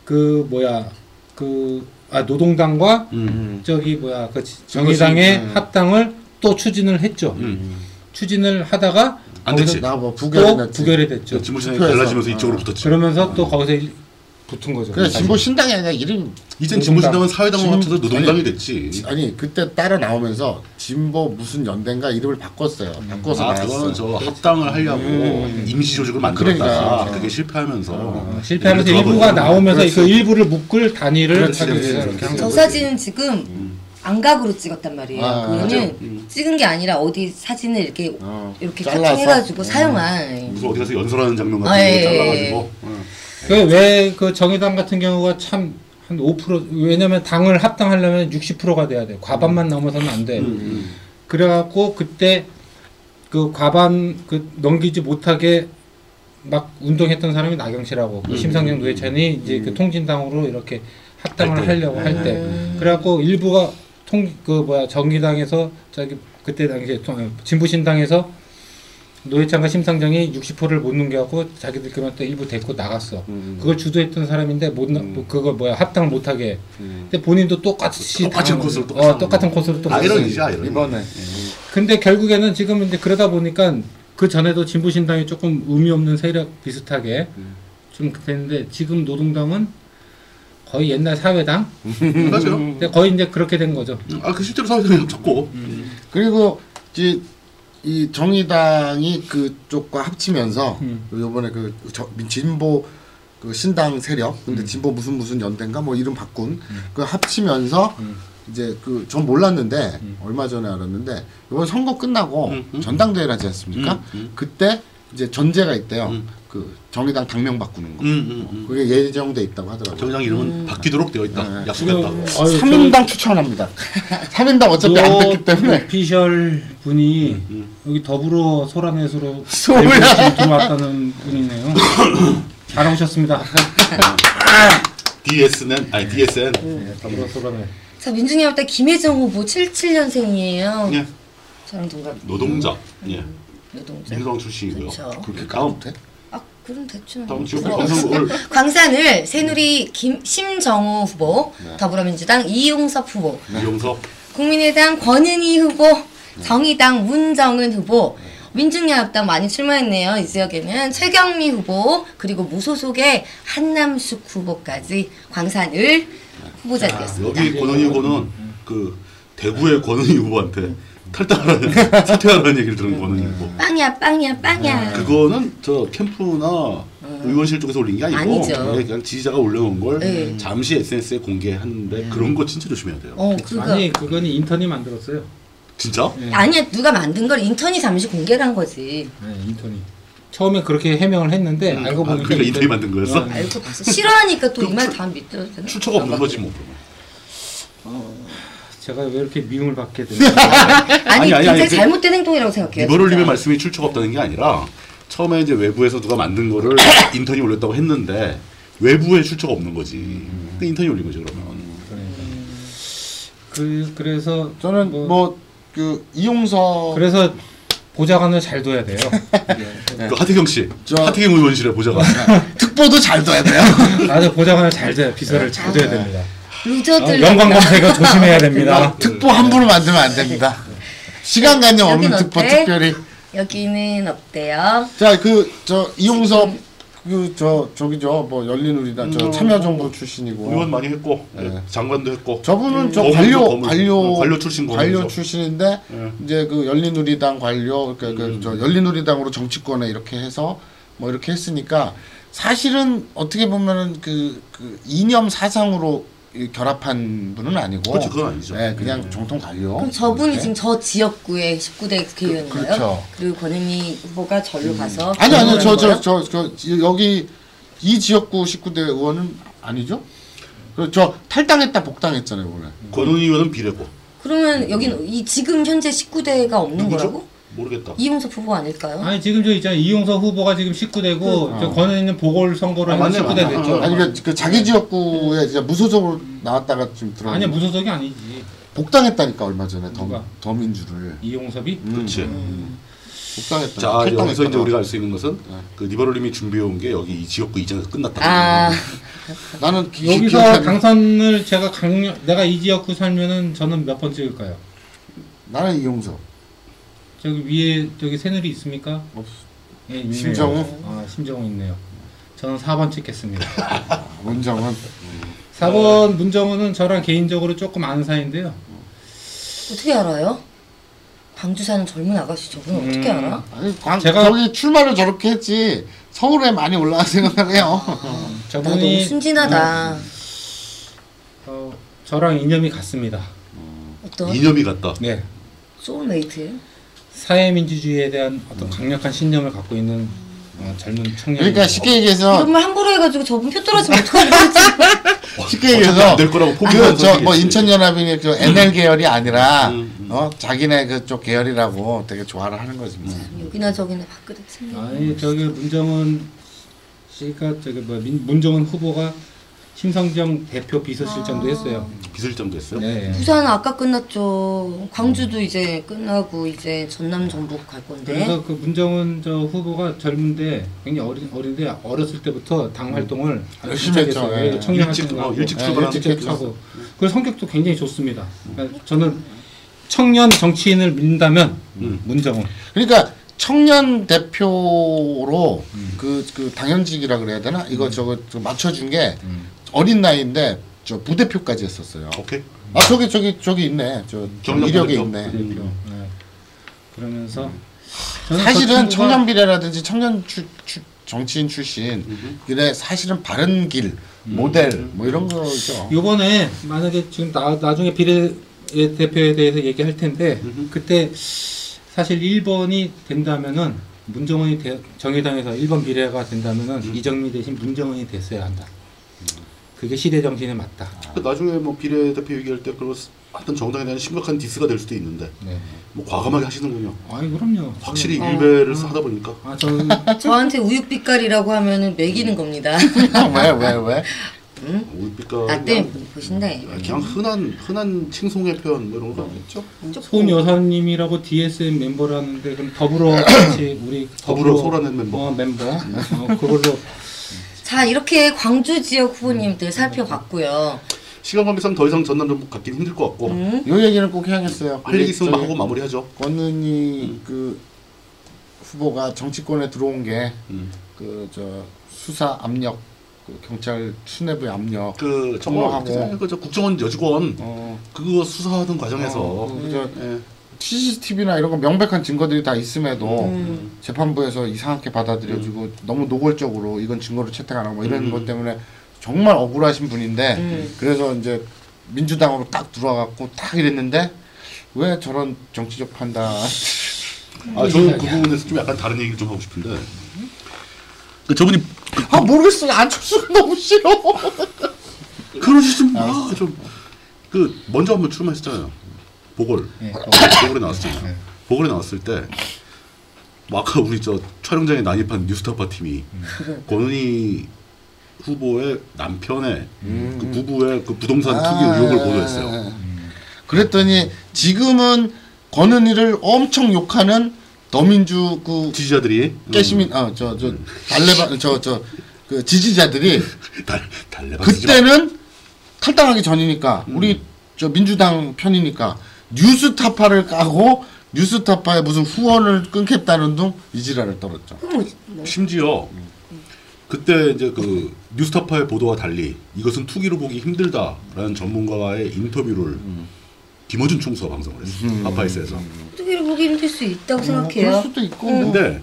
S4: 그 뭐야 그 아 노동당과
S2: 음.
S4: 저기 뭐야 그 지- 정의당의
S1: 음.
S4: 합당을 또 추진을 했죠.
S2: 음.
S4: 추진을 하다가
S2: 안
S4: 거기서
S2: 됐지.
S1: 아, 나뭐 부결이
S4: 또
S1: 났지.
S4: 부결이 됐죠.
S2: 진보 신당이
S1: 투표해서.
S2: 갈라지면서
S1: 아.
S2: 이쪽으로 붙었지.
S4: 그러면서 또 거기서 일- 붙은 거죠.
S1: 그래
S2: 네.
S1: 진보 신당이 아니라 이름
S2: 이젠 진보 신당은 사회당과
S1: 진-
S2: 합쳐서 노동당이 됐지.
S1: 아니 그때 따라 나오면서 진보 무슨 연대인가 이름을 바꿨어요. 바꿔서
S2: 아,
S1: 나왔어.
S2: 그거는 저 합당을 하려고 임시 조직을 만들었다가
S1: 그러니까.
S2: 그게 실패하면서 네,
S4: 아, 실패하면서 일부가 나오면서
S1: 그렇지.
S4: 그 일부를 묶을 단위를
S2: 음, 그렇지,
S4: 하기
S2: 그렇지,
S4: 위해서
S2: 그렇지. 음.
S4: 이렇게 한
S3: 저
S4: 거죠.
S3: 사진은 지금 안각으로 찍었단 말이에요.
S1: 아,
S2: 그렇죠?
S3: 그거는 음. 찍은 게 아니라 어디 사진을 이렇게
S1: 어,
S3: 이렇게
S1: 잘라서?
S2: 음.
S3: 카팅해가지고 사용한.
S2: 무슨 어디 가서 연설하는 장면 같은
S3: 아,
S2: 거
S3: 예,
S2: 잘라가지고 어.
S4: 그왜그 정의당 같은 경우가 참 한 5% 왜냐면 당을 합당하려면 60%가 돼야 돼. 과반만 넘어서는 안 돼.
S2: 음.
S4: 그래갖고 그때 그 과반 그 넘기지 못하게 막 운동했던 사람이 나경실하고
S2: 음.
S4: 그 심상정 노회찬이 이제 그 통진당으로 이렇게
S2: 할
S4: 합당을
S2: 때.
S4: 하려고 할 때
S2: 네.
S3: 음.
S4: 그래갖고 일부가 통 그 뭐야 정의당에서 저기 그때 당시에 통- 아니, 진보신당에서 노회찬과 심상정이 60%를 못 넘겨갖고 자기들 그만 또 일부 데리고 나갔어.
S1: 음.
S4: 그걸 주도했던 사람인데 못 나,
S2: 음.
S4: 뭐 그거 뭐야 합당 못하게. 근데 본인도 똑같이
S2: 똑같은
S4: 당한 거지.
S2: 코스로 똑같이
S4: 어, 똑같은 코스로 또.
S2: 아이러니지 아이러니.
S1: 이번에
S4: 근데 결국에는 지금 이제 그러다 보니까 그 전에도 진보신당이 조금 의미 없는 세력 비슷하게 좀 됐는데 지금 노동당은 거의 옛날 사회당.
S2: 음. 맞아요. 음,
S4: 근데 거의 이제 그렇게 된 거죠.
S2: 아그 실제로 사회당이 합쳤고
S1: 그리고 이제 이 정의당이 그쪽과 합치면서
S4: 음.
S1: 요번에 그 저- 진보 그 신당 세력 근데 진보 무슨 무슨 연대인가 뭐 이름 바꾼 그 합치면서 이제 그 전 몰랐는데 얼마 전에 알았는데 이번 선거 끝나고
S2: 음, 음.
S1: 전당대회를 하지 않습니까?
S2: 음, 음.
S1: 그때 이제 전제가 있대요.
S2: 음.
S1: 그 정의당 당명 바꾸는 거.
S2: 음, 음, 음.
S1: 그게 예정돼 있다고 하더라고요.
S2: 정의당 이름은
S3: 음.
S2: 바뀌도록 되어 있다.
S1: 네.
S2: 약속했다고.
S4: 아유,
S1: 삼인당 추천합니다. 삼인당 어차피 안
S4: 뭐,
S1: 됐기 때문에
S4: 오피셜 분이
S2: 음.
S4: 여기 더불어 소란에서로
S1: 소란.
S4: 들어왔다는 분이네요. 잘 오셨습니다.
S2: DS는 아니 DSN.
S3: 음.
S4: 더불어 소란에.
S3: 자 민중의힘당 김혜정 후보 77년생이에요.
S2: 예.
S3: 저랑 동갑.
S2: 노동자. 예.
S3: 노동자.
S2: 민주당 출신이고요.
S3: 네. 그렇죠.
S1: 그렇게 까도 돼?
S3: 아 그럼 대충.
S2: 다음 지역
S3: 뭐
S2: 방송국을
S3: 광산을 새누리 김 심정호 후보,
S2: 네.
S3: 더불어민주당 이용섭 후보,
S2: 이용석
S3: 국민의당 권은희 후보, 정의당 문정은 후보, 민중연합당 많이 출마했네요. 이 지역에는 최경미 후보 그리고 무소속의 한남숙 후보까지 광산을 후보자들이었습니다.
S2: 여기 권은희 후보는 그 대구의 권은희 후보한테 탈당하라는 사퇴하라는 얘기를
S3: 네.
S2: 들은 권은희 후보.
S3: 빵이야 빵이야 빵이야.
S2: 그거는 저 캠프나 의원실 쪽에서 올린 게 아니고
S3: 네.
S2: 네,
S3: 아니죠.
S2: 그냥 그냥 지지자가 올려놓은 걸
S3: 네.
S2: 잠시 SNS에 공개하는데 그런 거 진짜 조심해야 돼요.
S3: 어 그거
S4: 아니 그거는 인턴이 만들었어요.
S2: 진짜?
S3: 아니야 누가 만든 걸 인턴이 잠시 공개를 한 거지.
S4: 네, 인턴이. 처음에 그렇게 해명을 했는데
S2: 음.
S4: 알고
S2: 아,
S4: 보니까
S2: 그러니까 인턴이 만든 거였어?
S4: 어,
S3: 알고 봤어. 싫어하니까 또 이 말 다 믿어도 되나?
S2: 그 출처가 없는 거지 뭐.
S4: 제가 왜 이렇게 미움을 받게 되나?
S2: 아니,
S3: 아니,
S2: 아니,
S3: 굉장히
S2: 아니, 그-
S3: 잘못된 행동이라고 생각해요.
S2: 이버롤님의
S3: 진짜.
S2: 말씀이 출처가 없다는 게 아니라 처음에 이제 외부에서 누가 만든 거를 인턴이 올렸다고 했는데 외부에 출처가 없는 거지.
S3: 음.
S2: 근데 인턴이 올린 거죠 그러면.
S4: 그 그래서
S1: 저는 뭐 그 이용석
S4: 음. 그래서 보좌관을 잘 둬야 돼요.
S3: 네.
S2: 그 하태경 씨,
S1: 저-
S2: 하태경 의원실에 보좌관.
S1: 특보도 잘 둬야 돼요.
S4: 아주 보좌관을 잘 둬야 비서를 잘 둬야 됩니다. 어,
S3: 루저들
S4: 영광 검색어 조심해야 됩니다.
S1: 특보 함부로 만들면 안 됩니다. 시간 관념 없는
S3: 여긴
S1: 특보
S3: 어때?
S1: 특별히.
S3: 여기는 어때요?
S1: 자 그 저 이용석 그저 저기죠 뭐 열린우리당 저
S2: 음.
S1: 참여정부 출신이고
S2: 뭐 의원 많이 했고
S1: 네.
S2: 예, 장관도 했고
S1: 저분은 저
S2: 거물도
S1: 관료
S2: 거물.
S1: 관료
S2: 어, 관료 출신
S1: 관료
S2: 거물이죠.
S1: 출신인데
S2: 예.
S1: 이제 그 열린우리당 관료 그러니까
S2: 음.
S1: 그저 열린우리당으로 정치권에 이렇게 해서 뭐 이렇게 했으니까 사실은 어떻게 보면은 그, 그 이념 사상으로 이 결합한 분은 아니고
S2: 그렇죠, 그건 아니죠.
S1: 예, 그냥 정통 관료.
S3: 그럼 저분이
S1: 이렇게.
S3: 지금 저 지역구의 19대 국회의원인가요?
S1: 그렇죠.
S3: 그리고 권은희 후보가 절로 가서
S1: 아니 아니 저 저
S3: 거예요?
S1: 저 저 여기 이 지역구 19대 의원은 아니죠? 그저 탈당했다 복당했잖아요 원래.
S2: 권은희 그 의원은 비례고
S3: 그러면 여긴 이 지금 현재 19대가 없는 거라고?
S2: 모르겠다.
S3: 이용석 후보 아닐까요?
S4: 아니 지금 저 있잖아 이용석 후보가 지금 19대고 저 권은희는 보궐 선거로
S2: 아,
S4: 해서
S2: 맞네,
S4: 19대
S2: 맞네.
S4: 됐죠.
S1: 아니 그, 그 자기 지역구에 진짜 무소속으로 나왔다가 지금 들어.
S4: 아니 무소속이 아니지
S1: 복당했다니까 얼마 전에
S4: 누가?
S1: 더, 더민주를
S4: 이용섭이.
S2: 그렇지.
S3: 음.
S1: 복당했다.
S2: 자 여기서 이제 우리가 알 수 있는 것은
S1: 음. 네.
S2: 그 리버럴님이 준비해온 게 여기 이 지역구 이전에서 끝났다.
S3: 아,
S1: 나는 기,
S4: 여기서
S1: 기억하는-
S4: 당선을 제가 강력 내가 이 지역구 살면은 저는 몇 번 찍을까요?
S1: 나는 이용석
S4: 저기 위에 저기 새누리 있습니까?
S1: 없-
S4: 예, 있네요.
S1: 심정우?
S4: 아 심정우 있네요. 저는 4번 찍겠습니다.
S1: 아, 문정은
S4: 4번 문정우는 저랑 개인적으로 조금 아는 사이인데요.
S3: 어떻게 알아요? 광주 사는 젊은 아가씨 저분 어떻게
S4: 음.
S3: 알아?
S1: 아니 광
S4: 제가-
S1: 저기 출마를 저렇게 했지 서울에 많이 올라가 생각을 해요.
S3: 나 너무
S4: 저분이
S3: 순진하다.
S4: 어, 저랑 이념이 같습니다.
S3: 어떤
S2: 이념이 같다.
S1: 음.
S4: 네.
S3: 소울메이트?
S4: 사회민주주의에 대한 어떤 강력한 신념을 갖고 있는 어, 젊은 청년.
S1: 그러니까 쉽게 얘기해서
S4: 음.
S3: 이런 말 함부로 해가지고 저분 표 떨어지면 어떡하지?
S1: 쉽게
S2: 어차피
S1: 얘기해서
S2: 안될 거라고 포기하는
S1: 그저뭐
S2: 선택이지.
S1: 인천연합이 그 NL 계열이 아니라
S2: 음, 음.
S1: 어 자기네 그쪽 계열이라고 되게 좋아를 하는 거지. 뭐.
S3: 여기나 저기나 밥그릇 생겨.
S4: 아니 예, 저기 문정은 씨가 저기 뭐 민- 문정은 후보가 심성정 대표 비서실장도 했어요.
S1: 아,
S2: 비설정도 했어요.
S4: 네. 예.
S3: 부산은 아까 끝났죠. 광주도 이제 끝나고 이제 전남 전북 갈 건데.
S4: 그래서 그 문정은 저 후보가 젊은데 굉장히 어린 어린데 어렸을 때부터 당 활동을 아주
S1: 열심히
S4: 힘차게
S1: 했죠.
S4: 해서
S1: 예.
S4: 청년
S2: 일찍,
S4: 활동을
S2: 어,
S4: 하고
S2: 일찍
S4: 예,
S2: 출발하는
S1: 일찍
S4: 하고 그 성격도 굉장히 좋습니다. 그러니까 저는 청년 정치인을 믿는다면
S2: 음.
S4: 문정은
S1: 그러니까 청년 대표로 그, 그 당연직이라 그래야 되나 이거 저거 좀 맞춰준 게 어린 나이인데 저 부대표까지 했었어요.
S2: 오케이.
S1: 아 저기 저기 저기 있네. 저
S2: 경력
S1: 이력에
S2: 부대표.
S1: 있네.
S2: 음.
S4: 대표. 예. 그러면서 저는 그
S1: 사실은
S4: 친구가-
S1: 청년 비례라든지 청년 추, 추, 정치인 출신
S2: 음.
S1: 근데 사실은 바른 길 모델 뭐 이런 거죠.
S4: 요번에 만약에 지금 나, 나중에 비례 대표에 대해서 얘기할 텐데 그때 사실 1번이 된다면은 문정은이 대- 정의당에서 1번 비례가 된다면은
S2: 음.
S4: 이정미 대신 문정은이 됐어야 한다. 그게 시대 정신에 맞다.
S2: 그 나중에 뭐 비례대표 얘기할 때 그거 쓰- 하여튼 정당에 대한 심각한 디스가 될 수도 있는데
S4: 네.
S2: 뭐 과감하게 하시는군요.
S4: 아니 그럼요.
S2: 확실히
S3: 어.
S2: 일배를 하다 보니까
S4: 저는- 아 저는
S3: 저한테 우유 빛깔이라고 하면은 먹이는 겁니다.
S1: 왜 왜 왜?
S3: 음?
S2: 올빛과
S3: 나 때문에 못 네. 보신대.
S2: 뭐 그냥, 그냥 흔한 흔한 칭송의 표현 뭐 이런 거 아니겠죠?
S4: 손 여사님이라고 DSM 멤버라는데 그럼 더불어 같이 우리
S2: 더불어 소라는 멤버.
S4: 어, 멤버 어, 그걸로
S3: 자 이렇게 광주 지역 후보님들 살펴봤고요.
S2: 시간 관계상 더 이상 전남 전북 갖기 힘들 것 같고
S1: 요 얘기는 꼭 해야겠어요.
S2: 할 얘기 있으면
S1: 네, 저기
S2: 하고 마무리하죠.
S1: 권은희 그 후보가 정치권에 들어온
S2: 음.
S1: 게 그 저 수사 압력, 그 경찰 수뇌부의 압력,
S2: 그 저거
S1: 뭐 정말하고.
S2: 그, 저 국정원 여직원
S1: 어,
S2: 그거 수사하던 과정에서
S1: 그저
S2: 예.
S1: CCTV나 이런 거 명백한 증거들이 다 있음에도 음.
S3: 음.
S1: 재판부에서 이상하게 받아들여지고 너무 노골적으로 이건 증거로 채택 안 하고 뭐 이런 것 때문에 정말 억울하신 분인데
S3: 음.
S1: 그래서 이제 민주당으로 딱 들어와갖고 딱 이랬는데 왜 저런 정치적 판단
S2: 아 저는 그 부분에서 좀 약간 다른 얘기를 좀 하고 싶은데 그 저분이
S1: 아 모르겠어요 안철수가 너무 싫어
S2: 그러시지
S1: 아,
S2: 아, 마좀그 먼저 한번 출마했잖아요 보궐
S1: 네.
S4: 예, 어,
S2: 보궐에 나왔잖아요 보궐에 나왔을 때뭐 아까 우리 저 촬영장에 난입한 뉴스타파 팀이
S1: 음.
S2: 권은희 후보의 남편의 그 부부의 그 부동산 투기
S1: 음. 아,
S2: 의혹을
S1: 예,
S2: 보도했어요.
S1: 예, 예. 그랬더니 지금은 권은희를 엄청 욕하는 더민주 그
S2: 지지자들이
S1: 깨시민 아저저 달레바 저저 그 지지자들이
S2: 음, 달 달래봐 쓰지 마.
S1: 그때는 탈당하기 전이니까 우리
S2: 음.
S1: 저 민주당 편이니까 뉴스타파를 까고 뉴스타파에 무슨 후원을 끊겠다는 둥 이지랄을 떨었죠.
S3: 그럼 뭐, 뭐
S2: 심지어 그때 이제 그 뉴스타파의 보도와 달리 이것은 투기로 보기 힘들다라는 전문가와의 인터뷰를 김어준 총수가 방송을 했어요. 파파이스에서.
S3: 어떻게 보기 힘들 수
S1: 뭐
S3: 있다고
S1: 그럴
S3: 생각해요. 음.
S1: 수도 있고 뭐.
S2: 근데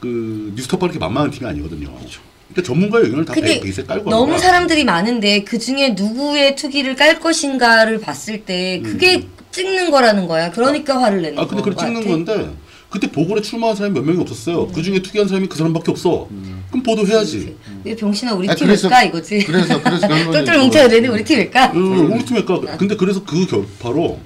S2: 그 뉴스타파 이렇게 만만한 팀이 아니거든요. 그러니까 전문가의 의견을 다
S3: 근데
S2: 베이스에 깔고 하는
S3: 너무
S2: 거야.
S3: 사람들이 많은데 그 중에 누구의 투기를 깔 것인가를 봤을 때 그게
S1: 음.
S3: 찍는 거라는 거야. 그러니까 화를 내는
S2: 아 근데
S3: 거
S2: 그걸 찍는
S3: 같아. 음.
S2: 건데 그때 보궐에 출마한 사람이 몇 명이 없었어요. 그 중에 투기한 사람이 그 사람밖에 없어. 그럼 보도해야지.
S3: 왜 병신아 우리
S1: 아,
S3: 팀
S1: 그래서-
S3: 일까 이거지.
S1: 그래서 그래서 음. 결국은
S3: 똘똘
S1: 그거-
S3: 뭉쳐야 되는 우리 팀 일까?
S2: 어, 우리 팀에 까. 근데 그래서 그 결파로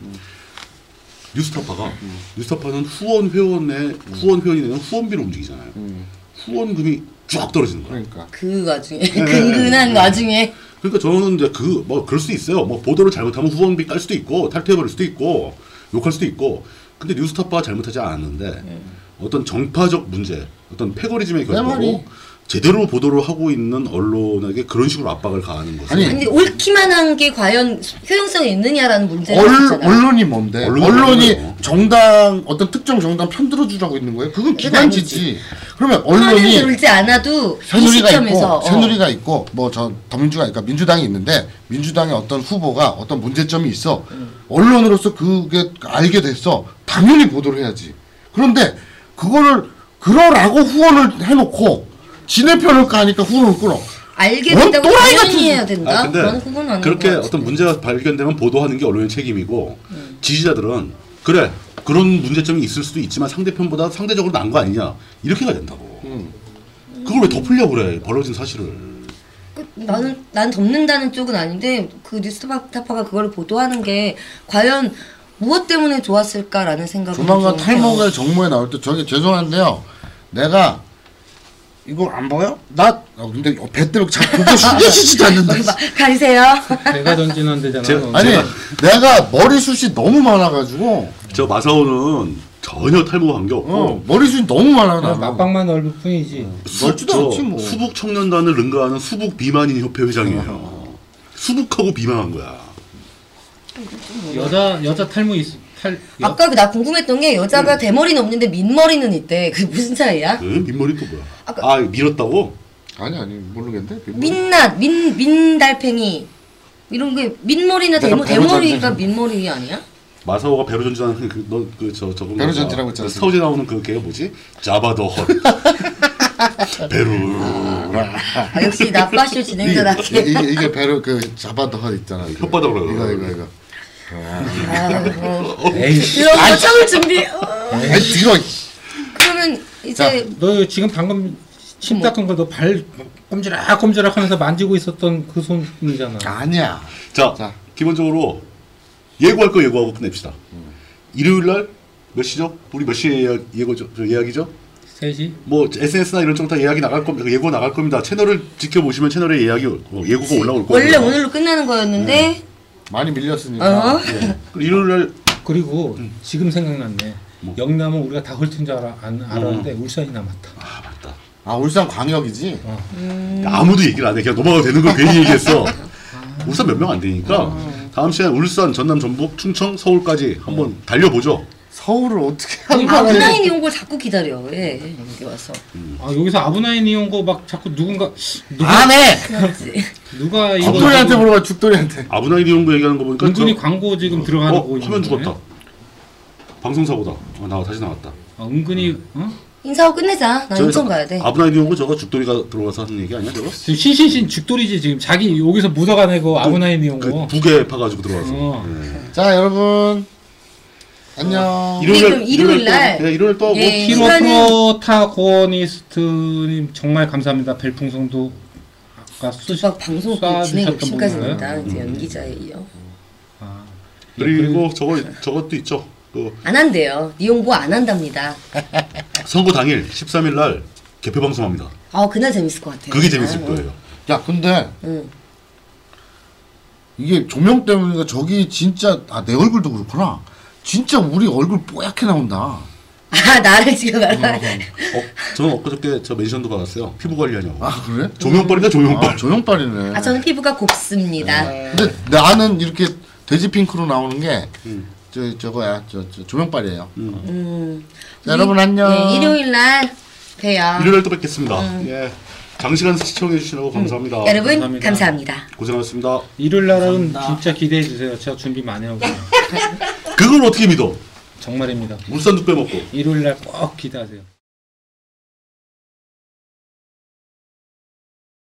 S2: 뉴스타파가 뉴스타파는 후원 회원의 후원 회원이 내는 후원비로 움직이잖아요.
S1: 음.
S2: 후원금이 쫙 떨어지는 거예요.
S1: 그러니까
S3: 그 와중에
S1: 음.
S3: 근근한 와중에
S2: 그러니까 저는 이제 그 뭐 그럴 수도 있어요. 뭐 보도를 잘못하면 후원비 깔 수도 있고 탈퇴해버릴 수도 있고 욕할 수도 있고. 근데 뉴스타파가 잘못하지 않았는데
S1: 예.
S2: 어떤 정파적 문제, 어떤 패거리즘의
S1: 내 말이.
S2: 결과고 제대로 보도를 하고 있는 언론에게 그런 식으로 압박을 가하는 것은
S1: 아니,
S3: 근데 옳기만 한 게 과연 효용성이 있느냐라는 문제가
S1: 언,
S3: 있잖아.
S1: 언론이 뭔데?
S2: 언론이
S1: 언론이,
S2: 뭐예요?
S1: 정당 어떤 특정 정당 편들어 주라고 있는 거예요? 그건 기관지지. 그러면
S3: 언론이
S1: 언론이
S3: 울지 않아도 이
S1: 새누리가
S3: 시점에서
S1: 있고
S3: 어.
S1: 새누리가 있고 뭐 저 덤주가 그러니까 민주당이 있는데 민주당의 어떤 후보가 어떤 문제점이 있어
S3: 음.
S1: 언론으로서 그게 알게 됐어 당연히 보도를 해야지. 그런데 그거를 그러라고 후원을 해놓고 지네 편을 까니까 후원을 끌어.
S3: 알게
S1: 뭔
S3: 된다고
S1: 또라이 같은
S3: 당연히 해야
S1: 소리.
S3: 된다.
S2: 아, 근데
S3: 그런 부분은 아닌
S2: 그렇게
S3: 것 같은데.
S2: 어떤 문제가 발견되면 보도하는 게 언론의 책임이고 지지자들은 그래 그런 문제점이 있을 수도 있지만 상대편보다 상대적으로 나은 거 아니냐 이렇게 가야 된다고.
S1: 음.
S2: 그걸 왜 덮으려고 그래 벌어진 사실을.
S3: 그, 나는 난 덮는다는 쪽은 아닌데 그 뉴스타파가 그걸 보도하는 게 과연 무엇 때문에 좋았을까라는 생각을
S1: 조만간
S3: 좀
S1: 탈모가 정모에 나올 때 저기 죄송한데요. 내가 이거 안 보여? 나 어, 근데 배 때문에 자꾸 그거 숙여지지도 않는데.
S3: 해요. 가세요.
S4: 내가 던지는 데잖아.
S2: 제-
S4: 너.
S1: 아니 내가 머리숱이 너무 많아가지고
S2: 저 마사오는 전혀 탈모 관계 없고
S1: 어, 머리숱이 너무 많아
S4: 그냥
S1: 나.
S4: 막방만 넓을 뿐이지.
S2: 수-
S1: 넓지도
S2: 저
S1: 않지, 뭐.
S2: 수북 청년단을 능가하는 수북 비만인 협회 회장이에요.
S1: 어.
S2: 수북하고 비만한 거야.
S4: 여자 여자 탈모 있, 탈 여,
S3: 아까 그 나 궁금했던 게 여자가 대머리는 없는데 민머리는 있대. 그게 무슨 차이야?
S2: 응? 민머리 또 뭐야?
S3: 아까-
S2: 아 밀었다고?
S1: 아니 아니 모르겠는데. 뭐
S3: 민낯, 민 민달팽이 이런 게 민머리나
S1: 내가
S3: 대머,
S1: 배로
S3: 대머리가
S1: 전쟁.
S3: 민머리 아니야?
S2: 마사오가 배로전지라는 그너그저 저거 뭐야?
S1: 배로전지라고 했잖아,
S2: 그 스타워즈에 나오는 그 걔가 뭐지? 자바더 헛. 배로.
S3: 아, 역시 나빠쇼 진행자다.
S1: 이게, 이게, 이게 배로 그 잡아더 있잖아. 이거.
S2: 혓바닥으로.
S1: 이거 이거 이거.
S3: 아유,
S4: 에이씨.
S3: 이런 거 참을 준비. 어,
S1: 아니 들어.
S3: 그러면 이제
S4: 너 지금 방금 침 닦은 거 너 발 꼼지락 꼼지락 하면서 만지고 있었던 그 손이잖아.
S1: 아니야.
S2: 자,
S1: 자.
S2: 기본적으로 예고할 거 예고하고 끝냅시다. 일요일 날 몇 시죠? 우리 몇 시에 예약, 예고죠? 저 예약이죠?
S4: 셋이
S2: 뭐 SNS나 이런 쪽다 예약이 나갈 겁니다. 예고 나갈 겁니다. 채널을 지켜보시면 채널에 예약이 올- 어, 예고가 올라올 거예요.
S3: 원래 오늘로 끝나는 거였는데
S1: 많이 밀렸으니까.
S3: 어?
S2: 네. 일요일 날
S4: 그리고 지금 생각났네. 영남은 우리가 다 훑은 줄 알아, 안, 알았는데 울산이 남았다.
S2: 아, 맞다.
S1: 아 울산 광역이지.
S2: 그러니까 아무도 얘기를 안 해. 그냥 넘어가도 되는 걸 괜히 얘기했어. 울산 몇 명 안 되니까 다음 시간에 울산, 전남, 전북, 충청, 서울까지 한번
S3: 음.
S2: 달려보죠.
S1: 서울을 어떻게 하는
S3: 아브라인
S1: 거야?
S3: 이온 걸 자꾸 기다려. 왜 여기 와서?
S4: 아 여기서 아브나인이 온 거 막 자꾸 누군가 누가
S1: 안해.
S4: 누가 이거
S1: 죽돌이한테 아, 물어봐 죽돌이한테.
S2: 아브나이 이용구 얘기하는 거 보니까
S4: 은근히
S2: 저-
S4: 광고 지금 들어가는 거
S2: 어, 화면 죽었다. 방송사고다. 아, 나 다시 나왔다.
S4: 아, 은근히 어?
S3: 인사하고 끝내자. 나
S2: 저기서
S3: 인천 가야 돼.
S2: 아브나이 이용구 저거 죽돌이가 들어와서 하는 얘기 아니야 저거?
S4: 지금 신신신 죽돌이지 지금 자기 여기서 묻어가 내고 아브나인이 온
S2: 그
S3: 어.
S4: 거.
S2: 북에 파가지고 들어와서.
S4: 어.
S2: 네.
S1: 자 여러분 안녕.
S3: 그럼 어. 일요일 날.
S2: 네, 일요일 또 하고.
S3: 예.
S4: 피로
S3: 시간이-
S4: 프로타고니스트님 정말 감사합니다. 벨풍성도 아까 쓰시
S3: 막 방송 그 진행
S4: 쏴주셨던 분인가요?
S3: 욕심까지입니다. 이제 연기자에 이어
S4: 아,
S3: 예.
S2: 그리고 저거 저것도 있죠. 그
S3: 안 한대요. 니용보 안 한답니다.
S2: 선거 당일 13일 날 개표 방송합니다.
S3: 아 그날 재밌을 것 같아요.
S2: 그게 재밌을
S3: 아,
S2: 거예요.
S1: 야 근데
S3: 응.
S1: 이게 조명 때문에 저기 진짜 아 내 얼굴도 그렇구나. 진짜 우리 얼굴 뽀얗게 나온다.
S3: 아 나를 지금 알아.
S2: 어, 저는 엊그저께 저 멘션도 받았어요. 피부 관리하냐고.
S1: 아 그래?
S2: 조명빨이다 조명빨.
S1: 아 조명빨이네. 네.
S3: 아 저는 피부가 곱습니다.
S1: 근데 나는 이렇게 돼지 핑크로 나오는 게 저, 저거야 저, 저 조명빨이에요.
S3: 음.
S1: 자, 여러분 안녕.
S3: 예, 일요일 네, 날 봬요.
S2: 일요일 날 또 뵙겠습니다. 예. 장시간 시청해 주시라고 감사합니다.
S3: 음. 여러분
S4: 감사합니다.
S3: 감사합니다.
S2: 고생하셨습니다.
S4: 일요일 날은
S5: 감사합니다.
S4: 진짜 기대해 주세요. 제가 준비 많이 하고
S2: 그걸 어떻게 믿어?
S4: 정말입니다.
S2: 울산도 빼먹고.
S4: 일요일 날 꼭 기대하세요.